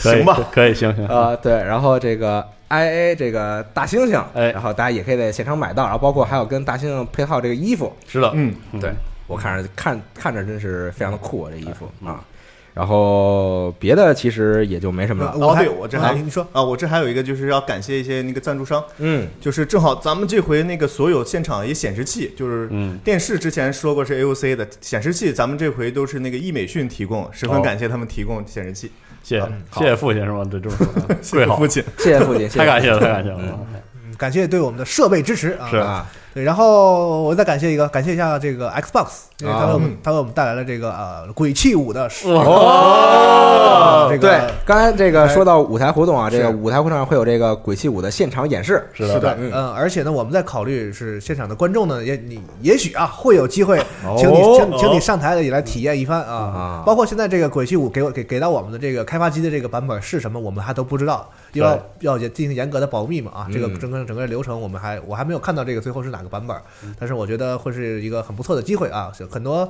Speaker 7: 可以
Speaker 8: 行吧，
Speaker 7: 可以行行，
Speaker 6: 呃，对，然后这个 I A 这个大猩猩，
Speaker 7: 哎
Speaker 6: 然后大家也可以在现场买到，然后包括还有跟大猩猩配套这个衣服，
Speaker 7: 知道，
Speaker 8: 嗯，
Speaker 7: 嗯
Speaker 6: 对我看着看看着真是非常的酷啊，这衣服啊。然后别的其实也就没什么了，
Speaker 8: 哦，对，我这还
Speaker 2: 啊你说
Speaker 8: 啊，我这还有一个就是要感谢一些那个赞助商，
Speaker 6: 嗯
Speaker 8: 就是正好咱们这回那个所有现场一显示器，就是
Speaker 7: 嗯
Speaker 8: 电视之前说过是 AOC 的显示器，咱们这回都是那个易美讯提供，十
Speaker 7: 哦
Speaker 8: 分感谢他们提供显示器。
Speaker 7: 谢谢
Speaker 6: 嗯好
Speaker 7: 谢谢父亲是吗？对，这么说，贵好
Speaker 8: 父，亲，
Speaker 6: 谢谢父 亲，
Speaker 7: 太感谢了，太
Speaker 6: 谢
Speaker 7: 感谢了。
Speaker 2: 嗯感谢对我们的设备支持啊，
Speaker 7: 是
Speaker 6: 父亲啊，
Speaker 2: 对，然后我再感谢一个，感谢一下这个 Xbox，因为它为我们、
Speaker 8: 啊
Speaker 2: 它为我们带来了这个呃《鬼泣五》的实
Speaker 6: 哦
Speaker 2: 这个
Speaker 6: 对，刚才这个说到舞台活动啊，这个
Speaker 2: 是
Speaker 6: 舞台活动上会有这个鬼泣五的现场演示，
Speaker 7: 是的是的
Speaker 6: 嗯
Speaker 2: 嗯，而且呢，我们在考虑是现场的观众呢，也你也许啊会有机会
Speaker 6: 哦，
Speaker 2: 请你请请你上台也来体验一番啊
Speaker 6: 啊。
Speaker 2: 包括现在这个《鬼泣五》给我给给到我们的这个开发机的这个版本是什么，我们还都不知道，因为要要进行严格的保密嘛啊。这个
Speaker 6: 嗯
Speaker 2: 整个整个流程我
Speaker 6: 嗯
Speaker 2: 们啊还我还没有看到这个最后是哪个版本，但是我觉得会是一个很不错的机会啊，很多。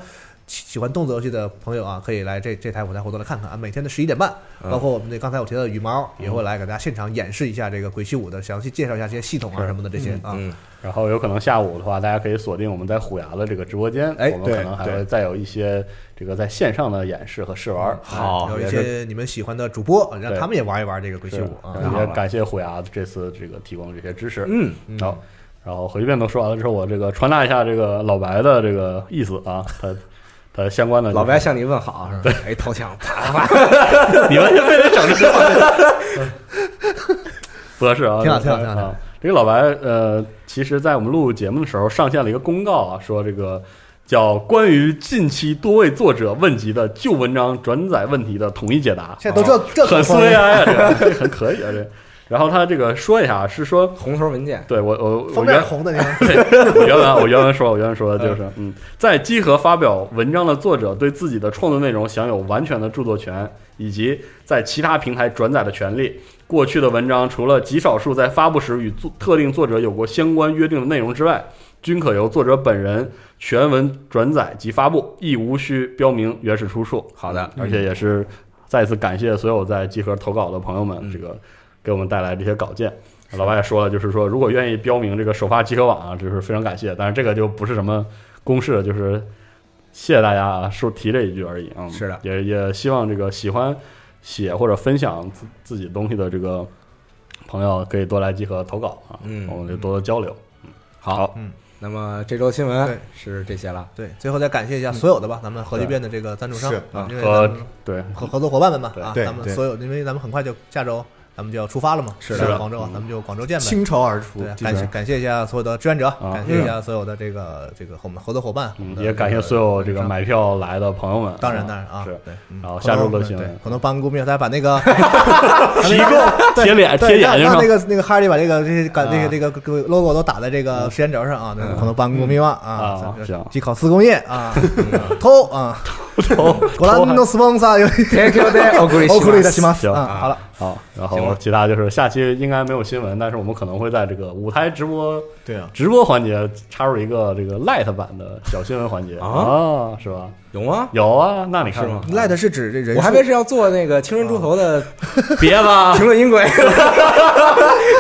Speaker 2: 喜喜欢动作游戏的朋友啊，可以来这这台舞台活动来看看啊。每天的十一点半，
Speaker 6: 嗯
Speaker 2: 包括我们那刚才我提到的羽毛也会来给大家现场演示一下这个鬼泣五的，详细介绍一下这些系统啊
Speaker 7: 是
Speaker 2: 什么的这些啊。
Speaker 6: 嗯，
Speaker 7: 然后有可能下午的话，大家可以锁定我们在虎牙的这个直播间，
Speaker 2: 哎
Speaker 7: 我们
Speaker 8: 对
Speaker 7: 可能还
Speaker 8: 对
Speaker 7: 会再有一些这个在线上的演示和试玩。哎
Speaker 6: 好
Speaker 2: 嗯哎有
Speaker 7: 嗯也
Speaker 2: 一
Speaker 7: 是
Speaker 2: 些你们喜欢的主播，让
Speaker 7: 对
Speaker 2: 他们也玩一玩这个鬼泣
Speaker 7: 是嗯
Speaker 2: 五啊。
Speaker 7: 然后也感谢虎牙这次这个提供这些支持。
Speaker 6: 嗯，
Speaker 7: 好，然后回遍都说完了之后，我这个传达一下这个老白的这个意思啊，他他相关的
Speaker 6: 老白，向你问好，是吧？哎，掏枪， 啪啪，
Speaker 7: 你们非得整这嗯博士啊，
Speaker 2: 挺好挺好
Speaker 7: 这个
Speaker 2: 挺好挺好
Speaker 7: 啊这个老白，呃，其实，在我们录节目的时候上线了一个公告啊，说这个叫关于近期多位作者问及的旧文章转载问题的统一解答，
Speaker 2: 现在都
Speaker 6: 哦
Speaker 2: 这这
Speaker 7: 很
Speaker 2: 口风
Speaker 7: 衰啊，这个这很可以啊，这个。然后他这个说一下啊，是说
Speaker 6: 红头文件，
Speaker 7: 对我我我
Speaker 2: 封
Speaker 7: 原
Speaker 2: 面 红的，你看
Speaker 7: 我原文我原文说，我原文说的就是，嗯，在集合发表文章的作者对自己的创作内容享有完全的著作权，以及在其他平台转载的权利。过去的文章除了极少数在发布时与作特定作者有过相关约定的内容之外，均可由作者本人全文转载及发布，亦无需标明原始出处。
Speaker 6: 好的，
Speaker 7: 而且也是再次感谢所有在集合投稿的朋友们，
Speaker 6: 嗯
Speaker 7: 这个给我们带来这些稿件。老白也说了，就是说如果愿意标明这个首发集合网啊，就是非常感谢。但是这个就不是什么公式，就是谢谢大家啊，说提这一句而已啊。
Speaker 6: 是的，
Speaker 7: 也也希望这个喜欢写或者分享自自己东西的这个朋友，可以多来集合投稿啊，
Speaker 6: 嗯
Speaker 7: 我们就多多交流。
Speaker 6: 好，
Speaker 2: 嗯，
Speaker 6: 那么这周新
Speaker 2: 对
Speaker 6: 闻是这些了，
Speaker 2: 对，最后再感谢一下所有的吧，咱们核聚变的这个赞助商
Speaker 8: 是
Speaker 2: 啊，因为咱
Speaker 7: 嗯和
Speaker 2: 们
Speaker 7: 对
Speaker 2: 合合作伙伴们吧啊，
Speaker 8: 对
Speaker 2: 咱们
Speaker 8: 对
Speaker 2: 所有，因为咱们很快就下周咱们就要出发了嘛，
Speaker 6: 是
Speaker 2: 在
Speaker 7: 的嗯
Speaker 2: 广州啊，咱们就广州见呗。
Speaker 8: 倾巢而出
Speaker 2: 对，，
Speaker 8: 基本
Speaker 2: 感谢
Speaker 8: 上
Speaker 2: 感谢一下所有的志愿者，
Speaker 7: 啊
Speaker 2: 感谢一下所有的这个这个和我们合作伙伴，我
Speaker 7: 嗯
Speaker 2: 们的
Speaker 7: 也感谢所有这个
Speaker 2: 赞助商。
Speaker 7: 买票来的朋友们。
Speaker 2: 当然当然啊，
Speaker 7: 是。
Speaker 2: 对，嗯
Speaker 7: 然后下周的新
Speaker 2: 可能
Speaker 7: 闻
Speaker 2: 对，可能帮顾面大家把那个
Speaker 7: 提供贴脸贴
Speaker 2: 对，
Speaker 7: 眼
Speaker 2: 让
Speaker 7: 睛
Speaker 2: 让
Speaker 7: 上
Speaker 2: 那。个那个哈利把这个这些感这
Speaker 7: 啊嗯
Speaker 2: 个这个这个 logo 都打在这个时间轴上啊，那可能帮顾密万啊
Speaker 7: 啊，行嗯
Speaker 2: 技考四工业啊， 偷 啊，果然都
Speaker 7: 啊
Speaker 2: 斯蒙萨有，
Speaker 6: Thank you, day, お送りします
Speaker 2: お送りいたします
Speaker 7: 行
Speaker 2: 啊，好了，
Speaker 7: 好，然后其他就是下期应该没有新闻，但是我们可能会在这个舞台直播
Speaker 8: 对啊，
Speaker 7: 直播环节插入一个这个 light 版的小新闻环节
Speaker 6: 啊
Speaker 7: 啊，是吧？
Speaker 6: 有吗？
Speaker 7: 有啊，那你看
Speaker 6: 是吗
Speaker 2: 赖的是指这人
Speaker 6: 我
Speaker 2: 数
Speaker 6: 还。以为是要做那个青春猪头 的
Speaker 7: 别吧，
Speaker 6: 评论音轨，
Speaker 7: 对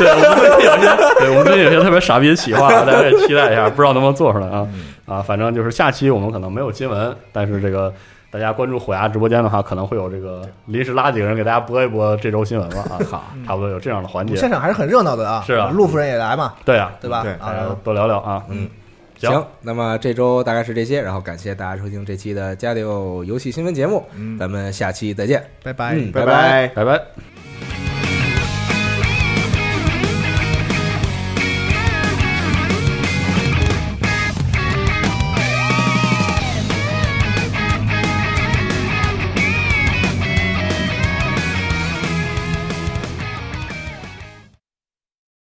Speaker 7: 我们最近有些，对我们最近有些特别傻逼的企划，大家也期待一下，不知道能不能做出来啊啊！反正就是下期我们可能没有新闻，但是这个大家关注虎牙直播间的话，可能会有这个临时拉几个人给大家播一播这周新闻吧啊，好，嗯差不多有这样的环
Speaker 2: 我们
Speaker 7: 节
Speaker 2: 现，场还是很热闹的啊，
Speaker 7: 是啊
Speaker 2: 陆夫人也来嘛，
Speaker 7: 对啊，
Speaker 2: 对吧
Speaker 8: 对？
Speaker 7: 大
Speaker 2: 啊，然
Speaker 7: 家
Speaker 2: 后
Speaker 7: 多聊聊啊，
Speaker 6: 嗯，
Speaker 7: 行
Speaker 6: 行，那么这周大概是这些，然后感谢大家收听这期的《加里奥游戏新闻》节目，咱们下期再见，
Speaker 2: 嗯拜拜。
Speaker 6: 嗯，
Speaker 8: 拜
Speaker 6: 拜。
Speaker 8: 拜。
Speaker 7: 拜拜。